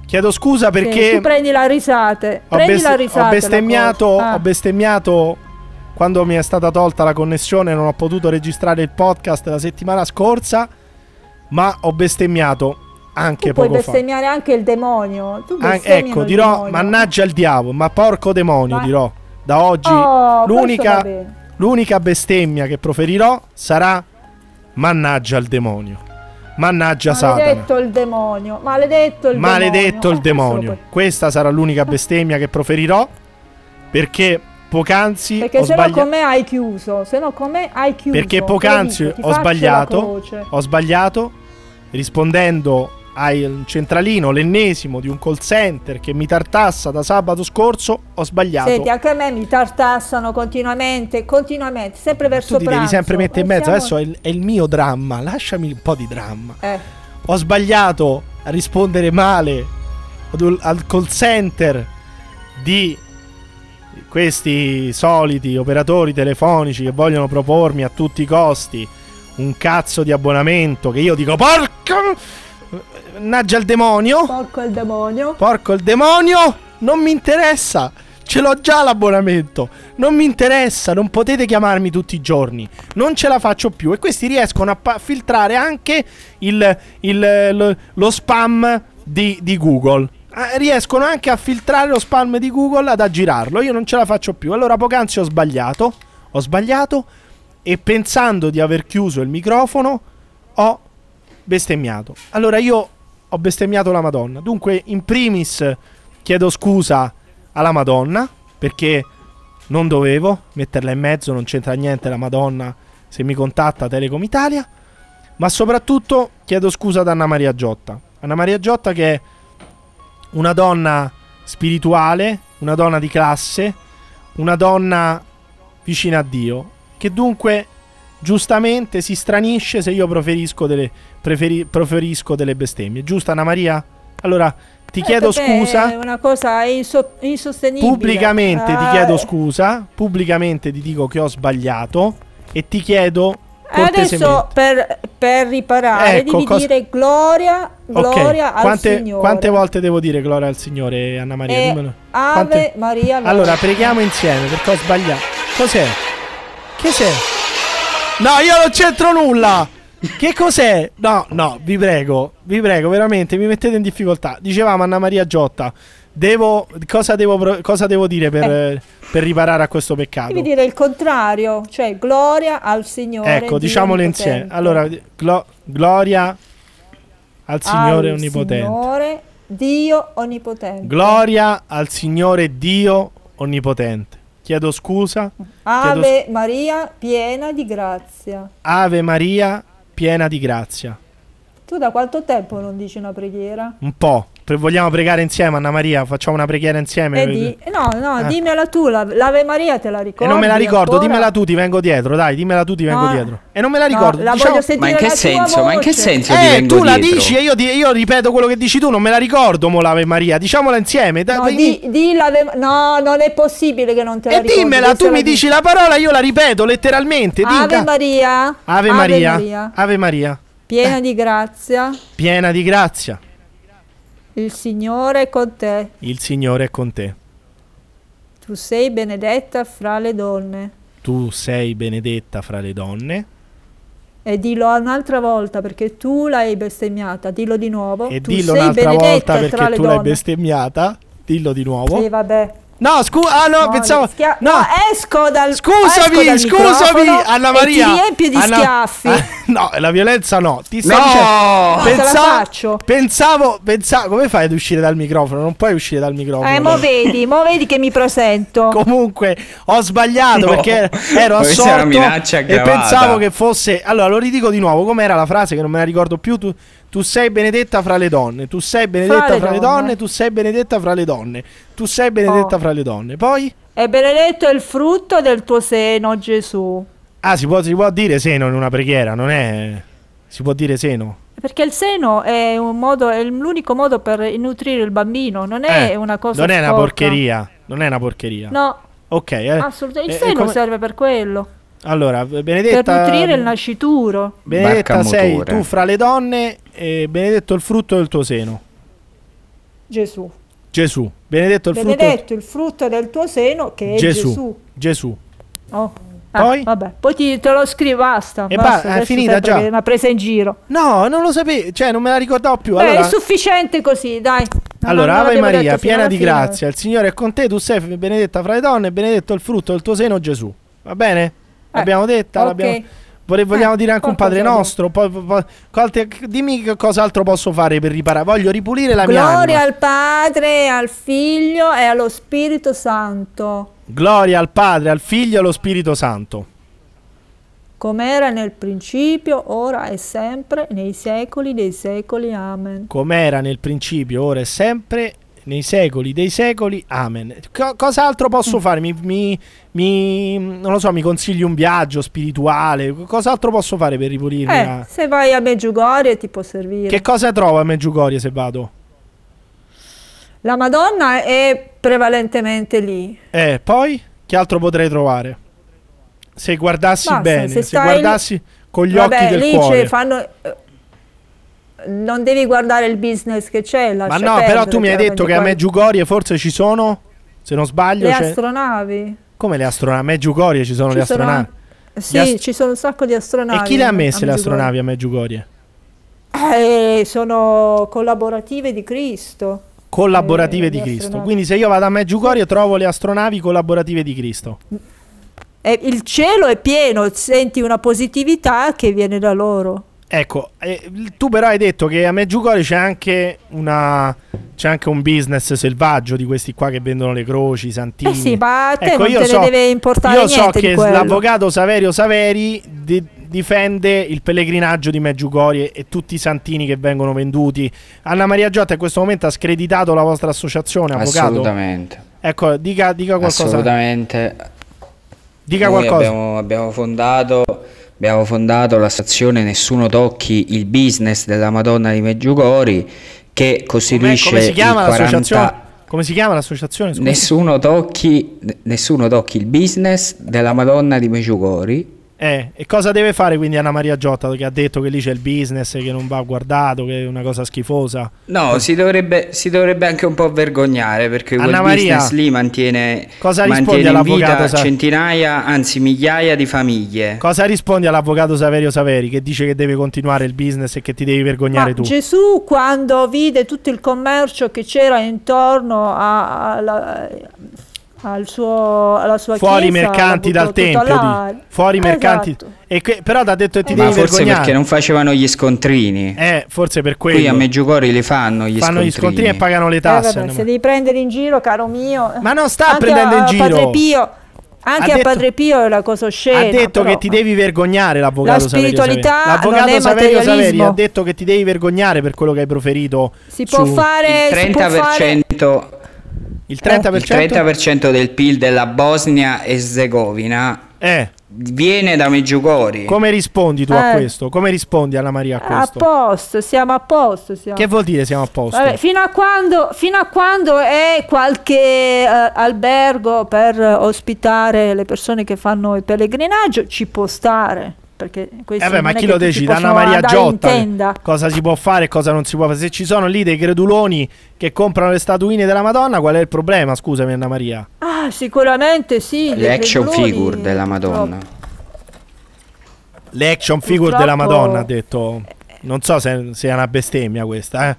A: Chiedo scusa
G: Sì,
A: perché
G: tu prendi la risate,
A: ho,
G: prendi
A: best-
G: la
A: ho
G: risata. la
A: bestemmiato,
G: cosa. Ah.
A: ho bestemmiato quando mi è stata tolta la connessione, non ho potuto registrare il podcast la settimana scorsa, ma ho bestemmiato anche
G: tu puoi
A: poco fa.
G: bestemmiare anche il demonio. Tu
A: Ah,
G: bestemmiano
A: ecco,
G: il
A: dirò
G: demonio.
A: mannaggia il diavolo, ma porco demonio,
G: Ma-
A: dirò. Da oggi
G: Oh, questo va
A: l'unica,
G: bene.
A: l'unica bestemmia che proferirò sarà mannaggia il demonio. Mannaggia Satana.
G: Maledetto il demonio, maledetto il
A: Maledetto il
G: demonio. Eh, questo lo
A: demonio. Questa sarà l'unica bestemmia che proferirò perché poc'anzi
G: Perché
A: ho
G: se no
A: sbagliato.
G: con me hai chiuso, se no con me hai chiuso.
A: Perché
G: Te
A: poc'anzi
G: lo dico, ti
A: ho
G: faccio la
A: sbagliato,
G: croce.
A: ho sbagliato rispondendo al centralino, l'ennesimo di un call center che mi tartassa da sabato scorso, ho sbagliato.
G: Senti, anche a me mi tartassano continuamente, continuamente, sempre verso
A: tu ti
G: pranzo.
A: devi sempre mettere in
G: Eh,
A: mezzo,
G: siamo-
A: adesso è il, è il mio dramma, lasciami un po' di dramma.
G: Eh,
A: Ho sbagliato a rispondere male ad un- al call center di questi soliti operatori telefonici che vogliono propormi a tutti i costi un cazzo di abbonamento che io dico porca mannaggia il demonio
G: porco il demonio
A: porco il demonio non mi interessa ce l'ho già l'abbonamento non mi interessa non potete chiamarmi tutti i giorni non ce la faccio più e questi riescono a pa- filtrare anche il, il- lo, lo spam di, di Google Eh, riescono anche a filtrare lo spam di Google ad aggirarlo io non ce la faccio più allora poc'anzi ho sbagliato ho sbagliato e pensando di aver chiuso il microfono ho bestemmiato. Allora io ho bestemmiato la Madonna. Dunque, in primis chiedo scusa alla Madonna perché non dovevo metterla in mezzo, non c'entra niente la Madonna se mi contatta Telecom Italia, ma soprattutto chiedo scusa ad Anna Maria Giotta. Anna Maria Giotta che è una donna spirituale, una donna di classe, una donna vicina a Dio, che dunque giustamente si stranisce se io preferisco delle, preferi- proferisco delle bestemmie. Giusto Anna Maria? Allora ti chiedo
G: per me
A: scusa.
G: Eh, È una cosa inso- insostenibile.
A: Pubblicamente ti
G: Ah,
A: chiedo scusa, pubblicamente ti dico che ho sbagliato e ti chiedo
G: E Adesso per, per riparare
A: Ecco,
G: devi
A: cosa-
G: dire gloria, gloria al
A: quante,
G: Signore.
A: quante volte devo dire gloria al Signore, Anna Maria?
G: E
A: Dimmelo.
G: Eh, Ave
A: Quante-
G: Maria Vergine.
A: Allora, preghiamo insieme perché ho sbagliato. Cos'è? Che c'è? No, io non c'entro nulla! Che cos'è? No, no, vi prego, vi prego, veramente, mi mettete in difficoltà. Dicevamo Anna Maria Giotta, devo, cosa, devo, pro- cosa devo dire per, eh, per riparare a questo peccato?
G: Devi dire il contrario, cioè gloria al Signore.
A: Ecco,
G: Dio
A: diciamolo insieme.
G: Onnipotente.
A: Allora, glo- gloria al Signore
G: Al
A: Onnipotente.
G: Signore Dio Onnipotente.
A: Gloria al Signore Dio Onnipotente. Chiedo scusa. chiedo
G: Ave Maria piena di grazia.
A: s- Ave Maria, piena di grazia.
G: Tu da quanto tempo non dici una preghiera?
A: Un po'. Pre- vogliamo pregare insieme, Anna Maria? Facciamo una preghiera insieme.
G: E Eh, di- no, no,
A: Ah.
G: dimmela tu, la- l'ave Maria te la ricordi.
A: E non me la ricordo,
G: ancora?
A: dimmela tu, ti vengo dietro, dai, dimmela tu, ti vengo
G: No.
A: dietro. E non me la
G: No,
A: ricordo.
G: la
A: diciamo-
G: voglio sentire Ma in che la tua senso? Ma in che voce. senso ti
A: Eh,
F: vengo
A: tu la
F: dietro?
A: dici e io, ti- io ripeto quello che dici tu, non me la ricordo, mo l'Ave Maria. Diciamola insieme. dai,
G: No,
A: veni-
G: di, di l'Ave- no, non è possibile che non te la
A: e
G: ricordi.
A: dimmela,
G: questa
A: tu
G: la
A: mi
G: dici.
A: dici la parola, io la ripeto letteralmente.
G: Ave
A: dica.
G: Maria.
A: Ave Maria, Ave Maria,
G: Piena di grazia,
A: piena di grazia,
G: il Signore è con te.
A: il Signore è con te.
G: Tu sei benedetta fra le donne.
A: Tu sei benedetta fra le donne
G: E dillo un'altra volta perché tu l'hai bestemmiata. Dillo di nuovo.
A: e
G: tu
A: dillo
G: sei
A: un'altra
G: benedetta
A: volta
G: tra
A: perché
G: le
A: tu l'hai
G: donne.
A: bestemmiata. Dillo di nuovo.
G: Sì, vabbè.
A: No, scusa, ah, no, pensavo-
G: no. esco dal
A: Scusami,
G: esco dal
A: scusami,
G: microfono
A: Anna
G: e
A: Maria.
G: ti riempio di
A: Anna-
G: schiaffi.
A: Ah, no, la violenza no. Ti sto
G: No!
A: dicendo-
G: Ma te la faccio.
A: pensavo, pensavo, come fai ad uscire dal microfono? Non puoi uscire dal microfono.
G: Eh, mo vedi, mo vedi che mi presento.
A: Ah, Comunque, ho sbagliato
F: No.
A: perché ero
F: Questa è una
A: assorto
F: minaccia
A: e
F: aggravata.
A: pensavo che fosse. Allora, lo ridico di nuovo. Com'era la frase che non me la ricordo più? Tu, tu sei benedetta fra le donne. Tu sei benedetta fra,
G: le
A: le
G: donne. Oh.
A: donne. Tu sei benedetta fra le donne. Tu sei benedetta fra le donne. Poi.
G: E benedetto è il frutto del tuo seno, Gesù.
A: Ah, si può, si può dire seno in una preghiera, non è. Si può dire seno.
G: Perché il seno è, un modo, è l'unico modo per nutrire il bambino, non è
A: Eh,
G: una cosa
A: Non è una
G: sporca.
A: porcheria. Non è una porcheria.
G: No,
A: Ok, eh.
G: assolutamente. Il
A: Eh,
G: seno
A: come-
G: serve per quello,
A: Allora, benedetta. mm,
G: per nutrire il nascituro.
A: Benedetta
F: Barca
A: sei
F: motore.
A: tu fra le donne e benedetto il frutto del tuo seno.
G: Gesù.
A: Gesù. Benedetto il frutto.
G: Benedetto il frutto del tuo seno che è Gesù.
A: Gesù. Gesù.
G: Oh. Ah,
A: Poi?
G: vabbè. Poi ti- te lo scrivo, basta.
A: E ba-
G: basta,
A: è
G: adesso
A: finita
G: sembra
A: già.
G: che è Una presa in giro.
A: No, non lo sapevo, cioè non me la ricordavo più.
G: Beh,
A: allora,
G: è sufficiente così, dai. Non-
A: allora,
G: non
A: Ave
G: l'avevo
A: Maria,
G: detto fino
A: piena
G: alla
A: di
G: fine.
A: grazia, il Signore è con te, tu sei benedetta fra le donne e benedetto il frutto del tuo seno, Gesù. Va bene? L'abbiamo detta,
G: Eh, ok. Eh,
A: l'abbiamo- Vole- vogliamo dire anche un Padre Nostro? Poi, poi- poi- quante- dimmi che cos'altro posso fare per riparare. Voglio ripulire la mia
G: Gloria
A: anima.
G: al Padre, al Figlio e allo Spirito Santo,
A: Gloria al Padre, al Figlio e allo Spirito Santo.
G: come era nel principio, ora e sempre, nei secoli dei secoli. Amen.
A: Com'era nel principio, ora e sempre, nei secoli dei secoli. Amen. Co- cos'altro
G: Mm.
A: posso fare? Mi, mi- mi- non lo so, mi consigli un viaggio spirituale? Co- Cos'altro posso fare per ripulirmi?
G: Eh,
A: la-
G: se vai a Meggiugorie ti può servire.
A: Che cosa trovo a Meggiugorie se vado?
G: La Madonna è prevalentemente lì.
A: Eh, poi che altro potrei trovare? Se guardassi
G: Basta,
A: bene,
G: se
A: se,
G: stai-
A: guardassi con gli
G: Vabbè,
A: occhi del
G: lì
A: cuore.
G: c'è- fanno... eh, Non devi guardare il business che c'è. cioè,
A: Ma
G: lascia
A: no, però
G: perdere,
A: tu mi hai detto che a
G: chiaramente,
A: Meggiugorie forse ci sono, se non
G: quello.
A: sbaglio,
G: Le
A: c'è-
G: astronavi.
A: come le astronavi? A Meggiugorie ci sono
G: Ci
A: le
G: sono
A: astronavi.
G: Sì,
A: ast-
G: ci sono un sacco di astronavi.
A: E chi le ha messe le
G: a Medjugorje.
A: astronavi a Meggiugorie?
G: Eh, sono collaborative di Cristo.
A: Collaborative
G: Eh,
A: di
G: le
A: Cristo.
G: astronavi.
A: Quindi se io vado a Meggiugorie trovo le astronavi collaborative di Cristo.
G: E Eh, il cielo è pieno, senti una positività che viene da loro.
A: Ecco, eh, tu però hai detto che a Meggiugorie c'è anche una c'è anche un business selvaggio di questi qua che vendono le croci, i santini.
G: Eh sì, ma a te
A: Ecco,
G: non
A: io
G: te
A: so-
G: ne deve importare
A: Io so
G: niente
A: che
G: di quello.
A: l'avvocato Saverio Saveri di- difende il pellegrinaggio di Meggiugorie e tutti i santini che vengono venduti. Anna Maria Giotta in questo momento ha screditato la vostra associazione, avvocato.
F: Assolutamente.
A: Ecco, dica, dica qualcosa.
F: Assolutamente.
A: Dica
F: Noi
A: qualcosa.
F: Abbiamo, abbiamo fondato, abbiamo fondato la stazione Nessuno Tocchi il business della Madonna di Meggiugori che
A: Com'è-
F: costituisce
A: Come si chiama
F: il 40
A: l'associazione? Come si chiama l'associazione? Scusa.
F: Nessuno tocchi, nessuno tocchi il business della Madonna di Meggiugori
A: Eh, e cosa deve fare quindi Anna Maria Giotta che ha detto che lì c'è il business, che non va guardato, che è una cosa schifosa?
F: No, si dovrebbe, si dovrebbe anche un po' vergognare perché quel
A: Anna Maria,
F: business lì mantiene,
A: cosa rispondi
F: mantiene in vita
A: all'avvocato Sa-
F: centinaia, anzi migliaia di famiglie.
A: Cosa rispondi all'avvocato Saverio Saveri che dice che deve continuare il business e che ti devi vergognare tu?
G: Gesù quando vide tutto il commercio che c'era intorno a- alla, al suo, alla sua
A: Fuori i
G: chiesa,
A: mercanti
G: la
A: dal
G: buttò tutta
A: tempio,
G: là.
A: dici. fuori i
G: Esatto.
A: mercanti. E que- però ti ha detto che ti
F: Ma
A: devi
F: forse
A: vergognare.
F: perché non facevano gli scontrini.
A: Eh, forse per quello.
F: Qui a Meggiugori li fanno gli
A: Fanno
F: scontrini.
A: gli scontrini e pagano le
G: Eh, vabbè,
A: tasse.
G: se devi prendere in giro, caro mio. Ma non
A: sta prendendo in giro.
G: Padre Pio, anche
A: Ha
G: a
A: detto-
G: Padre Pio è la cosa scena.
A: ha detto
G: però.
A: che ti devi vergognare l'avvocato
G: La
A: Saverio
G: spiritualità
A: Saveri.
G: non
A: L'avvocato
G: è
A: Saverio Saveri
G: materialismo.
A: ha detto che ti devi vergognare per quello che hai proferito.
G: Si può
A: su-
G: fare. si
F: Il
G: può fare-
F: 30%,
A: il 30%?
F: il 30% del PIL della Bosnia e Herzegovina viene da Meggiugori.
A: Eh. Come rispondi tu a
G: Eh.
A: questo? Come rispondi Anna Maria a
G: A
A: questo?
G: posto, siamo a posto. siamo.
A: Che vuol dire siamo a posto?
G: Vabbè, fino, a quando, fino a quando è qualche eh, albergo per eh, ospitare le persone che fanno il pellegrinaggio, ci può stare. Perché
A: Eh,
G: questo
A: vabbè,
G: non
A: ma
G: è
A: chi
G: che
A: lo
G: tutti
A: decide? Anna
G: possono
A: Maria
G: andare
A: Giotta.
G: In tenda.
A: Cosa si può fare e cosa non si può fare? Se ci sono lì dei creduloni che comprano le statuine della Madonna, qual è il problema? Scusami, Anna Maria.
G: Ah, sicuramente sì.
F: Le action
G: creduloni.
F: figure della Madonna.
A: Le action figure
G: Purtroppo-
A: della Madonna, ha detto. Non so se, se è una bestemmia questa, eh.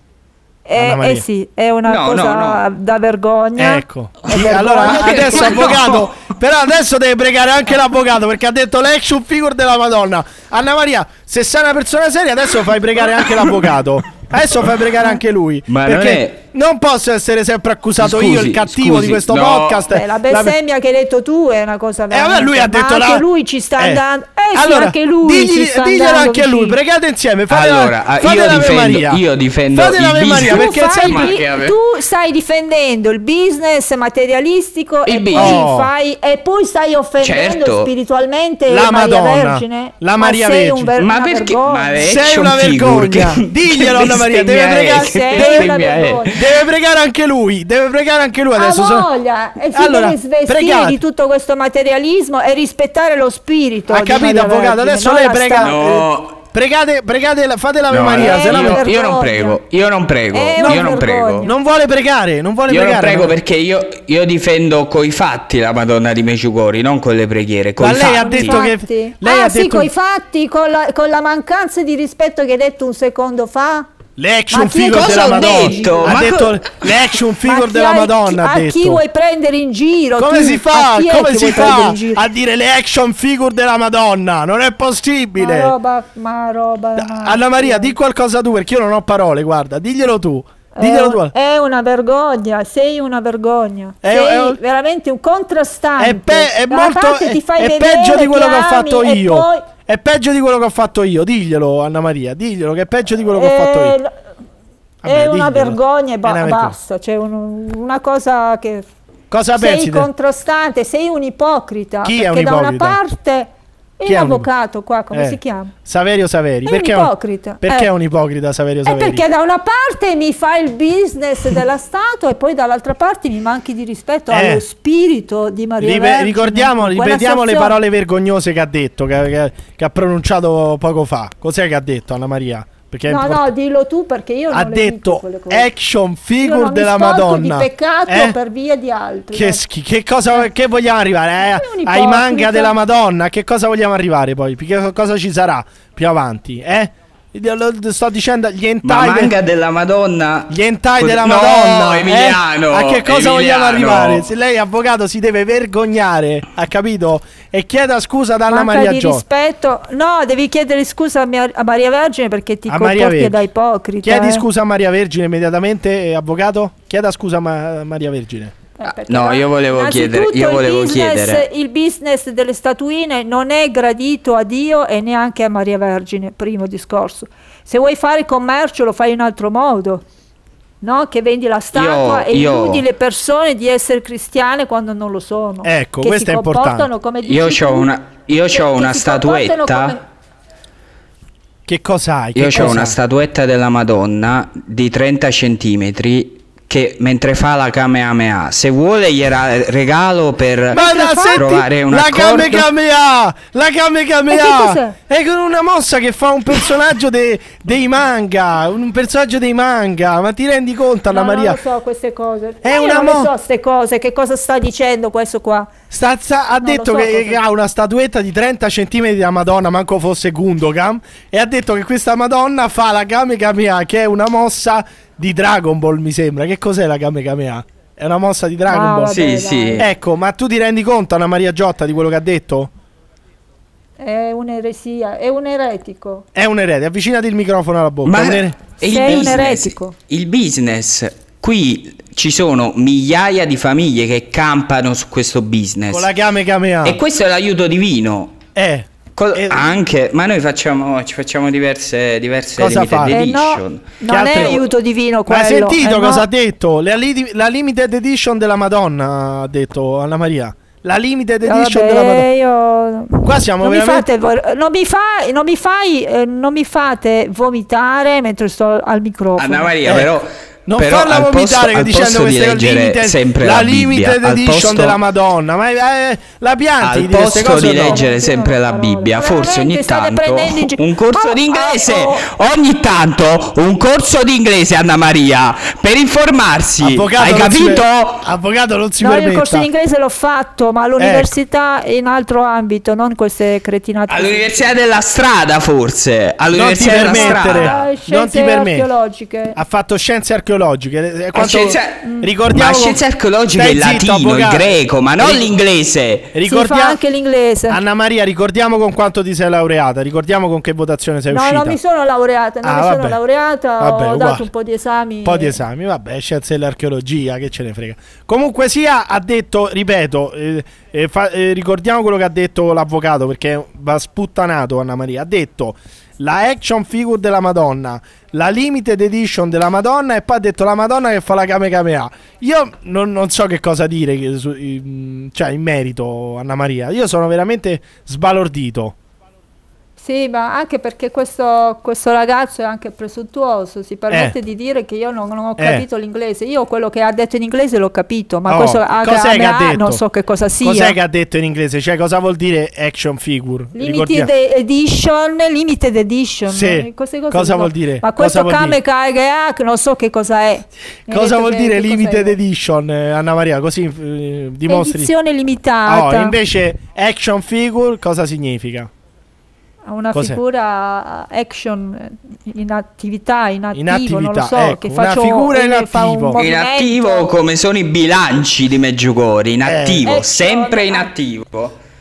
A: Anna
G: Eh,
A: Maria.
G: eh sì, è una
A: No,
G: cosa
A: no,
G: da vergogna.
A: Ecco.
G: È vergogna.
A: Allora, adesso
G: No.
A: avvocato. Però adesso deve pregare anche l'avvocato perché ha detto l'action figure della Madonna. Anna Maria, se sei una persona seria, adesso fai pregare anche l'avvocato. Adesso fai pregare anche lui.
F: Ma non
A: perché non, posso essere sempre accusato
F: Scusi,
A: io, il cattivo
F: scusi,
A: di questo
F: no.
A: podcast.
G: Beh, Eh, la bestemmia che hai detto tu è una cosa vera.
A: Eh, vabbè, lui ha detto
G: anche
A: la-
G: lui ci sta
A: Eh.
G: andando. Eh sì,
A: Allora,
G: anche lui
A: digli-
G: ci sta
A: diglielo
G: andando
A: anche a lui,
G: vicino.
A: pregate insieme. Fate
F: Allora,
A: la,
F: ah,
A: fate
F: io
A: l'Ave
F: difendo-
A: Maria.
F: io difendo
A: Fate
F: il
A: l'Ave
F: business.
A: Maria
F: Tu
A: perché
F: fai
A: sempre-
F: il bi-
G: Tu stai difendendo il business materialistico e poi,
A: business. Oh.
G: fai- e poi stai offendendo
A: Certo.
G: spiritualmente
A: La
G: Maria
A: Madonna,
G: Vergine.
A: la Maria
G: ma sei
A: Vergine.
G: Un ver-
A: Ma
G: una
A: perché-
G: vergogna.
A: ma è- Sei una vergogna. Diglielo Anna Maria, deve pregare- deve- Deve pregare anche lui, deve pregare anche lui adesso.
G: ha
A: so-
G: voglia eh, e si
A: Allora,
G: deve svestire
A: pregate.
G: di tutto questo materialismo e rispettare lo spirito
A: Ha
G: di
A: capito,
G: Maria
A: avvocato?
G: Vergine,
A: Adesso
G: non
A: lei
G: la
A: prega.
G: statua.
F: No.
A: eh, Pregate, pregate, la- fate l'Ave
F: No,
A: Maria.
F: no,
A: se la-
F: io, io non prego, io non prego,
A: Eh,
F: io non prego.
A: Non vuole pregare, non vuole
F: Io non
A: pregare.
F: prego
A: no?
F: perché io, io difendo coi fatti la Madonna di Meggiugori, non con le preghiere. Coi
A: Ma lei ha
F: fatti.
A: detto che-
G: Infatti.
A: lei
G: ah,
A: ha
G: sì,
A: detto-
G: coi fatti, con la, con la mancanza di rispetto che hai detto un secondo fa.
A: Le
G: Ma
A: action
G: chi-
A: figure
G: cosa
A: della
G: ho
A: Madonna.
G: detto?
A: Ha
G: Ma
A: detto
G: co-
A: le action
G: Ma
A: figure
G: chi
A: della
G: hai-
A: Madonna.
G: a
A: ha detto.
G: chi vuoi prendere in giro?
A: Come
G: Tu-
A: si fa?
G: a chi è
A: Come
G: che
A: si
G: vuoi prendere
A: fa
G: in giro?
A: a dire le action figure della Madonna? Non è
G: Ma
A: possibile.
G: roba, ma roba. ma-
A: Anna Maria, di qualcosa tu perché io non ho parole, guarda, diglielo tu.
G: È,
A: Diglielo tu.
G: un- è una vergogna, sei una vergogna.
A: È-
G: sei
A: è un-
G: veramente un contrastante.
A: È, pe- è
G: Da una
A: molto-
G: parte ti
A: è-
G: fai
A: è
G: vedere
A: peggio di quello che ho
G: ami
A: fatto
G: e
A: io.
G: poi-
A: È peggio di quello che ho fatto io. Diglielo, Anna Maria, diglielo che è peggio di quello che ho fatto
G: Eh,
A: io.
G: no,
A: Vabbè,
G: è una
A: diglielo.
G: vergogna e ba-
A: È una vergogna.
G: basta. Cioè un- una cosa che.
A: Cosa
G: sei
A: pensi te?
G: contrastante, sei un ipocrita.
A: Chi è
G: perché
A: un
G: da una
A: ipocrita?
G: parte.
A: Chi è un-
G: L'avvocato qua, come
A: Eh,
G: si chiama?
A: Saverio Saveri.
G: È un
A: perché
G: ipocrita.
A: perché
G: Eh.
A: è un ipocrita Saverio
G: Eh,
A: Saveri?
G: perché da una parte mi fa il business della Stato e poi dall'altra parte mi manchi di rispetto
A: Eh.
G: allo spirito di Maria
A: Ripe-
G: Vergine,
A: ricordiamo,
G: con eh, quella
A: ripetiamo le
G: stazione.
A: parole vergognose che ha detto, che, che- che ha pronunciato poco fa. Cos'è che ha detto Anna Maria? Perché è
G: No,
A: import-
G: no, dillo tu perché io
A: ha
G: non le dico
A: detto
G: quelle cose.
A: action
G: Io
A: figure
G: non mi
A: della
G: sporco
A: Madonna.
G: di peccato
A: Eh?
G: per via di altri.
A: Che, schi- che cosa che vogliamo arrivare? eh?
G: un
A: ai
G: ipocrita.
A: manga della Madonna? Che cosa vogliamo arrivare poi? Che cosa ci sarà più avanti? Eh? Io lo- Sto dicendo gli
F: Ma
A: hentai de-
F: manga della Madonna.
A: Gli hentai della
F: No,
A: Madonna. eh?
F: Emiliano,
A: A che cosa
F: Emiliano.
A: vogliamo arrivare? Se lei, avvocato, si deve vergognare, ha capito? E chieda scusa ad Anna
G: Manca
A: Maria
G: di
A: Giotta.
G: rispetto. No, devi chiedere scusa a, mia- a Maria Vergine perché ti
A: A Maria
G: comporti da
A: Vergine.
G: ipocrita.
A: Chiedi
G: eh.
A: scusa a Maria Vergine immediatamente, eh, avvocato. Chieda scusa a Ma- a Maria Vergine.
F: No, io Ah, volevo chiedere,
G: eh, Innanzitutto
F: io
G: il
F: volevo
G: business-
F: chiedere.
G: Il business delle statuine non è gradito a Dio e neanche a Maria Vergine, primo discorso. Se vuoi fare commercio lo fai in altro modo. No? Che vendi la statua e
F: io-
G: illudi le persone di essere cristiane quando non lo sono.
F: Ecco,
G: che
F: questo
G: si
F: è importante.
G: comportano Come dici
F: Io
G: tu,
F: ho una, io
G: che-
F: c'ho
G: che
F: una
G: si comportano
F: statuetta.
G: come-
A: Che cos'hai? Che
F: Io ho
A: cos'hai?
F: una statuetta della Madonna di 30 centimetri che mentre fa la Kamehameha, se vuole gli ra- regalo per
A: Ma la
F: trovare
A: senti,
F: un
A: la
F: accordo.
A: Kamehameha, la
F: E che
A: Kamehameha
F: cos'è?
A: è con una mossa che fa un personaggio de- dei manga, un personaggio dei manga, ma ti rendi conto Anna
G: No,
A: Maria?
G: Non lo so queste cose.
A: È
G: Io
A: una
G: non
A: mo-
G: le so queste cose, che cosa sta dicendo questo qua?
A: Sta, sta- ha
G: Non lo
A: detto
G: so
A: che
G: cosa-
A: ha una statuetta di 30 cm da Madonna, manco fosse Gundogam, e ha detto che questa Madonna fa la Kamehameha, che è una mossa di Dragon Ball, mi sembra. Che cos'è la Kamehameha? È una mossa di Dragon
F: Ah,
A: Ball.
F: vabbè, Sì, dai. sì.
A: Ecco, ma tu ti rendi conto, Anna Maria Giotta, di quello che ha detto?
G: È un'eresia, è un eretico.
A: È un erede, avvicinati il microfono alla bocca.
F: Ma-
A: È un ere-
F: il
G: Sei un
F: business-
G: eretico.
F: Il business, qui ci sono migliaia di famiglie che campano su questo business.
A: Con la Kamehameha.
F: E questo è l'aiuto divino.
A: Eh.
F: Co- anche, ma noi facciamo, ci facciamo diverse, diverse
A: Cosa
F: limited
A: fa?
G: Eh, no,
F: edition.
G: non è aiuto divino
A: Ma
G: quello.
A: hai sentito
G: eh,
A: cosa
G: no.
A: ha detto? La, li- la limited edition della Madonna, ha detto Anna Maria. La limited
G: Eh,
A: edition
G: vabbè,
A: della Madonna.
G: io-
A: Qua siamo
G: non mi,
A: veramente-
G: fate, vor- non, mi fa- non mi fai, eh, non mi fate vomitare mentre sto al microfono.
F: Anna Maria,
A: Eh,
F: però.
A: Non
F: però
A: farla
F: al posto-
A: vomitare
F: al
A: dicendo
F: posto di
A: queste
F: leggere sempre la,
A: limited
F: Bibbia, al
A: edition
F: posto-
A: della Madonna. Ma eh, la pianti
F: Al
A: di queste
F: posto
A: cose
F: di
A: o no?
F: leggere sempre la Bibbia, forse ogni tanto
G: prendendo in gi-
F: un corso
G: Oh,
F: di inglese,
G: oh,
F: ogni tanto un corso di inglese Anna Maria, per informarsi.
A: Avvocato,
F: Hai
A: non si
F: capito?
A: per- Avvocato non si
G: No, io il
A: permetta.
G: corso di inglese l'ho fatto,
A: Ecco.
G: ma all'università in altro ambito, non queste cretinate.
F: All'università della strada forse, all'università della
A: permettere.
F: strada.
G: Eh,
A: non ti
G: scienze
A: permetto.
G: archeologiche.
A: Ha fatto scienze archeologiche. eh, Quanto...
F: scienze-
A: Ricordiamo...
F: Ma scienze archeologiche
A: Stai
F: il
A: zitto,
F: latino, il
A: avvocato.
F: greco, ma non
A: Ri-
F: l'inglese.
A: Ricordiamo...
G: Si fa anche l'inglese.
A: Anna Maria, ricordiamo con quanto ti sei laureata, ricordiamo con che votazione sei
G: no,
A: uscita.
G: non mi sono laureata, non
A: Ah,
G: mi
A: vabbè.
G: sono laureata,
A: Vabbè,
G: ho
A: uguale.
G: dato un po' di esami.
A: Un po' di esami, vabbè, scienze dell'archeologia, che ce ne frega. Comunque sia, ha detto, ripeto, eh, eh, fa- eh, ricordiamo quello che ha detto l'avvocato, perché va sputtanato Anna Maria. Ha detto la action figure della Madonna, la limited edition della Madonna e poi ha detto la Madonna che fa la Kamehameha. Io non, non so che cosa dire che su- in- cioè, in merito, Anna Maria. Io sono veramente sbalordito.
G: Sì, ma anche perché questo, questo ragazzo è anche presuntuoso, si permette
A: Eh.
G: di dire che io non, non ho
A: Eh.
G: capito l'inglese. Io quello che ha detto in inglese l'ho capito, ma
A: Oh,
G: questo
A: cos'è che ha
G: HMA
A: detto?
G: non so che cosa sia.
A: Cos'è che ha detto in inglese? Cioè, cosa vuol dire action figure?
G: Limited
A: Ricordiamo.
G: edition, limited edition, eh,
A: Sì.
G: queste cose
A: Cosa
G: non-
A: vuol dire?
G: Ma
A: Cosa
G: questo
A: vuol dire?
G: Kame Kage Ak non so che cosa è. Mi ha
A: Cosa
G: detto
A: vuol
G: che-
A: dire
G: che cos'è?
A: limited edition, eh, Anna Maria? Così eh, dimostri.
G: Edizione
A: Oh,
G: limitata.
A: invece action figure cosa significa?
G: Ha una
A: cos'è?
G: figura eh, action eh, in attività, in attivo, non lo
A: attività,
G: so,
A: ecco,
G: che
A: una
G: faccio
A: figura in
G: eh, fa un
A: attivo.
F: In
G: movimento.
F: attivo come sono i bilanci di Meggiugori, in attivo,
G: Eh,
F: sempre in attivo.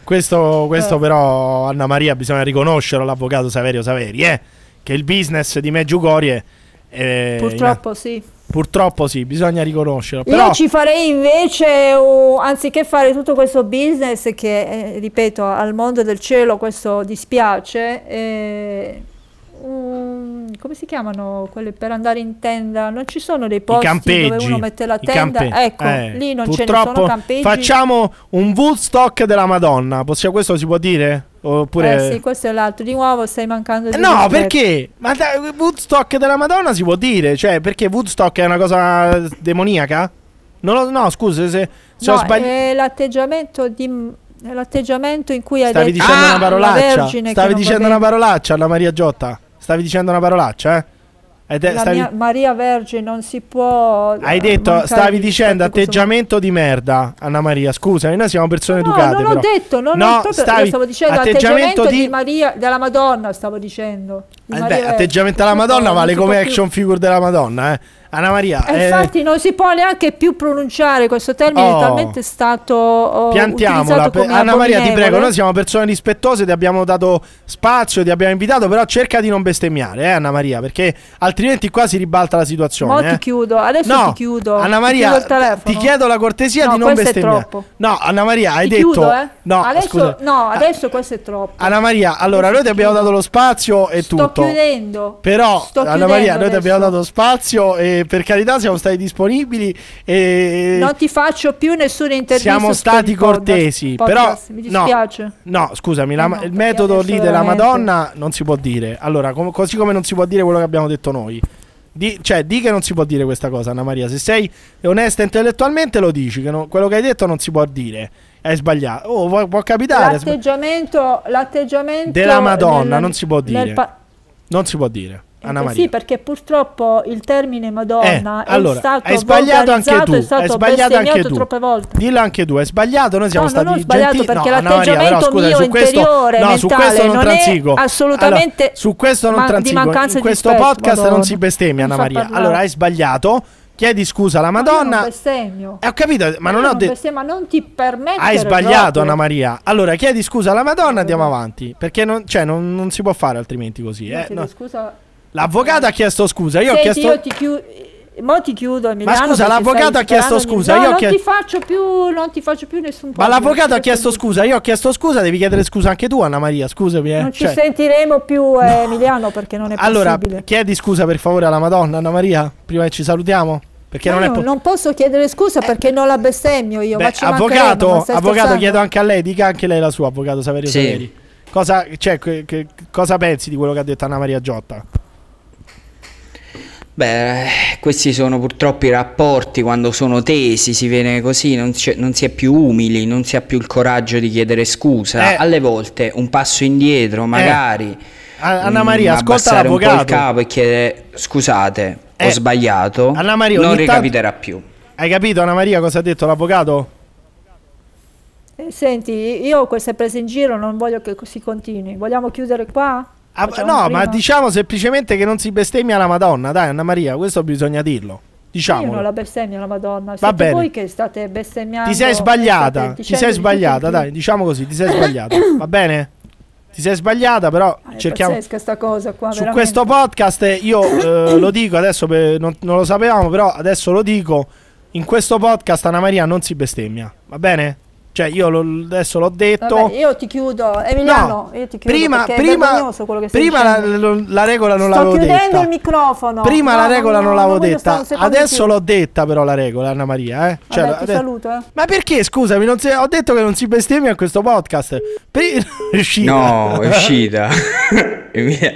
A: Questo, questo
F: Eh.
A: però, Anna Maria, bisogna riconoscerlo all'avvocato Saverio Saveri, eh, che il business di Meggiugorie è... eh,
G: Purtroppo sì.
A: Purtroppo sì, bisogna riconoscerlo. Però
G: Io ci farei invece, oh, anziché fare tutto questo business che, eh, ripeto, al mondo del cielo questo dispiace, eh, um, come si chiamano quelle per andare in tenda? Non ci sono dei posti dove
A: campeggi,
G: uno mette la
A: i
G: tenda?
A: campe-
G: Ecco,
A: eh,
G: lì non ce ne
A: purtroppo
G: sono campeggi.
A: Facciamo un Woodstock della Madonna, Possiamo- questo si può dire? Oppure...
G: Eh sì, questo è l'altro. Di nuovo stai mancando di
A: Eh, No,
G: rispetto.
A: perché? Ma da- Woodstock della Madonna si può dire, cioè, perché Woodstock è una cosa demoniaca? Non lo- no, scusa, se, se Cioè, ho
G: No, eh,
A: sbagliato.
G: è l'atteggiamento di... è l'atteggiamento in cui hai
A: Stavi
G: detto
A: dicendo una
G: alla
A: parolaccia.
G: Ah, Vergine che
A: Stavi
G: non va
A: dicendo
G: bene.
A: una parolaccia alla Maria Giotta. Stavi dicendo una parolaccia, eh? Hai, de-
G: La
A: stavi,
G: mia Maria Vergine non si può. eh,
A: hai detto,
G: mancare
A: stavi
G: di certo
A: dicendo
G: rispetto a questo
A: atteggiamento di merda, Anna Maria. Scusa, noi siamo persone
G: mondo.
A: educate.
G: No, non
A: però.
G: l'ho detto, non
A: No,
G: ho proprio, io
A: stavi-
G: stavo dicendo atteggiamento, di... Maria, della Madonna, stavo dicendo. di
A: Eh
G: Maria
A: beh,
G: Vergine.
A: atteggiamento alla Madonna
G: No,
A: vale
G: non si
A: come
G: può più-
A: action figure della Madonna, eh. Anna Maria, eh,
G: Eh, infatti non si può neanche più pronunciare questo termine,
A: Oh.
G: talmente è stato oh,
A: Piantiamola,
G: utilizzato
A: per-
G: come
A: Anna Maria, ti
G: abominevole.
A: prego. Noi siamo persone rispettose, ti abbiamo dato spazio, ti abbiamo invitato. Però cerca di non bestemmiare, eh, Anna Maria, perché altrimenti qua si ribalta la situazione.
G: Mo
A: eh.
G: ti chiudo, adesso
A: No,
G: ti chiudo.
A: Anna
G: ti
A: Maria,
G: chiudo il telefono.
A: ti chiedo la cortesia
G: No,
A: di non
G: questo è
A: bestemmiare.
G: troppo.
A: No, Anna Maria, hai
G: Ti
A: detto.
G: chiudo, eh.
A: No,
G: adesso,
A: scusa. Ah.
G: no, adesso questo è troppo.
A: Anna Maria, allora noi ti abbiamo dato lo spazio e
G: Sto
A: tutto.
G: chiudendo.
A: Però,
G: Sto
A: Anna
G: chiudendo
A: Maria, noi ti
G: adesso.
A: abbiamo dato spazio e per carità siamo stati disponibili. E...
G: Non ti faccio più nessuna intervista.
A: Siamo
G: su quel
A: stati
G: podcast-
A: cortesi,
G: podcast,
A: però
G: Mi
A: no.
G: dispiace.
A: No, scusami, la-
G: Eh no,
A: il
G: perché
A: metodo
G: adesso
A: lì della
G: veramente-
A: Madonna non si può dire. Allora, com- così come non si può dire quello che abbiamo detto noi. Di, cioè, di che non si può dire questa cosa, Anna Maria. Se sei onesta intellettualmente, lo dici. Che non- quello che hai detto non si può dire. Hai sbagliato. Oh, può, può capitare. sba-
G: L'atteggiamento, l'atteggiamento
A: Della Madonna,
G: nel-
A: non si può dire.
G: nel pa-
A: non si può dire. Anna
G: eh,
A: Maria.
G: Sì, perché purtroppo il termine Madonna
A: Eh, allora,
G: è stato
A: hai sbagliato anche
G: volgarizzato,
A: tu,
G: È stato
A: hai sbagliato anche
G: bestemmiato
A: tu.
G: troppe volte.
A: Dillo anche tu, hai sbagliato. Noi siamo
G: No, non
A: stati
G: ho sbagliato,
A: gentili.
G: perché
A: no, Anna
G: l'atteggiamento
A: Maria, però, scusa,
G: mio
A: su questo,
G: interiore,
A: no, su
G: mentale,
A: questo non,
G: non è
A: transigo.
G: assolutamente
A: Allora, su questo non
G: ma- di
A: transigo.
G: mancanza
A: In
G: di
A: questo
G: rispetto,
A: podcast non
G: Madonna.
A: si bestemmia, Anna
G: Mi fa
A: Maria.
G: parlare.
A: Allora, hai sbagliato. Chiedi scusa alla
G: Io non
A: Madonna.
G: bestemmio.
A: Eh, ho capito, ma non
G: Io
A: ho detto.
G: bestemmio, ma non ti permettere
A: Hai sbagliato,
G: proprio.
A: Anna Maria. Allora, chiedi scusa alla Madonna, andiamo avanti. Perché non, cioè, non, non si può fare altrimenti così.
G: Io
A: eh,
G: chiedo
A: no.
G: Scusa,
A: L'avvocato ha chiesto scusa. Io
G: Senti,
A: ho chiesto.
G: io ti chiudo. Mo ti chiudo Emiliano,
A: scusa,
G: perché
A: l'avvocato
G: stai
A: ha chiesto
G: sparando ogni-
A: scusa,
G: No,
A: io ho
G: non
A: chie-
G: ti faccio più, non ti faccio più nessun
A: Ma
G: problema.
A: l'avvocato ha chiesto scusa, io ho chiesto scusa, devi chiedere scusa anche tu, Anna Maria. Scusami, eh.
G: Non ci
A: Cioè,
G: sentiremo più eh, Emiliano perché non è
A: allora,
G: possibile.
A: chiedi scusa per favore alla Madonna, Anna Maria, prima che ci salutiamo. Perché
G: Ma
A: non
G: io
A: è po- Eh,
G: non posso chiedere scusa perché non la bestemmio io.
A: Beh,
G: ma ci mancherebbe, ma
A: avvocato,
G: stai
A: avvocato,
G: scherzando?
A: chiedo anche a lei, dica anche lei la sua, avvocato Saverio
F: Sì.
A: Saveri. Cosa, cioè, che- che- cosa pensi di quello che ha detto Anna Maria Giotta?
F: Beh, questi sono purtroppo i rapporti quando sono tesi, si viene così, non, c'è- non si è più umili, non si ha più il coraggio di chiedere scusa.
A: Eh.
F: Alle volte un passo indietro, magari.
A: A- Anna
F: mm,
A: Maria, ascolta
F: abbassare un po' il
A: l'avvocato.
F: capo e chiedere scusate, ho
A: Eh.
F: sbagliato.
A: Anna Maria,
F: non
A: ogni tanto-
F: ricapiterà più.
A: Hai capito Anna Maria cosa ha detto l'avvocato?
G: Eh, Senti, io queste prese in giro non voglio che si continui. Vogliamo chiudere qua?
A: Ah,
G: Facciamo
A: no,
G: Cioè, prima?
A: ma diciamo semplicemente che non si bestemmia alla Madonna, dai Anna Maria, questo bisogna dirlo.
G: Io non
A: Diciamolo.
G: la bestemmio la Madonna.
A: Va
G: Siete
A: bene.
G: voi che state bestemmiando.
A: Ti sei
G: e state
A: sbagliata, ti
G: dicendo
A: sei
G: di tutto in
A: sbagliata,
G: più.
A: dai, diciamo così, ti sei sbagliata, va bene? Ti sei sbagliata, però
G: Ah, È
A: cerchiamo...
G: pazzesca sta cosa qua,
A: Su
G: veramente.
A: questo podcast eh, io eh, lo dico adesso, per- non, non lo sapevamo, però adesso lo dico, in questo podcast Anna Maria non si bestemmia, va bene? Cioè io lo- adesso l'ho detto...
G: Vabbè, io ti chiudo. Emiliano, io ti chiudo
A: prima,
G: perché è
A: prima,
G: vergognoso quello che stai
A: prima la,
G: dicendo.
A: la- la regola non
G: Sto
A: l'avevo
G: chiudendo
A: detta.
G: il microfono.
A: Prima
G: No,
A: la regola non l'avevo
G: voglio stare
A: detta,
G: un secondo
A: adesso
G: in
A: l'ho detta però la regola Anna Maria, eh?
G: più.
A: Cioè,
G: Vabbè, ti
A: adesso-
G: saluto, eh.
A: Ma perché scusami, non si- ho detto che non si bestemmia a questo podcast. Pri- è uscita.
F: No, è uscita. Emilia-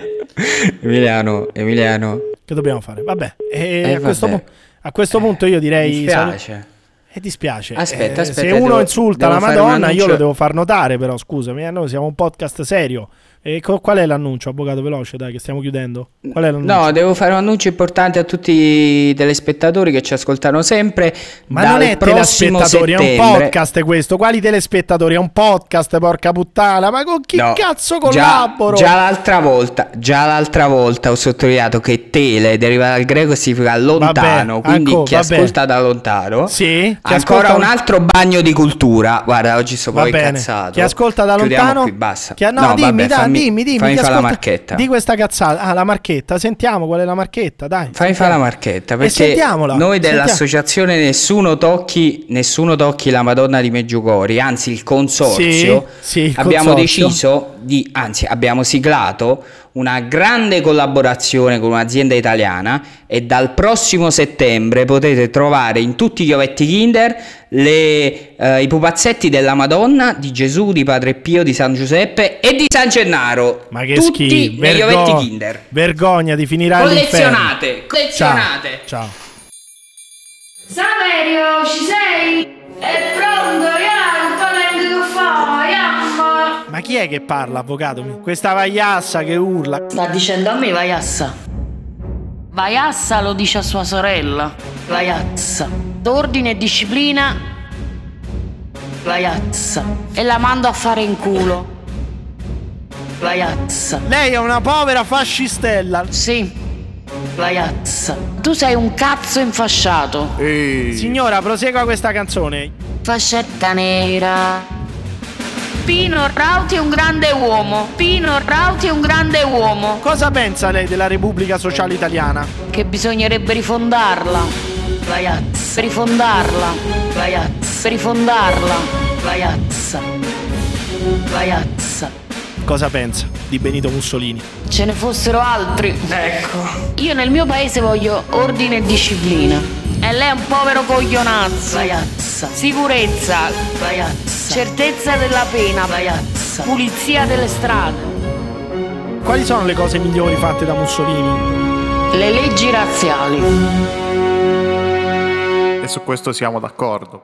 F: Emiliano, Emiliano.
A: Che dobbiamo fare? Vabbè, e
F: Eh,
A: a, questo
F: vabbè. Eh,
A: pu- a questo punto io direi...
F: Mi
A: salu-
F: dispiace.
A: E dispiace. Eh,
F: Aspetta, aspetta,
A: Se uno
F: devo-
A: insulta la
F: devo fare un
A: Madonna, io
F: annuncio.
A: lo devo far notare, però scusami, eh, noi siamo un podcast serio. E co- qual è l'annuncio, avvocato veloce, dai, che stiamo chiudendo? Qual è l'annuncio?
F: No, devo fare un annuncio importante a tutti i telespettatori che ci ascoltano sempre.
A: Ma
F: dal
A: non è
F: prossimo
A: telespettatori,
F: settembre.
A: è un podcast questo. Quali telespettatori? È un podcast, porca puttana. Ma con chi
F: No,
A: cazzo
F: Già,
A: collaboro?
F: già l'altra volta, già l'altra volta ho sottolineato che tele deriva dal greco e significa lontano,
A: Vabbè,
F: quindi
A: ancora,
F: chi
A: vabbè.
F: ascolta da lontano.
A: Sì, chi
F: ancora
A: ascolta-
F: un altro bagno di cultura. Guarda, oggi sono
A: Va
F: proprio
A: bene.
F: incazzato.
A: Chi ascolta da
F: Chiudiamo
A: lontano?
F: qui, basta.
A: Chi- no, dimmi, dai,
F: vabbè, fammi-
A: dimmi, dimmi.
F: Fammi
A: chi
F: fare la
A: ascolta-
F: marchetta.
A: Di questa cazzata. Ah, la marchetta. Sentiamo qual è la marchetta, dai.
F: Fammi fare la marchetta perché
A: sentiamola,
F: noi
A: sentiamo.
F: dell'associazione nessuno tocchi, nessuno tocchi la Madonna di Meggiugori, anzi il consorzio
A: Sì, sì, il
F: abbiamo
A: consorzio.
F: deciso di, anzi abbiamo siglato una grande collaborazione con un'azienda italiana e dal prossimo settembre potete trovare in tutti gli ovetti Kinder le, eh, i pupazzetti della Madonna, di Gesù, di Padre Pio, di San Giuseppe e di San Gennaro.
A: Ma che
F: tutti
A: schifo.
F: negli ovetti
A: vergogna-
F: Kinder.
A: Vergogna di finire
F: Collezionate, collezionate.
A: Ciao.
S: Saverio, ci sei? È pronto, io non potendo che fai, amma.
A: Ma chi è che parla, avvocato? Questa vagliassa che urla.
T: Sta dicendo a me Vaiassa. Vaiassa lo dice a sua sorella. Vaiassa. Ordine e disciplina. Vaiassa. E la mando a fare in culo. Vaiassa.
A: Lei è una povera fascistella.
T: Sì. Vaiassa. Tu sei un cazzo infasciato.
A: Signora, prosegua questa canzone.
T: Fascetta nera. Pino Rauti è un grande uomo. Pino Rauti è un grande uomo.
A: Cosa pensa lei della Repubblica Sociale Italiana?
T: Che bisognerebbe rifondarla. Vaiazza. Rifondarla. Vaiazza. Rifondarla. Vaiazza. Vaiazza.
A: Cosa pensa di Benito Mussolini?
T: Ce ne fossero altri. Ecco. Io nel mio paese voglio ordine e disciplina. E lei è un povero coglionazzo. Vaiazza. Sicurezza. Vaiazza. Certezza della pena. Vaiazza. Pulizia delle strade.
A: Quali sono le cose migliori fatte da Mussolini?
U: le leggi razziali.
T: E su questo siamo d'accordo.